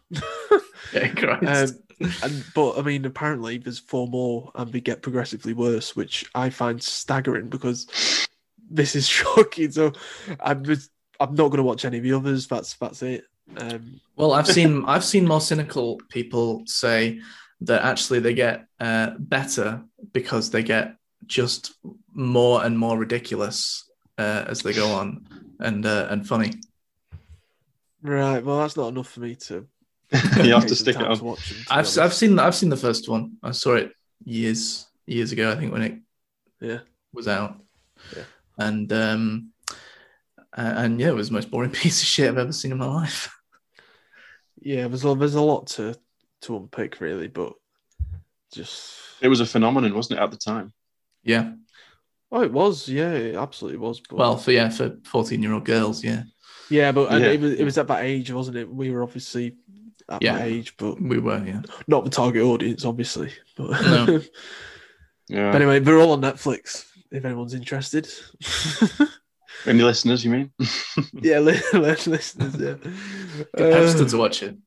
[SPEAKER 3] Yeah,
[SPEAKER 5] um,
[SPEAKER 3] Christ.
[SPEAKER 5] and but I mean, apparently there's four more, and they get progressively worse, which I find staggering because this is (laughs) shocking. So I'm just, I'm not going to watch any of the others. That's that's it. Um,
[SPEAKER 3] Well, I've seen I've seen more cynical people say that actually they get uh, better because they get just more and more ridiculous uh, as they go on and uh, and funny.
[SPEAKER 5] right. Well, that's not enough for me to.
[SPEAKER 4] (laughs) you have
[SPEAKER 5] take
[SPEAKER 4] to
[SPEAKER 5] the
[SPEAKER 4] stick it
[SPEAKER 5] time to
[SPEAKER 4] on.
[SPEAKER 5] watch them, to be
[SPEAKER 3] I've
[SPEAKER 5] honest.
[SPEAKER 3] I've seen I've seen the first one. I saw it years years ago. I think when it
[SPEAKER 5] Yeah.
[SPEAKER 3] was out,
[SPEAKER 5] Yeah.
[SPEAKER 3] and um, uh, and yeah, it was the most boring (laughs) piece of shit I've ever seen in my life. (laughs)
[SPEAKER 5] yeah. There's a, there's a lot to to unpick really, but just
[SPEAKER 4] It was a phenomenon, wasn't it, at the time?
[SPEAKER 3] Yeah,
[SPEAKER 5] oh, it was. Yeah, it absolutely was. But,
[SPEAKER 3] well, for yeah, for fourteen year old girls, yeah,
[SPEAKER 5] yeah, but and
[SPEAKER 4] Yeah.
[SPEAKER 5] it was it was at that age, wasn't it? We were obviously at
[SPEAKER 3] Yeah.
[SPEAKER 5] that age, but
[SPEAKER 3] we were, yeah.
[SPEAKER 5] not the target audience, obviously. But, (laughs)
[SPEAKER 3] No.
[SPEAKER 4] Yeah.
[SPEAKER 5] but anyway, they're all on Netflix. If anyone's interested,
[SPEAKER 4] Any listeners, you mean?
[SPEAKER 5] yeah, li- (laughs) li- listeners. Yeah.
[SPEAKER 3] Pep's
[SPEAKER 5] Uh,
[SPEAKER 3] to watch it.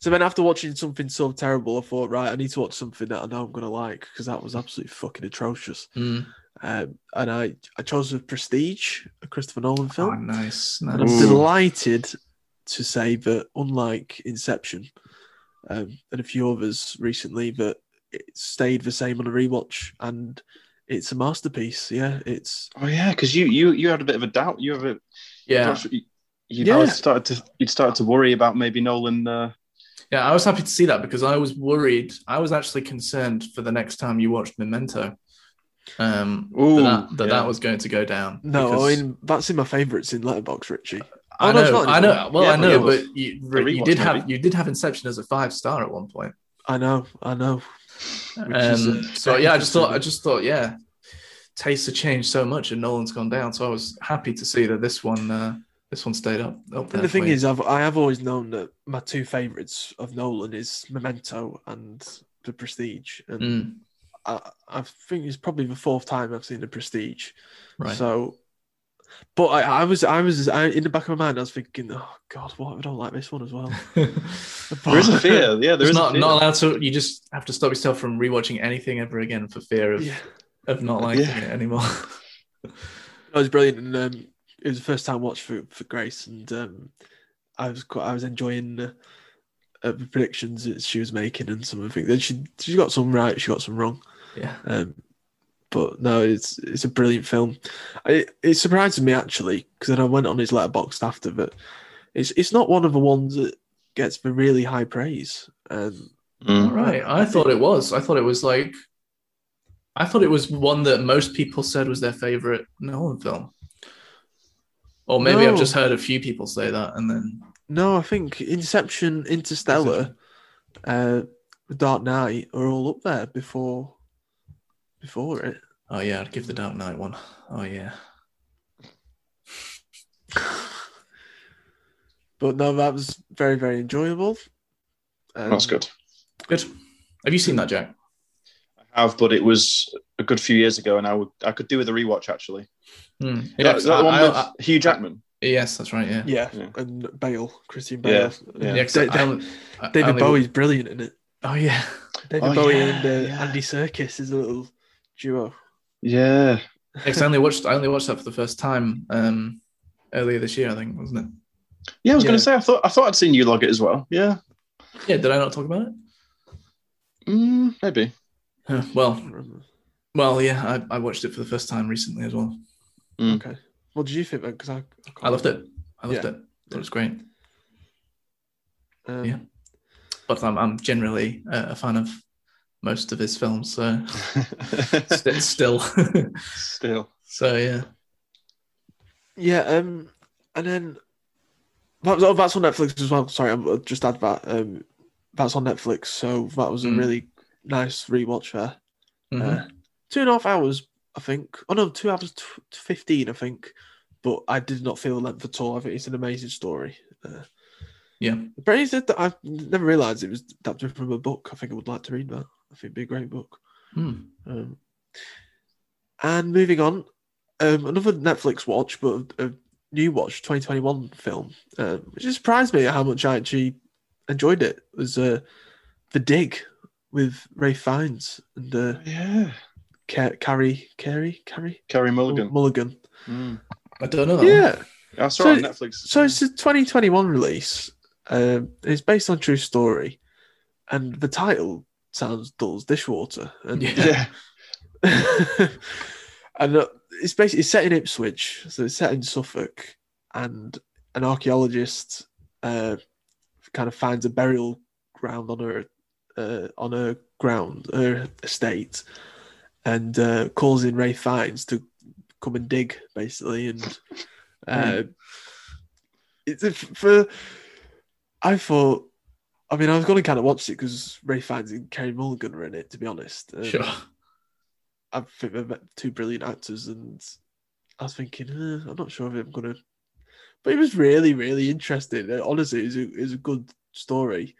[SPEAKER 5] so then, after watching something so terrible, I thought, right, I need to watch something that I know I'm gonna like because that was absolutely fucking atrocious.
[SPEAKER 3] Mm.
[SPEAKER 5] Um, and I, I chose *The Prestige*, a Christopher Nolan
[SPEAKER 3] Oh,
[SPEAKER 5] film,
[SPEAKER 3] nice,
[SPEAKER 5] and I'm
[SPEAKER 3] nice.
[SPEAKER 4] Ooh.
[SPEAKER 5] delighted to say that, unlike *Inception* um, and a few others recently, that it stayed the same on a rewatch, and it's a masterpiece. Yeah, it's
[SPEAKER 4] Oh yeah, because you you you had a bit of a doubt. You have a
[SPEAKER 3] Yeah,
[SPEAKER 4] You, you
[SPEAKER 5] Yeah.
[SPEAKER 4] yeah. started to you started to worry about maybe Nolan. Uh,
[SPEAKER 3] yeah. I was happy to see that because I was worried. I was actually concerned for the next time you watched Memento, um,
[SPEAKER 4] Ooh,
[SPEAKER 3] that that, that,
[SPEAKER 4] yeah.
[SPEAKER 3] was going to go down.
[SPEAKER 5] No,
[SPEAKER 3] because-
[SPEAKER 5] I mean that's in my favourites in Letterbox, Richie.
[SPEAKER 3] I
[SPEAKER 5] Oh, no, it's
[SPEAKER 3] know,
[SPEAKER 5] not
[SPEAKER 3] I
[SPEAKER 5] anymore.
[SPEAKER 3] know. Well,
[SPEAKER 5] Yeah,
[SPEAKER 3] I
[SPEAKER 5] but
[SPEAKER 3] know,
[SPEAKER 5] it was.
[SPEAKER 3] but you,
[SPEAKER 4] A
[SPEAKER 3] you
[SPEAKER 4] rewatch,
[SPEAKER 3] did have
[SPEAKER 4] maybe.
[SPEAKER 3] you did have Inception as a five star at one point.
[SPEAKER 5] I know, I know. Which is,
[SPEAKER 3] Um,
[SPEAKER 5] uh,
[SPEAKER 3] so yeah, I just thought, I
[SPEAKER 5] definitely-
[SPEAKER 3] just thought, yeah, tastes have changed so much, and Nolan's gone down. So I was happy to see that this one, uh, this one stayed up. up there
[SPEAKER 5] And the thing
[SPEAKER 3] for you.
[SPEAKER 5] is, I've I have always known that my two favourites of Nolan is Memento and The Prestige, and
[SPEAKER 3] Mm,
[SPEAKER 5] I, I think it's probably the fourth time I've seen The Prestige.
[SPEAKER 3] right.
[SPEAKER 5] (laughs) So, but I, I was I was I, in the back of my mind, I was thinking, oh God, what if I don't like this one as well?
[SPEAKER 4] there is a fear.
[SPEAKER 3] (laughs)
[SPEAKER 4] Yeah, there
[SPEAKER 3] There's
[SPEAKER 4] is a
[SPEAKER 3] not
[SPEAKER 4] fear.
[SPEAKER 3] not allowed to. You just have to stop yourself from rewatching anything ever again for fear of
[SPEAKER 5] yeah.
[SPEAKER 3] of not liking
[SPEAKER 4] Yeah.
[SPEAKER 3] it anymore. (laughs)
[SPEAKER 5] That was brilliant, and um, it was the first time watch for for Grace, and um, I was quite, I was enjoying uh, uh, the predictions that she was making and some of the things. Then she she got some right, she got some wrong.
[SPEAKER 3] yeah.
[SPEAKER 5] Um, but no, it's it's a brilliant film. It, it surprised me actually because then I went on his letterbox after that. It's it's not one of the ones that gets the really high praise. Um,
[SPEAKER 3] All
[SPEAKER 4] Mm.
[SPEAKER 3] right. I thought it was. I thought it was like. I thought it was one that most people said was their favorite Nolan film. Or maybe I've
[SPEAKER 5] No.
[SPEAKER 3] just heard a few people say that, and then
[SPEAKER 5] no, I think Inception, Interstellar, uh, The Dark Knight are all up there before before it.
[SPEAKER 3] oh yeah, I'd give the Dark Knight one. Oh yeah,
[SPEAKER 5] But no, that was very very enjoyable. Um,
[SPEAKER 4] That's good.
[SPEAKER 3] good. Have you seen that, Jack?
[SPEAKER 4] I have, but it was a good few years ago, and I would I could do with a rewatch actually.
[SPEAKER 3] Hmm.
[SPEAKER 4] Yeah,
[SPEAKER 3] Yeah,
[SPEAKER 4] that, that
[SPEAKER 3] I-
[SPEAKER 4] one
[SPEAKER 3] I-
[SPEAKER 4] with
[SPEAKER 3] I-
[SPEAKER 4] Hugh Jackman.
[SPEAKER 3] yes, that's right. Yeah,
[SPEAKER 5] Yeah,
[SPEAKER 4] Yeah.
[SPEAKER 5] and Bale, Christian
[SPEAKER 4] Yeah,
[SPEAKER 5] Bale.
[SPEAKER 4] yeah.
[SPEAKER 3] Yeah, 'cause
[SPEAKER 5] Da-
[SPEAKER 3] I
[SPEAKER 5] Da-
[SPEAKER 3] only- I
[SPEAKER 5] David
[SPEAKER 3] only-
[SPEAKER 5] Bowie's brilliant in it.
[SPEAKER 3] Oh yeah, (laughs)
[SPEAKER 5] David
[SPEAKER 4] Oh,
[SPEAKER 5] Bowie
[SPEAKER 4] yeah,
[SPEAKER 5] and uh,
[SPEAKER 4] yeah.
[SPEAKER 5] Andy Serkis is a little duo.
[SPEAKER 4] Yeah,
[SPEAKER 3] Yes, I only watched. I only watched that for the first time um, earlier this year, I think, wasn't it?
[SPEAKER 4] yeah. I was
[SPEAKER 5] Yeah.
[SPEAKER 4] going to say I thought I thought I'd seen you log it as well. Yeah,
[SPEAKER 3] Yeah, did I not talk about it?
[SPEAKER 4] mm, (laughs) maybe.
[SPEAKER 3] Huh, Well, well, yeah, I, I watched it for the first time recently as well.
[SPEAKER 5] Okay. What did you think? Because I, I, can't
[SPEAKER 3] I loved it. I loved
[SPEAKER 5] Yeah.
[SPEAKER 3] it. Thought it was great.
[SPEAKER 5] Um,
[SPEAKER 3] Yeah. But I'm, I'm generally uh, a fan of most of his films, so (laughs) st- still. (laughs)
[SPEAKER 4] Still,
[SPEAKER 3] so yeah,
[SPEAKER 5] Yeah, um, and then That was, oh, that's on Netflix as well. Sorry, I'm- I'll just add that. Um, that's on Netflix, so that was a
[SPEAKER 3] Mm.
[SPEAKER 5] really nice rewatch there.
[SPEAKER 3] Mhm.
[SPEAKER 5] Uh, two and a half hours, I think. Oh no, two hours t- fifteen, I think. But I did not feel the length at all. I think it's an amazing story. Uh,
[SPEAKER 3] Yeah.
[SPEAKER 5] Brady said that I never realised it was adapted from a book. I think I would like to read that. I think it'd be a great book.
[SPEAKER 3] Hmm.
[SPEAKER 5] Um, and moving on, um, another Netflix watch, but a, a new watch, 2021 film, um, which just surprised me at how much I actually enjoyed it. Was uh, the Dig with Ray Fiennes and uh,
[SPEAKER 4] Yeah.
[SPEAKER 5] Ca- Carrie, Carrie, Carrie
[SPEAKER 4] Kerry Mulligan. Mm.
[SPEAKER 5] Mulligan.
[SPEAKER 3] I don't know. That one.
[SPEAKER 5] Yeah.
[SPEAKER 4] I saw
[SPEAKER 5] So-
[SPEAKER 4] it on Netflix. Mm.
[SPEAKER 5] So it's a 2021 release. Um, it's based on a true story, and the title sounds dull as dishwater. And (laughs)
[SPEAKER 3] Yeah.
[SPEAKER 4] Yeah.
[SPEAKER 5] and uh, it's basically it's set in Ipswich, so it's set in Suffolk, and an archaeologist uh, kind of finds a burial ground on her uh, on her ground, her estate, and uh, calls in Ray Fiennes to come and dig, basically, and uh, it's a, for. I thought. I mean, I was going to kind of watch it because Ray Fiennes and Kerry Mulligan were in it, to be honest. Um,
[SPEAKER 3] Sure.
[SPEAKER 5] I think they're ve- two brilliant actors, and I was thinking, eh, I'm not sure if I'm gonna. But it was really, really interesting. Uh, Honestly, it was, a, it was a good story.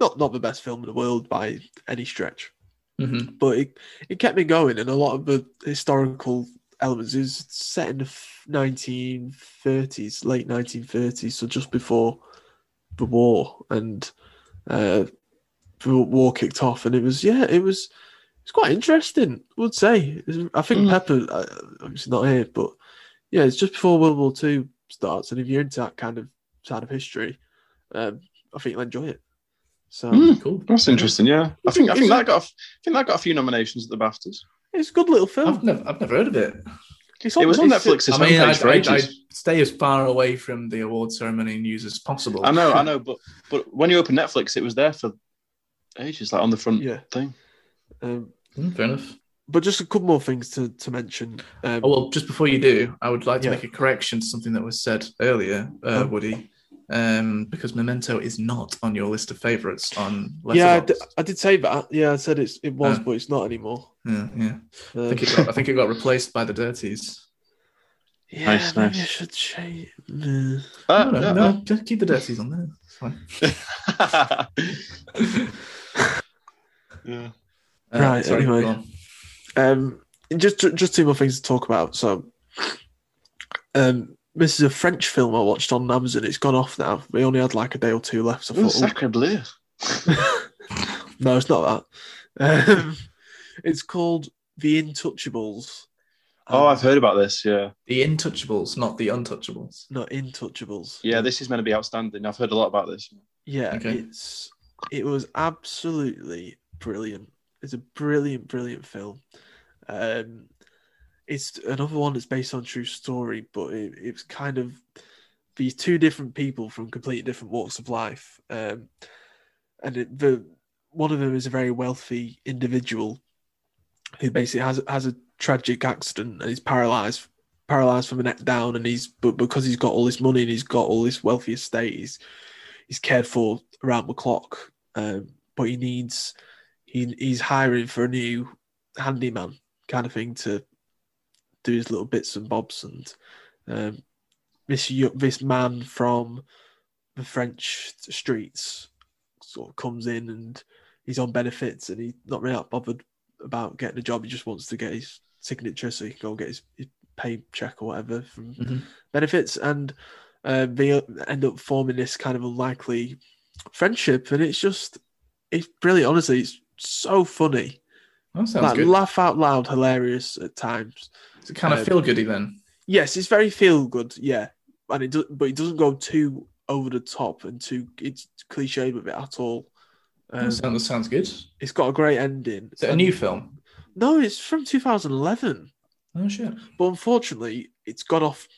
[SPEAKER 5] Not not the best film in the world by any stretch,
[SPEAKER 3] hmm
[SPEAKER 5] but it, it kept me going. And a lot of the historical elements is set in the f- 1930s, late 1930s, so just before the war and uh, the war kicked off. And it was yeah, it was it's quite interesting. I would say It's- I think
[SPEAKER 4] Mm.
[SPEAKER 5] Pepper uh, obviously not here, but yeah, it's just before World War Two starts, and if you're into that kind of side of history, um, I think you'll enjoy it. So.
[SPEAKER 4] Mm.
[SPEAKER 3] Cool.
[SPEAKER 4] That's interesting. Yeah, I think I think that got a, I think that got a few nominations at the Baftas.
[SPEAKER 5] It's a good little film.
[SPEAKER 3] I've never, I've never heard of it.
[SPEAKER 5] It's
[SPEAKER 4] It was on
[SPEAKER 5] it's-
[SPEAKER 4] Netflix's
[SPEAKER 3] I mean, I,
[SPEAKER 4] homepage for
[SPEAKER 3] I, I
[SPEAKER 4] ages.
[SPEAKER 3] stay as far away from the award ceremony news as possible.
[SPEAKER 4] I, know, I know, but but when you open Netflix, it was there for ages, like on the front
[SPEAKER 5] Yeah.
[SPEAKER 4] thing.
[SPEAKER 5] Um,
[SPEAKER 3] Hmm, fair enough.
[SPEAKER 5] but just a couple more things to, to mention. Um,
[SPEAKER 3] Oh, well, just before you do, I would like to
[SPEAKER 5] Yeah.
[SPEAKER 3] make a correction to something that was said earlier, uh,
[SPEAKER 5] Oh.
[SPEAKER 3] Woody, um, because Memento is not on your list of favourites on Letterboxd.
[SPEAKER 5] yeah, I di- I did say that. Yeah, I said it's, it was,
[SPEAKER 3] Uh.
[SPEAKER 5] but it's not anymore.
[SPEAKER 3] yeah, yeah. I
[SPEAKER 5] Um,
[SPEAKER 3] think, it got, I think it got replaced by The Dirties.
[SPEAKER 5] yeah,
[SPEAKER 4] Nice,
[SPEAKER 5] maybe I
[SPEAKER 4] nice.
[SPEAKER 5] should change. Nah.
[SPEAKER 4] Uh,
[SPEAKER 3] No, no,
[SPEAKER 4] yeah.
[SPEAKER 3] no, just keep The Dirties on there. It's fine.
[SPEAKER 4] (laughs) yeah.
[SPEAKER 3] Uh,
[SPEAKER 5] Right,
[SPEAKER 3] sorry,
[SPEAKER 5] anyway.
[SPEAKER 3] go on.
[SPEAKER 5] Um, and just just two more things to talk about. So, um, this is a French film I watched on Amazon. It's gone off now. We only had like a day or two left. So I
[SPEAKER 4] Ooh,
[SPEAKER 5] thought, "Ooh,
[SPEAKER 4] Sacre bleu.
[SPEAKER 5] no, it's not that. Um, (laughs) it's called The Intouchables.
[SPEAKER 4] (laughs) Oh, I've heard about this. Yeah,
[SPEAKER 3] The Intouchables, not The Untouchables.
[SPEAKER 5] Not Intouchables.
[SPEAKER 4] yeah. This is meant to be outstanding. I've heard a lot about this.
[SPEAKER 5] Yeah,
[SPEAKER 3] Okay.
[SPEAKER 5] it's it was absolutely brilliant. It's a brilliant, brilliant film. Um, it's another one that's based on a true story, but it, it's kind of these two different people from completely different walks of life. Um, and it, the one of them is a very wealthy individual who basically has has a tragic accident and he's paralyzed, paralyzed from the neck down. And he's but because he's got all this money and he's got all this wealthy estate, he's he's cared for around the clock, um, but he needs he, he's hiring for a new handyman kind of thing to do his little bits and bobs. And um, this yo- this man from the French streets sort of comes in and he's on benefits and he's not really that bothered about getting a job. He just wants to get his signature so he can go and get his, his pay check or whatever from
[SPEAKER 3] Mhm.
[SPEAKER 5] benefits. And uh, they end up forming this kind of unlikely friendship, and it's just it's brilliant. Honestly, it's so funny,
[SPEAKER 3] That sounds
[SPEAKER 5] like
[SPEAKER 3] good.
[SPEAKER 5] laugh out loud, hilarious at times.
[SPEAKER 3] it's kind of
[SPEAKER 5] uh,
[SPEAKER 3] feel goody then.
[SPEAKER 5] Yes, it's very feel good. Yeah, and it does, but it doesn't go too over the top and too it's cliched with it at all. Um,
[SPEAKER 3] that, sounds, that sounds good. Is
[SPEAKER 5] it's got a great ending.
[SPEAKER 3] Hmm. it a
[SPEAKER 5] And-
[SPEAKER 3] new film?
[SPEAKER 5] No, it's from 2011.
[SPEAKER 3] Oh, shit.
[SPEAKER 5] but unfortunately, it's gone off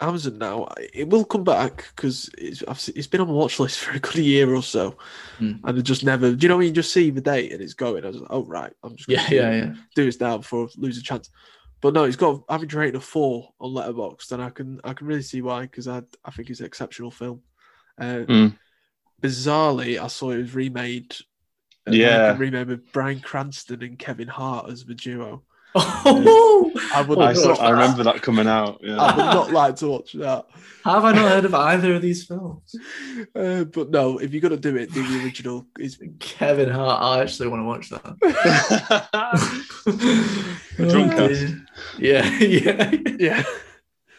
[SPEAKER 5] Amazon now. It will come back because it's I've se- it's been on my watch list (laughs) for a good year or so,
[SPEAKER 3] Hmm.
[SPEAKER 5] and it just never. Do you know when you just see the date and it's going? I was like, oh right, I'm just gonna
[SPEAKER 3] (laughs) Yeah, yeah, yeah.
[SPEAKER 5] do this now before I lose a chance. But no, he's got average rating of four on Letterboxd, and I can I can really see why because I I think it's an exceptional film. Uh,
[SPEAKER 4] Mm.
[SPEAKER 5] Bizarrely, I saw it was remade. uh,
[SPEAKER 4] Yeah.
[SPEAKER 5] American remade with Brian Cranston and Kevin Hart as the duo.
[SPEAKER 3] Oh, Ah.
[SPEAKER 5] I would
[SPEAKER 4] I,
[SPEAKER 5] not,
[SPEAKER 4] saw, I remember that coming out. Yeah.
[SPEAKER 5] I
[SPEAKER 4] (laughs)
[SPEAKER 5] would not like to watch that.
[SPEAKER 3] have I not heard of either of these films?
[SPEAKER 5] Uh, but no, if you're gonna do it, do the original. It's,
[SPEAKER 3] Kevin Hart. I actually want to watch
[SPEAKER 5] (laughs)
[SPEAKER 3] that. (laughs)
[SPEAKER 4] Drunkcast.
[SPEAKER 3] Yeah, (laughs) yeah.
[SPEAKER 5] yeah,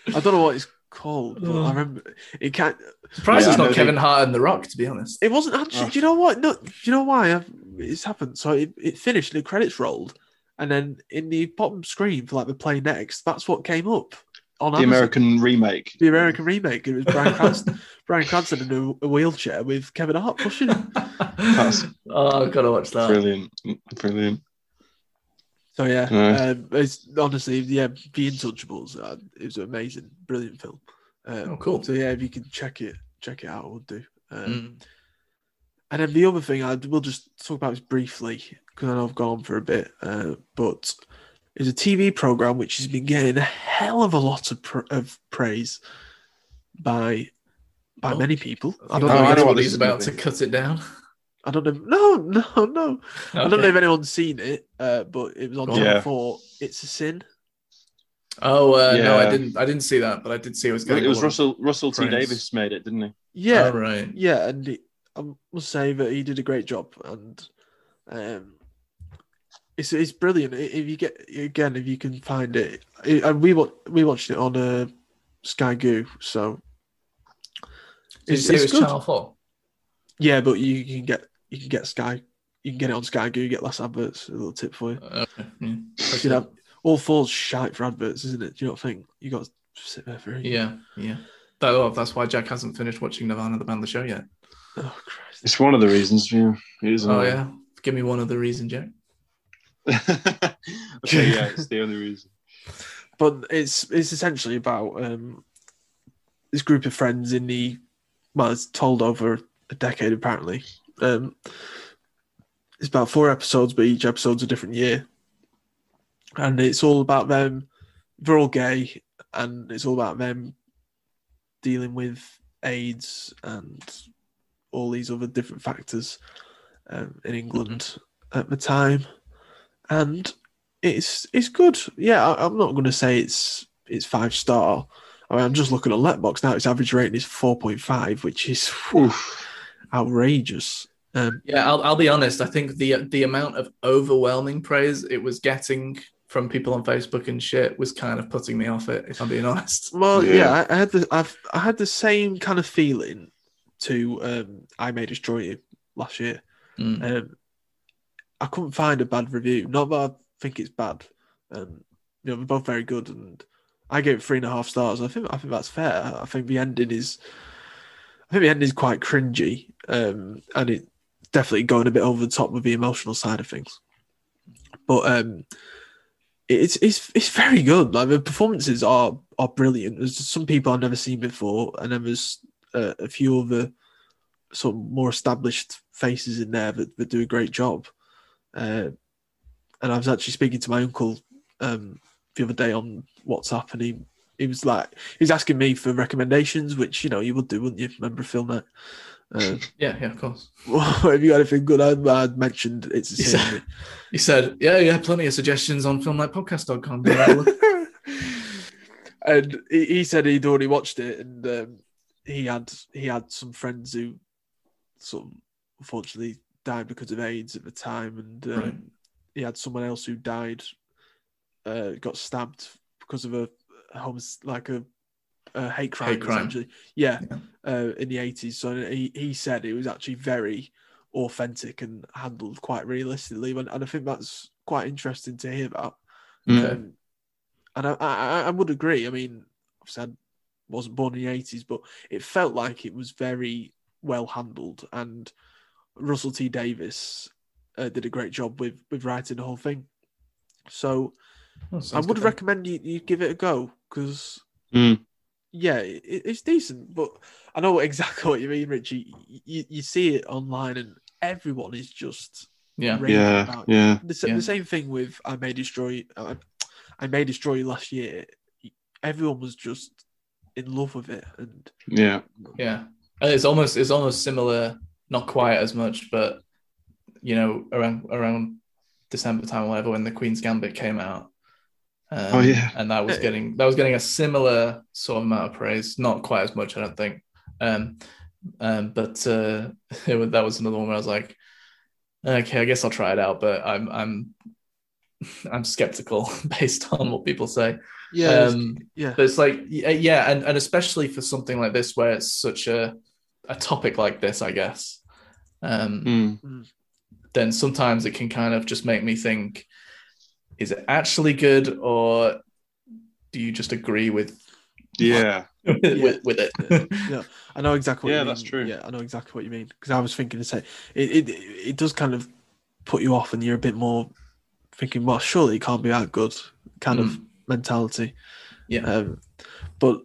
[SPEAKER 5] I don't know what it's called, but I
[SPEAKER 3] Oh.
[SPEAKER 5] remember it can't.
[SPEAKER 3] Surprised
[SPEAKER 4] Yeah,
[SPEAKER 3] it's
[SPEAKER 4] I
[SPEAKER 3] not
[SPEAKER 4] know
[SPEAKER 3] Kevin Hart and The Rock, to be honest. (laughs)
[SPEAKER 5] It wasn't actually. Do you know what? No, do you know why? I've, it's happened. So it, it finished, and the credits rolled, and then in the bottom screen for like the play next, that's what came up on
[SPEAKER 4] the
[SPEAKER 5] Amazon.
[SPEAKER 4] American remake.
[SPEAKER 5] the American remake. It was Brian Cranston, (laughs) Brian Cranston in a, a wheelchair with Kevin Hart pushing him.
[SPEAKER 4] That's
[SPEAKER 3] oh, I've got to watch that.
[SPEAKER 4] brilliant. Brilliant.
[SPEAKER 5] So yeah,
[SPEAKER 4] Yeah.
[SPEAKER 5] um, it's honestly yeah, The Intouchables. Uh, it was an amazing, brilliant film. Um,
[SPEAKER 3] Oh, cool.
[SPEAKER 5] So yeah, if you can check it, check it out. I would do. Um,
[SPEAKER 3] Mm.
[SPEAKER 5] And then the other thing I will just talk about is briefly because I know I've gone on for a bit, uh, but it's a TV program which has been getting a hell of a lot of, pr- of praise by by
[SPEAKER 3] Oh.
[SPEAKER 5] many people. I
[SPEAKER 3] I
[SPEAKER 5] don't
[SPEAKER 4] Oh,
[SPEAKER 5] know.
[SPEAKER 4] I
[SPEAKER 5] I
[SPEAKER 4] know what
[SPEAKER 5] don't,
[SPEAKER 4] this
[SPEAKER 3] he's
[SPEAKER 4] is
[SPEAKER 3] about to
[SPEAKER 4] gonna be.
[SPEAKER 3] cut it (laughs) down.
[SPEAKER 5] I don't know. No, no, no. I don't know
[SPEAKER 3] Okay.
[SPEAKER 5] if anyone's seen it, uh, but it was on Channel
[SPEAKER 4] Yeah.
[SPEAKER 5] Four. It's a sin.
[SPEAKER 3] (laughs) Oh uh, no,
[SPEAKER 4] Yeah.
[SPEAKER 3] I didn't. I didn't see that, but I did see it was
[SPEAKER 4] It
[SPEAKER 3] going.
[SPEAKER 4] was
[SPEAKER 3] on.
[SPEAKER 4] Russell Russell T
[SPEAKER 3] Prince.
[SPEAKER 4] Davis made it, didn't he?
[SPEAKER 3] Oh,
[SPEAKER 5] Yeah,
[SPEAKER 3] right.
[SPEAKER 5] yeah, and he, I must say that he did a great job, and um, it's it's brilliant. I- If you get again, if you can find it, I- and we wa- we watched it on uh, Sky Goo, so
[SPEAKER 3] Did you
[SPEAKER 5] it's-
[SPEAKER 3] say
[SPEAKER 5] it's
[SPEAKER 3] it was
[SPEAKER 5] good.
[SPEAKER 3] Channel Four?
[SPEAKER 5] yeah. But you can get you can get Sky, you can get it on Sky Goo. Get less adverts. A little tip for you.
[SPEAKER 3] Okay. yeah.
[SPEAKER 5] You know, all four's shite for adverts, isn't it? Do you not think you got to sit there for?
[SPEAKER 3] Yeah, yeah. That, oh, that's why Jack hasn't finished watching Nirvana the band the show yet.
[SPEAKER 5] Oh Christ.
[SPEAKER 4] It's one of the reasons. Yeah, it is.
[SPEAKER 3] Oh
[SPEAKER 4] annoying.
[SPEAKER 3] yeah. Give me one other reason, Jack.
[SPEAKER 4] (laughs) okay, yeah, it's the only reason.
[SPEAKER 5] but it's it's essentially about um, this group of friends in the well, it's told over a decade apparently. Um, it's about four episodes, but each episode's a different year, and it's all about them. They're all gay, and it's all about them dealing with AIDS and all these other different factors um, in England at the time, and it's it's good. Yeah, I, I'm not going to say it's it's five star. I mean, I'm just looking at Letbox now. Its average rating is 4.5, which is whew, outrageous. Um,
[SPEAKER 3] Yeah, I'll, I'll be honest. I think the the amount of overwhelming praise it was getting from people on Facebook and shit was kind of putting me off it. If I'm being (laughs) honest.
[SPEAKER 5] well, yeah,
[SPEAKER 4] Yeah.
[SPEAKER 5] I, I had the I've I had the same kind of feeling to um, I May Destroy You last year.
[SPEAKER 3] Mm.
[SPEAKER 5] Um, I couldn't find a bad review. Not that I think it's bad. Um, you know, they're both very good, and I gave it three and a half stars. I think I think that's fair. I think the ending is, I think the ending is quite cringy, um, and it definitely going a bit over the top with the emotional side of things. But um, it's it's it's very good. Like the performances are are brilliant. There's some people I've never seen before, and then there's uh, a few other sort of more established faces in there that, that do a great job. Uh, and I was actually speaking to my uncle um, the other day on WhatsApp, and he he was like he was asking me for recommendations, which you know you would do, wouldn't you? Remember a film (laughs) night. Uh,
[SPEAKER 3] Yeah, yeah, of course.
[SPEAKER 5] have you got anything good? I, I mentioned it's a
[SPEAKER 3] Yeah.
[SPEAKER 5] sin.
[SPEAKER 3] He said, "Yeah, yeah, plenty of suggestions on (laughs) filmlightpodcast.com." Yeah,
[SPEAKER 5] and he, he said he'd already watched it, and um, he had he had some friends who sort of unfortunately died because of AIDS at the time, and um,
[SPEAKER 3] Right.
[SPEAKER 5] he had someone else who died, uh, got stabbed because of a, a homes like a, a hate crime,
[SPEAKER 3] Hate crime.
[SPEAKER 5] essentially. Yeah,
[SPEAKER 3] Yeah.
[SPEAKER 5] Uh, in the eighties. So he he said it was actually very authentic and handled quite realistically, and, and I think that's quite interesting to hear that.
[SPEAKER 3] Okay.
[SPEAKER 5] Um, and I, I, I- I would agree. I mean, obviously, I wasn't born in the eighties, but it felt like it was very well handled. And Russell T Davis uh, did a great job with with writing the whole thing. So
[SPEAKER 3] Oh,
[SPEAKER 5] I
[SPEAKER 3] sounds
[SPEAKER 5] would
[SPEAKER 3] good.
[SPEAKER 5] recommend you, you give it a go because
[SPEAKER 4] Mm.
[SPEAKER 5] yeah, it, it's decent. But I know exactly what (laughs) you mean, Richie. You, you, you see it online, and everyone is just
[SPEAKER 3] Yeah,
[SPEAKER 5] raving
[SPEAKER 4] Yeah,
[SPEAKER 5] about it.
[SPEAKER 4] yeah.
[SPEAKER 5] The, sa-
[SPEAKER 3] Yeah.
[SPEAKER 5] the same thing with I May Destroy. You- I, I May Destroy You last year, everyone was just in love with it. And
[SPEAKER 4] Yeah.
[SPEAKER 3] Yeah, and it's almost it's almost similar, not quite as much, but you know, around around December time or whatever, when the Queen's Gambit came out. Um,
[SPEAKER 4] Oh, yeah.
[SPEAKER 3] and that was getting that was getting a similar sort of amount of praise, not quite as much, I don't think. Um, um, but uh, (laughs) it was, that was another one where I was like, okay, I guess I'll try it out, but I'm I'm (laughs) I'm skeptical (laughs) based on what people say.
[SPEAKER 5] yeah, it's-
[SPEAKER 3] Um,
[SPEAKER 5] yeah,
[SPEAKER 3] but it's like, y- yeah, and, and especially for something like this, where it's such a a topic like this, I guess, um,
[SPEAKER 4] Mm.
[SPEAKER 3] then sometimes it can kind of just make me think: is it actually good, or do you just agree with
[SPEAKER 4] Yeah.
[SPEAKER 3] with, with it?
[SPEAKER 5] (laughs) yeah, I know exactly. What
[SPEAKER 4] Yeah,
[SPEAKER 5] you mean.
[SPEAKER 4] that's true.
[SPEAKER 5] Yeah, I know exactly what you mean because I was thinking the same. It, it it does kind of put you off, and you're a bit more thinking, well, surely it can't be that good, kind
[SPEAKER 4] Hmm.
[SPEAKER 5] of mentality.
[SPEAKER 3] Yeah.
[SPEAKER 5] Um, but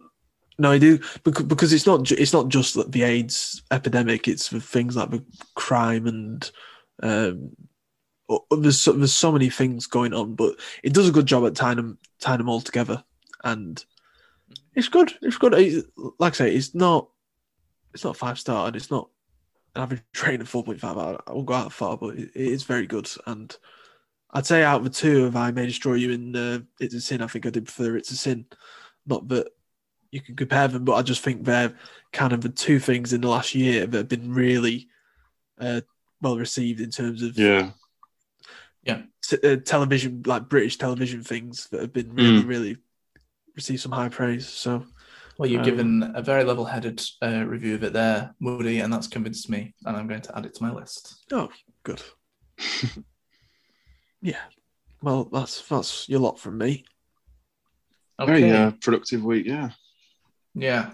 [SPEAKER 5] no, I do because, because it's not ju- it's not just that the AIDS epidemic; it's with things like the crime and. Um, o- there's so, there's so many things going on, but it does a good job at tying them tying them all together, and it's good. It's good. It- like I say, it's not it's not five star and it's not an average (laughs) rating of four point five. I, I won't go out far, but it, it is very good. And I'd say out of the two, if I may destroy you in uh, it's a sin, I think I did prefer it's a sin. Not that you can compare them, but I just think they're kind of the two things in the last year that have been really uh, well received in terms of
[SPEAKER 4] Yeah.
[SPEAKER 5] t- uh, television, like British television things that have been really,
[SPEAKER 3] Hmm.
[SPEAKER 5] really received some high praise. So
[SPEAKER 3] Well, you've
[SPEAKER 5] Um,
[SPEAKER 3] given a very level-headed uh, review of it there, Woody, and that's convinced me, and I'm going to add it to my list.
[SPEAKER 5] Oh, good.
[SPEAKER 3] (laughs)
[SPEAKER 5] yeah. Well, that's that's your lot from me.
[SPEAKER 4] Very uh, productive week. Yeah.
[SPEAKER 3] Yeah.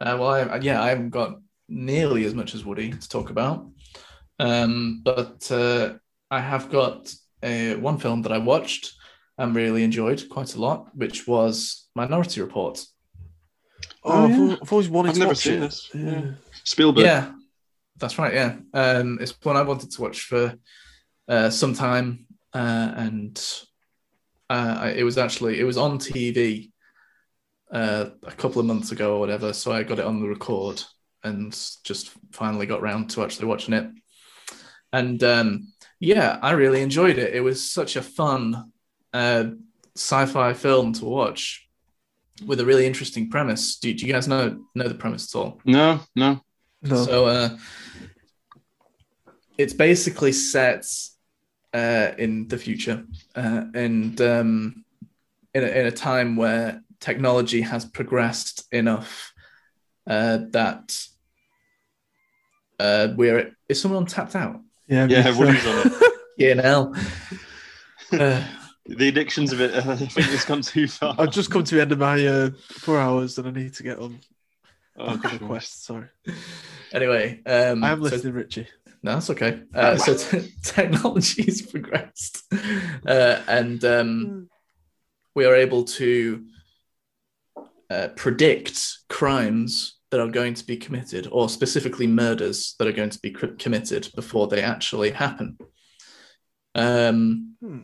[SPEAKER 3] Uh, well, I, yeah, I haven't got nearly as much as Woody to talk about, um, but uh, I have got uh one film that I watched and really enjoyed quite a lot, which was Minority Report.
[SPEAKER 5] Oh,
[SPEAKER 4] Oh,
[SPEAKER 5] I've,
[SPEAKER 4] yeah.
[SPEAKER 5] al- I've always wanted
[SPEAKER 4] I've
[SPEAKER 5] to
[SPEAKER 4] never
[SPEAKER 5] watch
[SPEAKER 4] seen
[SPEAKER 5] it.
[SPEAKER 4] this.
[SPEAKER 5] Yeah.
[SPEAKER 4] Yeah. Spielberg.
[SPEAKER 3] Yeah, that's right. Yeah, um, it's one I wanted to watch for uh, some time, uh, and uh, I- it was actually it was on TV uh, a couple of months ago or whatever. So I got it on the record and just finally got round to actually watching it. And um, yeah, I really enjoyed it. It was such a fun uh, sci-fi film to watch with a really interesting premise. Do, do you guys know know the premise at all?
[SPEAKER 4] No. No.
[SPEAKER 5] No.
[SPEAKER 3] So uh, it's basically set uh, in the future, uh, and um, in a, in a time where technology has progressed enough uh, that uh, we're is someone tapped out?
[SPEAKER 5] yeah, me
[SPEAKER 4] Yeah.
[SPEAKER 5] too.
[SPEAKER 4] Woody's on it.
[SPEAKER 3] Yeah, now. Uh,
[SPEAKER 4] (laughs) The addictions of it. I think it's gone too (laughs) far.
[SPEAKER 5] I've just come to the end of my uh, four hours and I need to get on
[SPEAKER 4] Oh,
[SPEAKER 5] a
[SPEAKER 4] God.
[SPEAKER 5] quest. Sorry.
[SPEAKER 3] anyway, um,
[SPEAKER 5] I am
[SPEAKER 3] so-
[SPEAKER 5] listening, Richie.
[SPEAKER 3] No, that's okay. Uh, so t- (laughs) technology has progressed, uh, and um, we are able to uh, predict crimes that are going to be committed, or specifically murders that are going to be cr- committed before they actually happen. Um,
[SPEAKER 5] Hmm.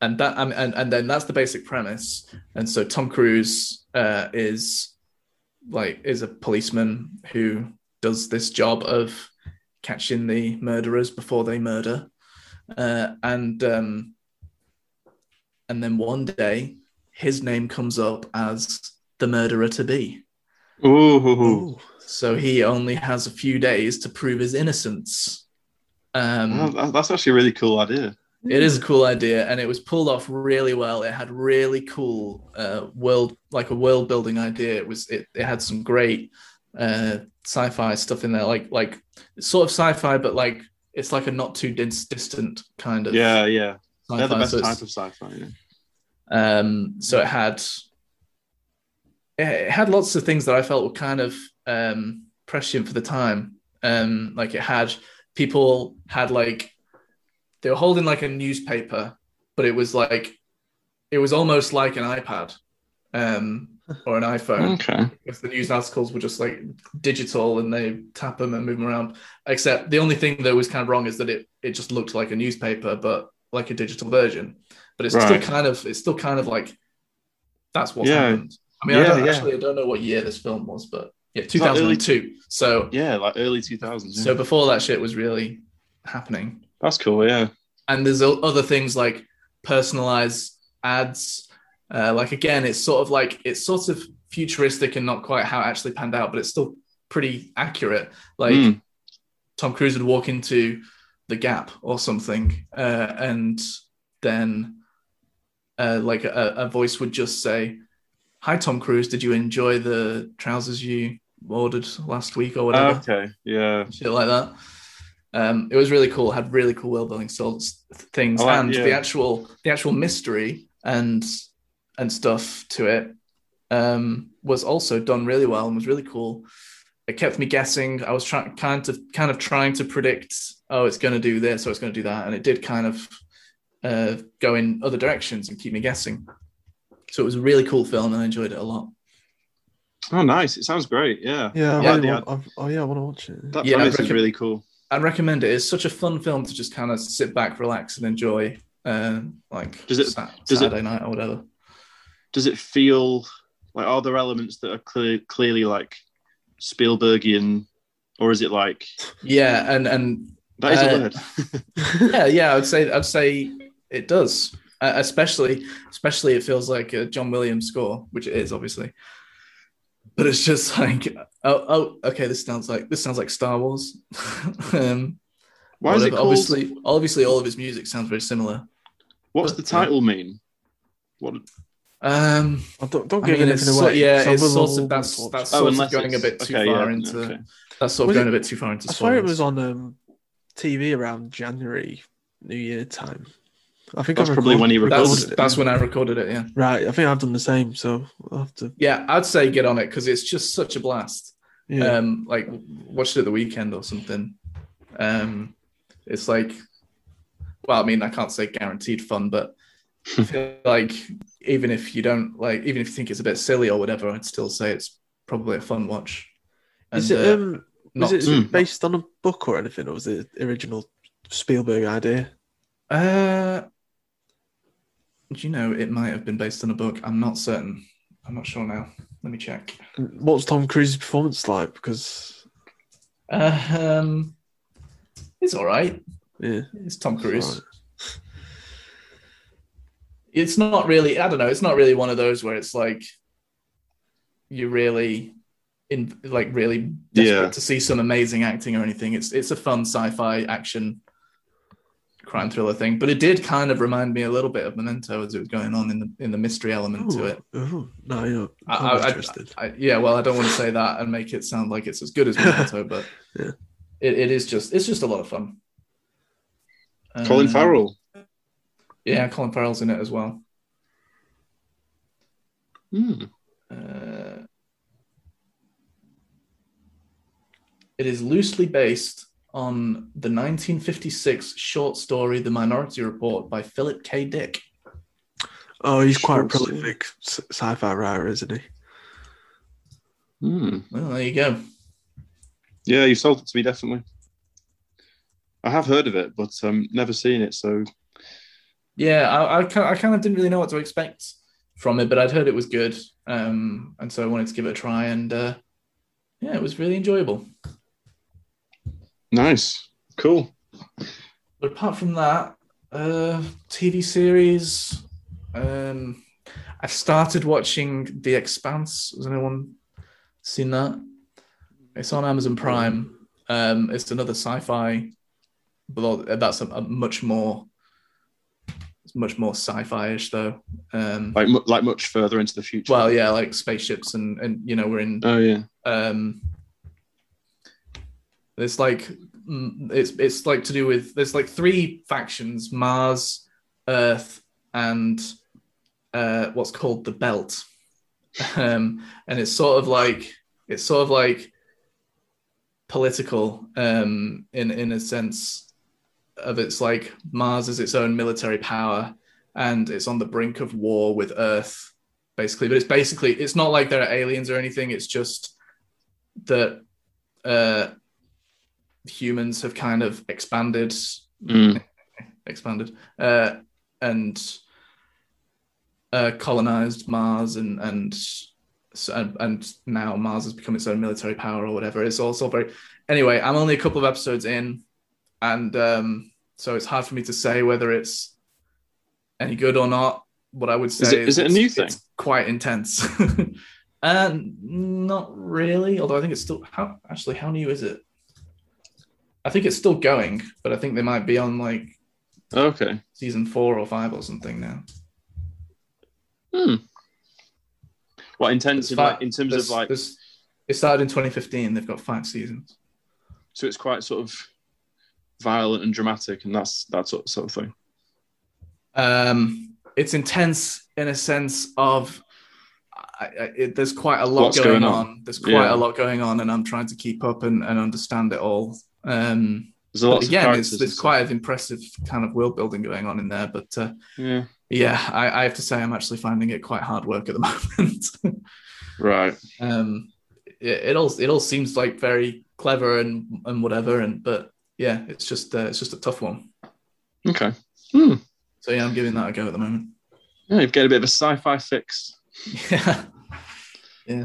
[SPEAKER 3] and that, um, and and then that's the basic premise. And so Tom Cruise uh, is like is a policeman who does this job of catching the murderers before they murder. Uh, and um, and then one day, his name comes up as the murderer to be.
[SPEAKER 4] Ooh.
[SPEAKER 5] Ooh.
[SPEAKER 3] So he only has a few days to prove his innocence. Um,
[SPEAKER 4] Oh, that- That's actually a really cool idea.
[SPEAKER 3] it is a cool idea, and it was pulled off really well. It had really cool uh, world, like a world building idea. It was it, it had some great uh, sci-fi stuff in there, like like it's sort of sci-fi, but like it's like a not too dis- distant kind of
[SPEAKER 4] Yeah. Yeah.
[SPEAKER 3] Sci-fi.
[SPEAKER 4] They're the best
[SPEAKER 3] so it's-
[SPEAKER 4] type of sci-fi. Yeah.
[SPEAKER 3] um, so it had it had lots of things that I felt were kind of um, prescient for the time. Um, like it had people had like they were holding like a newspaper, but it was like it was almost like an iPad um, or an iPhone
[SPEAKER 4] Okay.
[SPEAKER 3] if the news articles were just like digital and they tap them and move them around. Except the only thing that was kind of wrong is that it it just looked like a newspaper, but like a digital version. but it's
[SPEAKER 4] Right.
[SPEAKER 3] still kind of it's still kind of like that's what
[SPEAKER 4] Yeah.
[SPEAKER 3] happened. I mean, I
[SPEAKER 4] Yeah,
[SPEAKER 3] don't,
[SPEAKER 4] yeah.
[SPEAKER 3] actually I don't know what year this film was, but yeah, two
[SPEAKER 4] not
[SPEAKER 3] thousand
[SPEAKER 4] early-
[SPEAKER 3] and two. So
[SPEAKER 4] Yeah, like early 2000s. yeah.
[SPEAKER 3] so before that shit was really happening,
[SPEAKER 4] That's cool, yeah.
[SPEAKER 3] and there's o- other things like personalized ads uh, like again it's sort of like it's sort of futuristic and not quite how it actually panned out but it's still pretty accurate like
[SPEAKER 4] Mm.
[SPEAKER 3] tom cruise would walk into the gap or something uh, and then uh, like a, a voice would just say hi tom cruise did you enjoy the trousers you ordered last week or whatever
[SPEAKER 4] Okay, yeah.
[SPEAKER 3] shit like that. Um, it was really cool. Had really cool world building sorts things,
[SPEAKER 4] I like-
[SPEAKER 3] and
[SPEAKER 4] yeah.
[SPEAKER 3] the actual the actual mystery and and stuff to it um, was also done really well and was really cool. It kept me guessing. I was trying kind of kind of trying to predict. Oh, it's going to do this, or it's going to do that, and it did kind of uh, go in other directions and keep me guessing. So it was a really cool film, and I enjoyed it a lot.
[SPEAKER 4] Oh, nice. It sounds great, yeah.
[SPEAKER 5] Yeah, I
[SPEAKER 3] Yeah,
[SPEAKER 5] really
[SPEAKER 4] the-
[SPEAKER 5] want, I've, oh yeah, I want to watch it.
[SPEAKER 4] That
[SPEAKER 3] Yeah, I'd
[SPEAKER 4] premise is
[SPEAKER 3] reckon-
[SPEAKER 4] really cool.
[SPEAKER 3] I'd recommend it. It's such a fun film to just kind of sit back, relax, and enjoy. Uh, like
[SPEAKER 4] Does it-
[SPEAKER 3] Sat-
[SPEAKER 4] does it-
[SPEAKER 3] Saturday night or whatever.
[SPEAKER 4] Does it feel like are there elements that are clear, clearly like Spielbergian, or is it like
[SPEAKER 3] Yeah, and and
[SPEAKER 4] that is
[SPEAKER 3] Uh,
[SPEAKER 4] a word?
[SPEAKER 3] yeah, yeah. I would say I'd say it does. Uh, especially, especially it feels like a John Williams score, which it is obviously. But it's just like, oh, oh, okay. This sounds like this sounds like Star Wars. (laughs) um,
[SPEAKER 4] Why is
[SPEAKER 3] whatever.
[SPEAKER 4] it called?
[SPEAKER 3] Obviously, obviously, all of his music sounds very similar.
[SPEAKER 4] What's the title mean? What?
[SPEAKER 3] Oh, Um,
[SPEAKER 5] I don't, don't
[SPEAKER 3] I
[SPEAKER 5] give
[SPEAKER 3] mean, it's
[SPEAKER 5] anything
[SPEAKER 3] sort-
[SPEAKER 5] away.
[SPEAKER 3] yeah,
[SPEAKER 5] so
[SPEAKER 3] it's
[SPEAKER 5] we'll
[SPEAKER 3] sort of-
[SPEAKER 5] all
[SPEAKER 3] that's-
[SPEAKER 5] watch
[SPEAKER 3] that's-
[SPEAKER 5] it.
[SPEAKER 3] sort of
[SPEAKER 4] Oh, unless
[SPEAKER 3] going
[SPEAKER 4] it's-
[SPEAKER 3] a bit too
[SPEAKER 4] okay,
[SPEAKER 3] far
[SPEAKER 4] yeah,
[SPEAKER 3] into-
[SPEAKER 4] okay.
[SPEAKER 3] that's sort of
[SPEAKER 5] Was
[SPEAKER 3] going
[SPEAKER 5] it-
[SPEAKER 3] a bit too far into.
[SPEAKER 5] I swear it
[SPEAKER 3] spoilers.
[SPEAKER 5] was on um, TV around January, New Year time. I think
[SPEAKER 4] That's
[SPEAKER 5] I
[SPEAKER 4] probably
[SPEAKER 5] record-
[SPEAKER 4] when he recorded
[SPEAKER 3] That's
[SPEAKER 5] recorded it.
[SPEAKER 3] that's when I recorded it. Yeah.
[SPEAKER 5] right. I think I've done the same, so I'll have to.
[SPEAKER 3] yeah i'd say get on it because it's just such a blast
[SPEAKER 5] Yeah,
[SPEAKER 3] um like w- watched it at the weekend or something um it's like well i mean i can't say guaranteed fun but i
[SPEAKER 5] (laughs)
[SPEAKER 3] feel like even if you don't like even if you think it's a bit silly or whatever i'd still say it's probably a fun watch
[SPEAKER 5] is
[SPEAKER 3] And,
[SPEAKER 5] it
[SPEAKER 3] uh,
[SPEAKER 5] um,
[SPEAKER 3] not-
[SPEAKER 5] is it, is it
[SPEAKER 4] Mm.
[SPEAKER 5] based on a book or anything, or was it original Spielberg idea?
[SPEAKER 3] uh do you know it might have been based on a book i'm not certain i'm not sure now let me check
[SPEAKER 5] And what's Tom Cruise's performance like? Because
[SPEAKER 3] uh, um it's all right
[SPEAKER 5] yeah,
[SPEAKER 3] It's Tom
[SPEAKER 5] Right.
[SPEAKER 3] Cruise. It's not really, I don't know, it's not really one of those where it's like you're really in like really desperate
[SPEAKER 4] Yeah.
[SPEAKER 3] to see some amazing acting or anything. It's it's a fun sci-fi action crime thriller thing. But it did kind of remind me a little bit of Memento as it was going on in the in the mystery element to
[SPEAKER 5] Ooh,
[SPEAKER 3] it.
[SPEAKER 5] ooh, no, you're
[SPEAKER 3] I-
[SPEAKER 5] I'm
[SPEAKER 3] I- I-
[SPEAKER 5] interested.
[SPEAKER 3] I, yeah, well I don't want to say that and make it sound like it's as
[SPEAKER 5] (laughs)
[SPEAKER 3] good as Memento, but
[SPEAKER 5] Yeah.
[SPEAKER 3] it, it is just it's just a lot of fun.
[SPEAKER 4] Colin
[SPEAKER 3] Um,
[SPEAKER 4] Farrell.
[SPEAKER 3] Yeah, Colin Farrell's in it as well.
[SPEAKER 4] Hmm.
[SPEAKER 3] Uh, it is loosely based on the 1956 short story "The Minority Report" by Philip K. Dick.
[SPEAKER 5] oh, he's quite a
[SPEAKER 4] Sure, sure.
[SPEAKER 5] prolific sci- sci-fi writer, isn't he?
[SPEAKER 4] Hmm.
[SPEAKER 3] Well, there you go.
[SPEAKER 4] Yeah, you sold it to me definitely. I have heard of it, but um, never seen it. So
[SPEAKER 3] Yeah, I, I, ki- I kind of didn't really know what to expect from it, but I'd heard it was good, um, and so I wanted to give it a try. And uh, yeah, it was really enjoyable.
[SPEAKER 4] nice, cool.
[SPEAKER 3] But apart from that, uh, TV series, um, I started watching The Expanse. Has anyone seen that? It's on Amazon Prime. Um, it's another sci-fi, but that's a, a much more, it's much more sci-fi-ish though. Um,
[SPEAKER 4] Like mu- like much further into the future.
[SPEAKER 3] well, yeah, like spaceships and and you know we're in
[SPEAKER 4] oh yeah,
[SPEAKER 3] um there's like mm, it's it's like to do with there's like three factions mars earth and uh what's called the belt (laughs) um and it's sort of like it's sort of like political um in in a sense of it's like mars is its own military power and it's on the brink of war with earth basically but it's basically it's not like there are aliens or anything it's just that uh, humans have kind of expanded,
[SPEAKER 4] Mm.
[SPEAKER 3] expanded, uh, and uh, colonized Mars and and so- and and now Mars has become its own military power or whatever. It's also very. Anyway, I'm only a couple of episodes in, and um, so it's hard for me to say whether it's any good or not. What I would say
[SPEAKER 4] it- is it a
[SPEAKER 3] it's-
[SPEAKER 4] new thing?
[SPEAKER 3] It's quite intense. (laughs) And not really, although I think it's still how actually how new is it? I think it's still going, but I think they might be on like
[SPEAKER 4] Okay.
[SPEAKER 3] season four or five or something now.
[SPEAKER 4] Hmm. What intense in,
[SPEAKER 3] There's
[SPEAKER 4] like,
[SPEAKER 3] five-
[SPEAKER 4] in terms
[SPEAKER 3] there's-
[SPEAKER 4] of like
[SPEAKER 3] there's- it started in 2015. They've got five seasons.
[SPEAKER 4] so it's quite sort of violent and dramatic and that's that sort sort of thing.
[SPEAKER 3] Um, it's intense in a sense of I, I, it, there's quite a lot
[SPEAKER 4] What's
[SPEAKER 3] going,
[SPEAKER 4] going
[SPEAKER 3] on.
[SPEAKER 4] on?
[SPEAKER 3] There's quite
[SPEAKER 4] Yeah.
[SPEAKER 3] a lot going on, and I'm trying to keep up and, and understand it all. Um,
[SPEAKER 4] There's a
[SPEAKER 3] but
[SPEAKER 4] lot of
[SPEAKER 3] again,
[SPEAKER 4] characters.
[SPEAKER 3] it's,
[SPEAKER 4] and
[SPEAKER 3] it's
[SPEAKER 4] stuff.
[SPEAKER 3] quite an impressive kind of world building going on in there. But uh,
[SPEAKER 4] yeah.
[SPEAKER 3] yeah, I, I have to say I'm actually finding it quite hard work at the (laughs) moment.
[SPEAKER 4] Right.
[SPEAKER 3] um, it, it all it all seems like very clever and and whatever, and but yeah, it's just uh, it's just a tough one.
[SPEAKER 4] Okay. Hmm.
[SPEAKER 3] So yeah, I'm giving that a go at the moment. (laughs)
[SPEAKER 4] Yeah, you've got a bit of a sci-fi fix.
[SPEAKER 3] Yeah, yeah.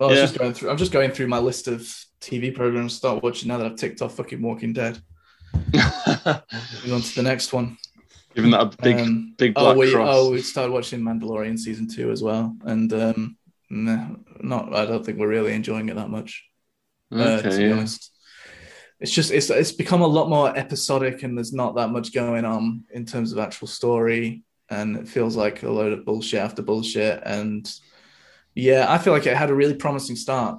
[SPEAKER 3] Well, I was
[SPEAKER 4] Yeah.
[SPEAKER 3] just going through. I'm just going through my list of TV programs to start watching now that I've ticked off fucking Walking Dead. Move on to the next one.
[SPEAKER 4] Given that a big
[SPEAKER 3] Um,
[SPEAKER 4] big
[SPEAKER 3] oh,
[SPEAKER 4] black
[SPEAKER 3] we
[SPEAKER 4] cross.
[SPEAKER 3] oh we started watching Mandalorian season two as well, and um, nah, not I don't think we're really enjoying it that much. uh, to be
[SPEAKER 4] yeah.
[SPEAKER 3] honest. It's just it's it's become a lot more episodic, and there's not that much going on in terms of actual story, and it feels like a load of bullshit after bullshit. And yeah, I feel like it had a really promising start,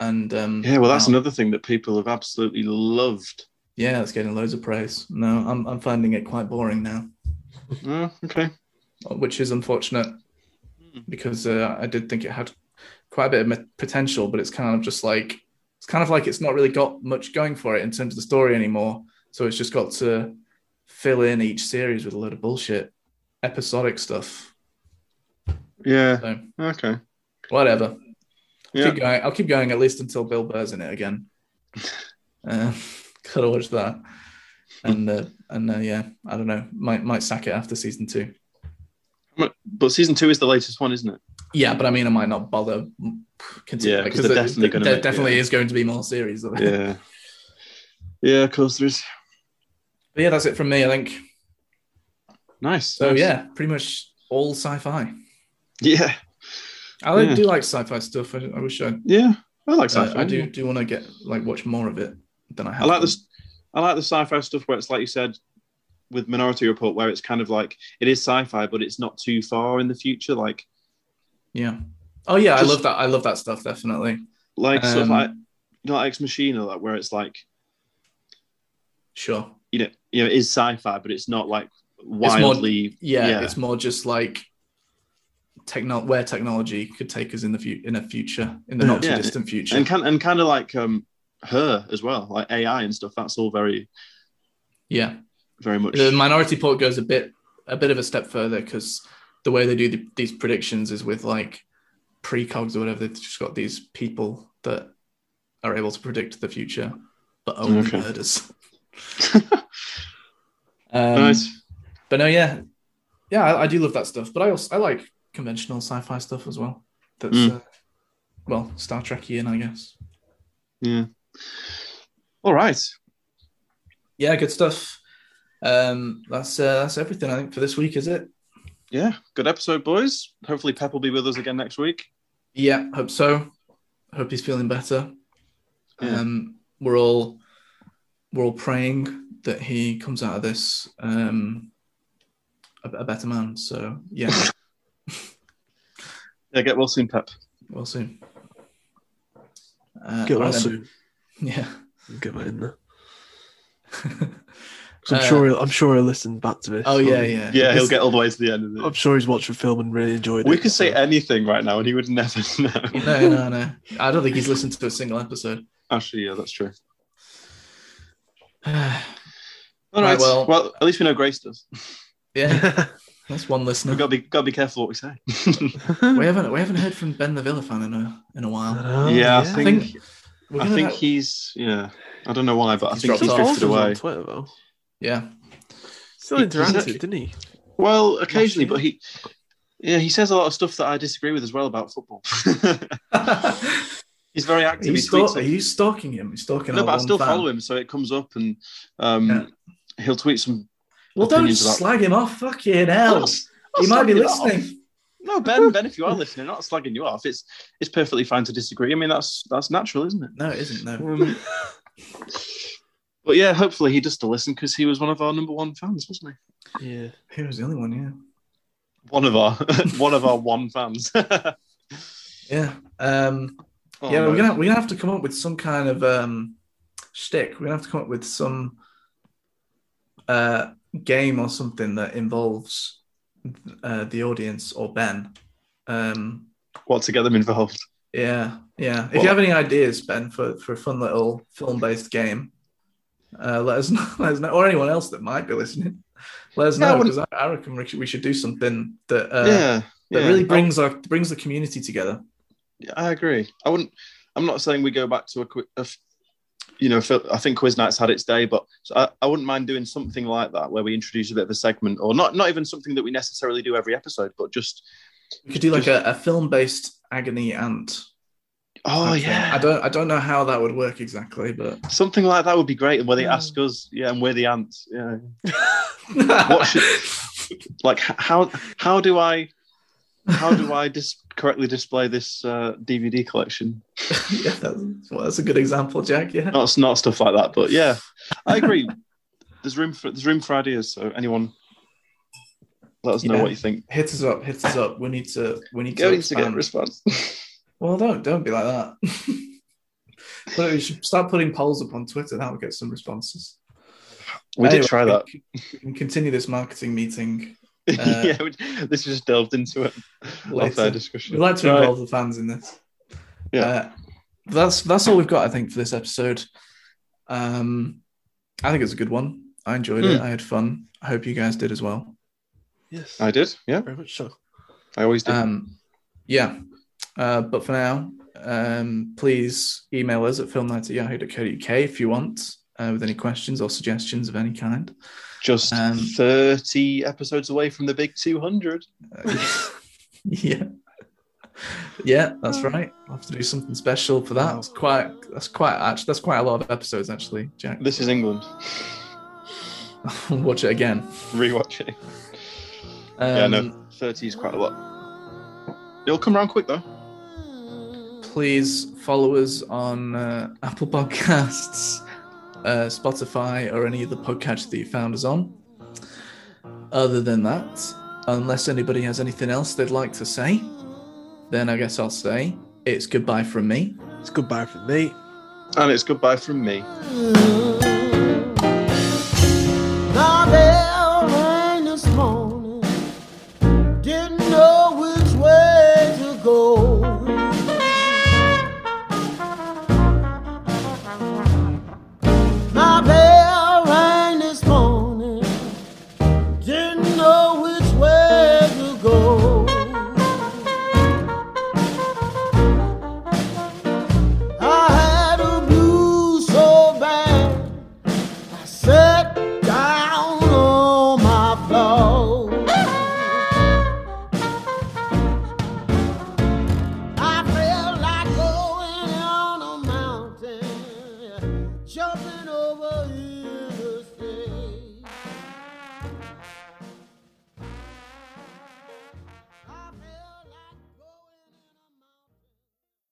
[SPEAKER 3] and um,
[SPEAKER 4] Yeah, well, that's
[SPEAKER 3] now-
[SPEAKER 4] another thing that people have absolutely loved.
[SPEAKER 3] yeah, it's getting loads of praise. No, I'm I'm finding it quite boring now,
[SPEAKER 4] Oh, okay.
[SPEAKER 3] which is unfortunate because uh, I did think it had quite a bit of me- potential, but it's kind of just like it's kind of like it's not really got much going for it in terms of the story anymore. So it's just got to fill in each series with a load of bullshit, episodic stuff.
[SPEAKER 4] Yeah.
[SPEAKER 3] So
[SPEAKER 4] Okay.
[SPEAKER 3] whatever.
[SPEAKER 4] Yeah.
[SPEAKER 3] Keep going. I'll keep going at least until Bill Burr's in it again. Uh, (laughs) gotta watch that. And uh, and uh, yeah, I don't know. Might might sack it after season two.
[SPEAKER 4] But season two is the latest one, isn't it?
[SPEAKER 3] Yeah, but I mean, I might not bother. Continue,
[SPEAKER 4] Yeah, 'cause they're
[SPEAKER 3] there-
[SPEAKER 4] definitely gonna
[SPEAKER 3] there
[SPEAKER 4] make-
[SPEAKER 3] definitely
[SPEAKER 4] yeah.
[SPEAKER 3] is going to be more series. Of it.
[SPEAKER 4] (laughs) Yeah. Yeah, of course there is.
[SPEAKER 3] But yeah, that's it from me. I think.
[SPEAKER 4] Nice.
[SPEAKER 3] So
[SPEAKER 4] nice.
[SPEAKER 3] yeah, pretty much all sci-fi.
[SPEAKER 4] Yeah.
[SPEAKER 3] I like-
[SPEAKER 4] Yeah.
[SPEAKER 3] do like sci-fi stuff. I, I wish I,
[SPEAKER 4] Yeah. I like
[SPEAKER 3] uh,
[SPEAKER 4] sci-fi.
[SPEAKER 3] I do do want to get like watch more of it than I have.
[SPEAKER 4] I like
[SPEAKER 3] done.
[SPEAKER 4] this. I like the sci-fi stuff where it's like you said with Minority Report, where it's kind of like it is sci-fi, but it's not too far in the future. Like,
[SPEAKER 3] Yeah. Oh yeah, I
[SPEAKER 4] Just-
[SPEAKER 3] love that. I love that stuff definitely.
[SPEAKER 4] like sort
[SPEAKER 3] Um,
[SPEAKER 4] of like you know, like Ex Machina, like where it's like
[SPEAKER 3] Sure.
[SPEAKER 4] you know, you know, it is sci-fi, but it's not like wildly.
[SPEAKER 3] Yeah,
[SPEAKER 4] yeah.
[SPEAKER 3] it's more just like techno where technology could take us in the future in a future in the
[SPEAKER 5] Yeah.
[SPEAKER 3] not too distant future.
[SPEAKER 4] and kind and kind of like um her as well, like AI and stuff. That's all very
[SPEAKER 3] yeah.
[SPEAKER 4] very much.
[SPEAKER 3] The Minority Report goes a bit a bit of a step further because the way they do the, these predictions is with like precogs or whatever. They've just got these people that are able to predict the future, but only
[SPEAKER 4] Okay. (laughs)
[SPEAKER 3] murders. um,
[SPEAKER 4] nice.
[SPEAKER 3] But no, yeah, yeah, I, I do love that stuff. But I also I like conventional sci-fi stuff as well. That's
[SPEAKER 4] Mm.
[SPEAKER 3] uh, well Star Trekian, I guess.
[SPEAKER 4] Yeah. All right.
[SPEAKER 3] Yeah, good stuff. Um, that's uh, that's everything I think for this week, is it?
[SPEAKER 4] Yeah. Good episode, boys. Hopefully, Pep will be with us again next week.
[SPEAKER 3] Yeah, hope so. Hope he's feeling better.
[SPEAKER 4] Yeah.
[SPEAKER 3] Um, we're all we're all praying that he comes out of this um, a, a better man. So
[SPEAKER 4] (laughs)
[SPEAKER 3] yeah,
[SPEAKER 4] Yeah. Get well
[SPEAKER 3] (laughs)
[SPEAKER 4] soon, Pep.
[SPEAKER 3] we'll see. Uh,
[SPEAKER 5] Get
[SPEAKER 3] all right
[SPEAKER 5] well
[SPEAKER 3] then.
[SPEAKER 5] soon.
[SPEAKER 3] Yeah,
[SPEAKER 5] Get that
[SPEAKER 3] (laughs)
[SPEAKER 5] in there. 'Cause I'm sure he'll, I'm sure he'll listen back to this.
[SPEAKER 3] Oh yeah,
[SPEAKER 5] Um,
[SPEAKER 3] yeah,
[SPEAKER 4] (laughs) Yeah, he'll get all the way to the end of it.
[SPEAKER 5] I'm sure he's watched the film and really enjoyed it.
[SPEAKER 4] We could say
[SPEAKER 5] so-
[SPEAKER 4] anything right now, and he would never (laughs) know.
[SPEAKER 3] No, no, no. I don't think he's listened to a single episode. (sighs)
[SPEAKER 4] Actually, yeah, that's true.
[SPEAKER 3] yeah,
[SPEAKER 4] All
[SPEAKER 3] Right,
[SPEAKER 4] right.
[SPEAKER 3] well-
[SPEAKER 4] well, at least we know Grace does.
[SPEAKER 3] (laughs)
[SPEAKER 4] (laughs)
[SPEAKER 3] that's one listener.
[SPEAKER 4] We've got to be got to be careful what
[SPEAKER 3] (laughs)
[SPEAKER 4] we say.
[SPEAKER 3] We haven't we haven't heard from Ben the Villa fan in a in a while.
[SPEAKER 4] (laughs)
[SPEAKER 5] Oh,
[SPEAKER 4] yeah, I
[SPEAKER 3] I
[SPEAKER 4] think,
[SPEAKER 3] think we're
[SPEAKER 4] Uh, I
[SPEAKER 3] gonna-
[SPEAKER 4] think he's yeah. I don't know why, but
[SPEAKER 3] He's
[SPEAKER 4] I think
[SPEAKER 3] dropped
[SPEAKER 4] he's
[SPEAKER 3] off.
[SPEAKER 4] drifted
[SPEAKER 5] was
[SPEAKER 4] away.
[SPEAKER 5] on Twitter though.
[SPEAKER 3] yeah.
[SPEAKER 5] Still
[SPEAKER 4] He-
[SPEAKER 5] interacted,
[SPEAKER 4] he's-
[SPEAKER 5] didn't he?
[SPEAKER 4] Well, occasionally, but he Yeah, he says a lot of stuff that I disagree with as well about
[SPEAKER 3] (laughs)
[SPEAKER 4] football. He's very active.
[SPEAKER 3] He's
[SPEAKER 4] he tweets
[SPEAKER 3] stalk- are you stalking him? He's stalking
[SPEAKER 4] No,
[SPEAKER 3] our
[SPEAKER 4] but I
[SPEAKER 3] one
[SPEAKER 4] still
[SPEAKER 3] fan.
[SPEAKER 4] follow him, so it comes up, and um, he'll tweet some.
[SPEAKER 3] Well, don't
[SPEAKER 4] opinions about-
[SPEAKER 3] slag him off. Fucking
[SPEAKER 4] I'm
[SPEAKER 3] hell.
[SPEAKER 4] (laughs) not- I'm
[SPEAKER 3] He
[SPEAKER 4] not
[SPEAKER 3] might be
[SPEAKER 4] slagging it off.
[SPEAKER 3] listening.
[SPEAKER 4] No, Ben, Ben, if you are listening, I'm not slagging you off. It's it's perfectly fine to disagree. I mean, that's that's natural, isn't it?
[SPEAKER 3] No, it isn't. No.
[SPEAKER 5] Um,
[SPEAKER 4] But yeah, hopefully he does still listen because he was one of our number one fans, wasn't he?
[SPEAKER 5] yeah.
[SPEAKER 3] He was the only one, yeah.
[SPEAKER 4] One of our (laughs) one of our one fans. (laughs) Oh,
[SPEAKER 3] Yeah. Um, yeah,
[SPEAKER 4] no.
[SPEAKER 3] we're gonna we're gonna have to come up with some kind of um shtick. We're gonna have to come up with some uh game or something that involves uh, the audience or Ben. Um
[SPEAKER 4] what to get them involved.
[SPEAKER 3] yeah, yeah. If
[SPEAKER 4] Well-
[SPEAKER 3] you have any ideas, Ben, for, for a fun little film based game, uh let us (laughs) know let us know or anyone else that might be listening. Let us
[SPEAKER 4] Yeah, I
[SPEAKER 3] know
[SPEAKER 4] wouldn't-
[SPEAKER 3] because I, I reckon we should, we should do something that uh
[SPEAKER 4] yeah,
[SPEAKER 3] that
[SPEAKER 4] yeah. Oh.
[SPEAKER 3] really brings our brings the community together.
[SPEAKER 4] I agree. I wouldn't. I'm not saying we go back to a quick. a f- you know, fil- I think Quiz Night's had its day, but so I, I wouldn't mind doing something like that where we introduce a bit of a segment, or not not even something that we necessarily do every episode, but just
[SPEAKER 3] We could do like a, a film based agony ant.
[SPEAKER 4] oh
[SPEAKER 3] type thing. I don't I don't know how that would work exactly, but (laughs)
[SPEAKER 4] something like that would be great. Where they
[SPEAKER 3] Hmm.
[SPEAKER 4] ask us, yeah, and we're the ants, yeah.
[SPEAKER 3] what
[SPEAKER 4] should- Like h- how how do I how do I dis- correctly display this uh, DVD collection?
[SPEAKER 3] (laughs) yeah, that's, well, that's a good example, Jack. Yeah.
[SPEAKER 4] Not not stuff like that, but yeah,
[SPEAKER 3] (laughs)
[SPEAKER 4] I agree. there's room for there's room for ideas. So anyone, let us know
[SPEAKER 3] Yeah.
[SPEAKER 4] what you think. um,
[SPEAKER 3] Hit us up, hit us up. We need to we need to,
[SPEAKER 4] Going to get a
[SPEAKER 3] expand.
[SPEAKER 4] response.
[SPEAKER 3] Well don't don't be like that. (laughs) but we should start putting polls up on Twitter, that'll get some responses.
[SPEAKER 4] we did
[SPEAKER 3] Anyway,
[SPEAKER 4] try that.
[SPEAKER 3] We can- we can continue this marketing meeting. uh,
[SPEAKER 4] (laughs) yeah, we, this just delved into it. Off
[SPEAKER 3] later.
[SPEAKER 4] our discussion.
[SPEAKER 3] We'd like to
[SPEAKER 4] Right.
[SPEAKER 3] involve the fans in this.
[SPEAKER 4] Yeah.
[SPEAKER 3] Uh, that's that's all we've got, I think, for this episode. Um, I think it's a good one. I enjoyed
[SPEAKER 4] Hmm.
[SPEAKER 3] it. I had fun. I hope you guys did as well.
[SPEAKER 5] Yes.
[SPEAKER 4] I did. Yeah,
[SPEAKER 5] Very much so.
[SPEAKER 4] I always do.
[SPEAKER 3] Um, yeah. Uh, but for now, um, please email us at filmnight at yahoo.co.uk if you want uh, with any questions or suggestions of any kind.
[SPEAKER 4] just
[SPEAKER 3] um,
[SPEAKER 4] 30 episodes away from the big 200.
[SPEAKER 3] Uh, (laughs) yeah. Yeah, that's right. I'll have to do something special for that. That's quite that's quite actually that's quite a lot of episodes actually, Jack. (laughs)
[SPEAKER 4] This is England. (laughs)
[SPEAKER 3] Watch it again.
[SPEAKER 4] Rewatching.
[SPEAKER 3] Um,
[SPEAKER 4] yeah, no, 30 is quite a lot. It'll come round quick though.
[SPEAKER 3] Please follow us on uh, Apple Podcasts, uh, Spotify, or any of the podcasts that you found us on. Other than that, unless anybody has anything else they'd like to say, then I guess I'll say it's goodbye from me.
[SPEAKER 5] It's goodbye from me.
[SPEAKER 4] And it's goodbye from me.
[SPEAKER 2] Ooh.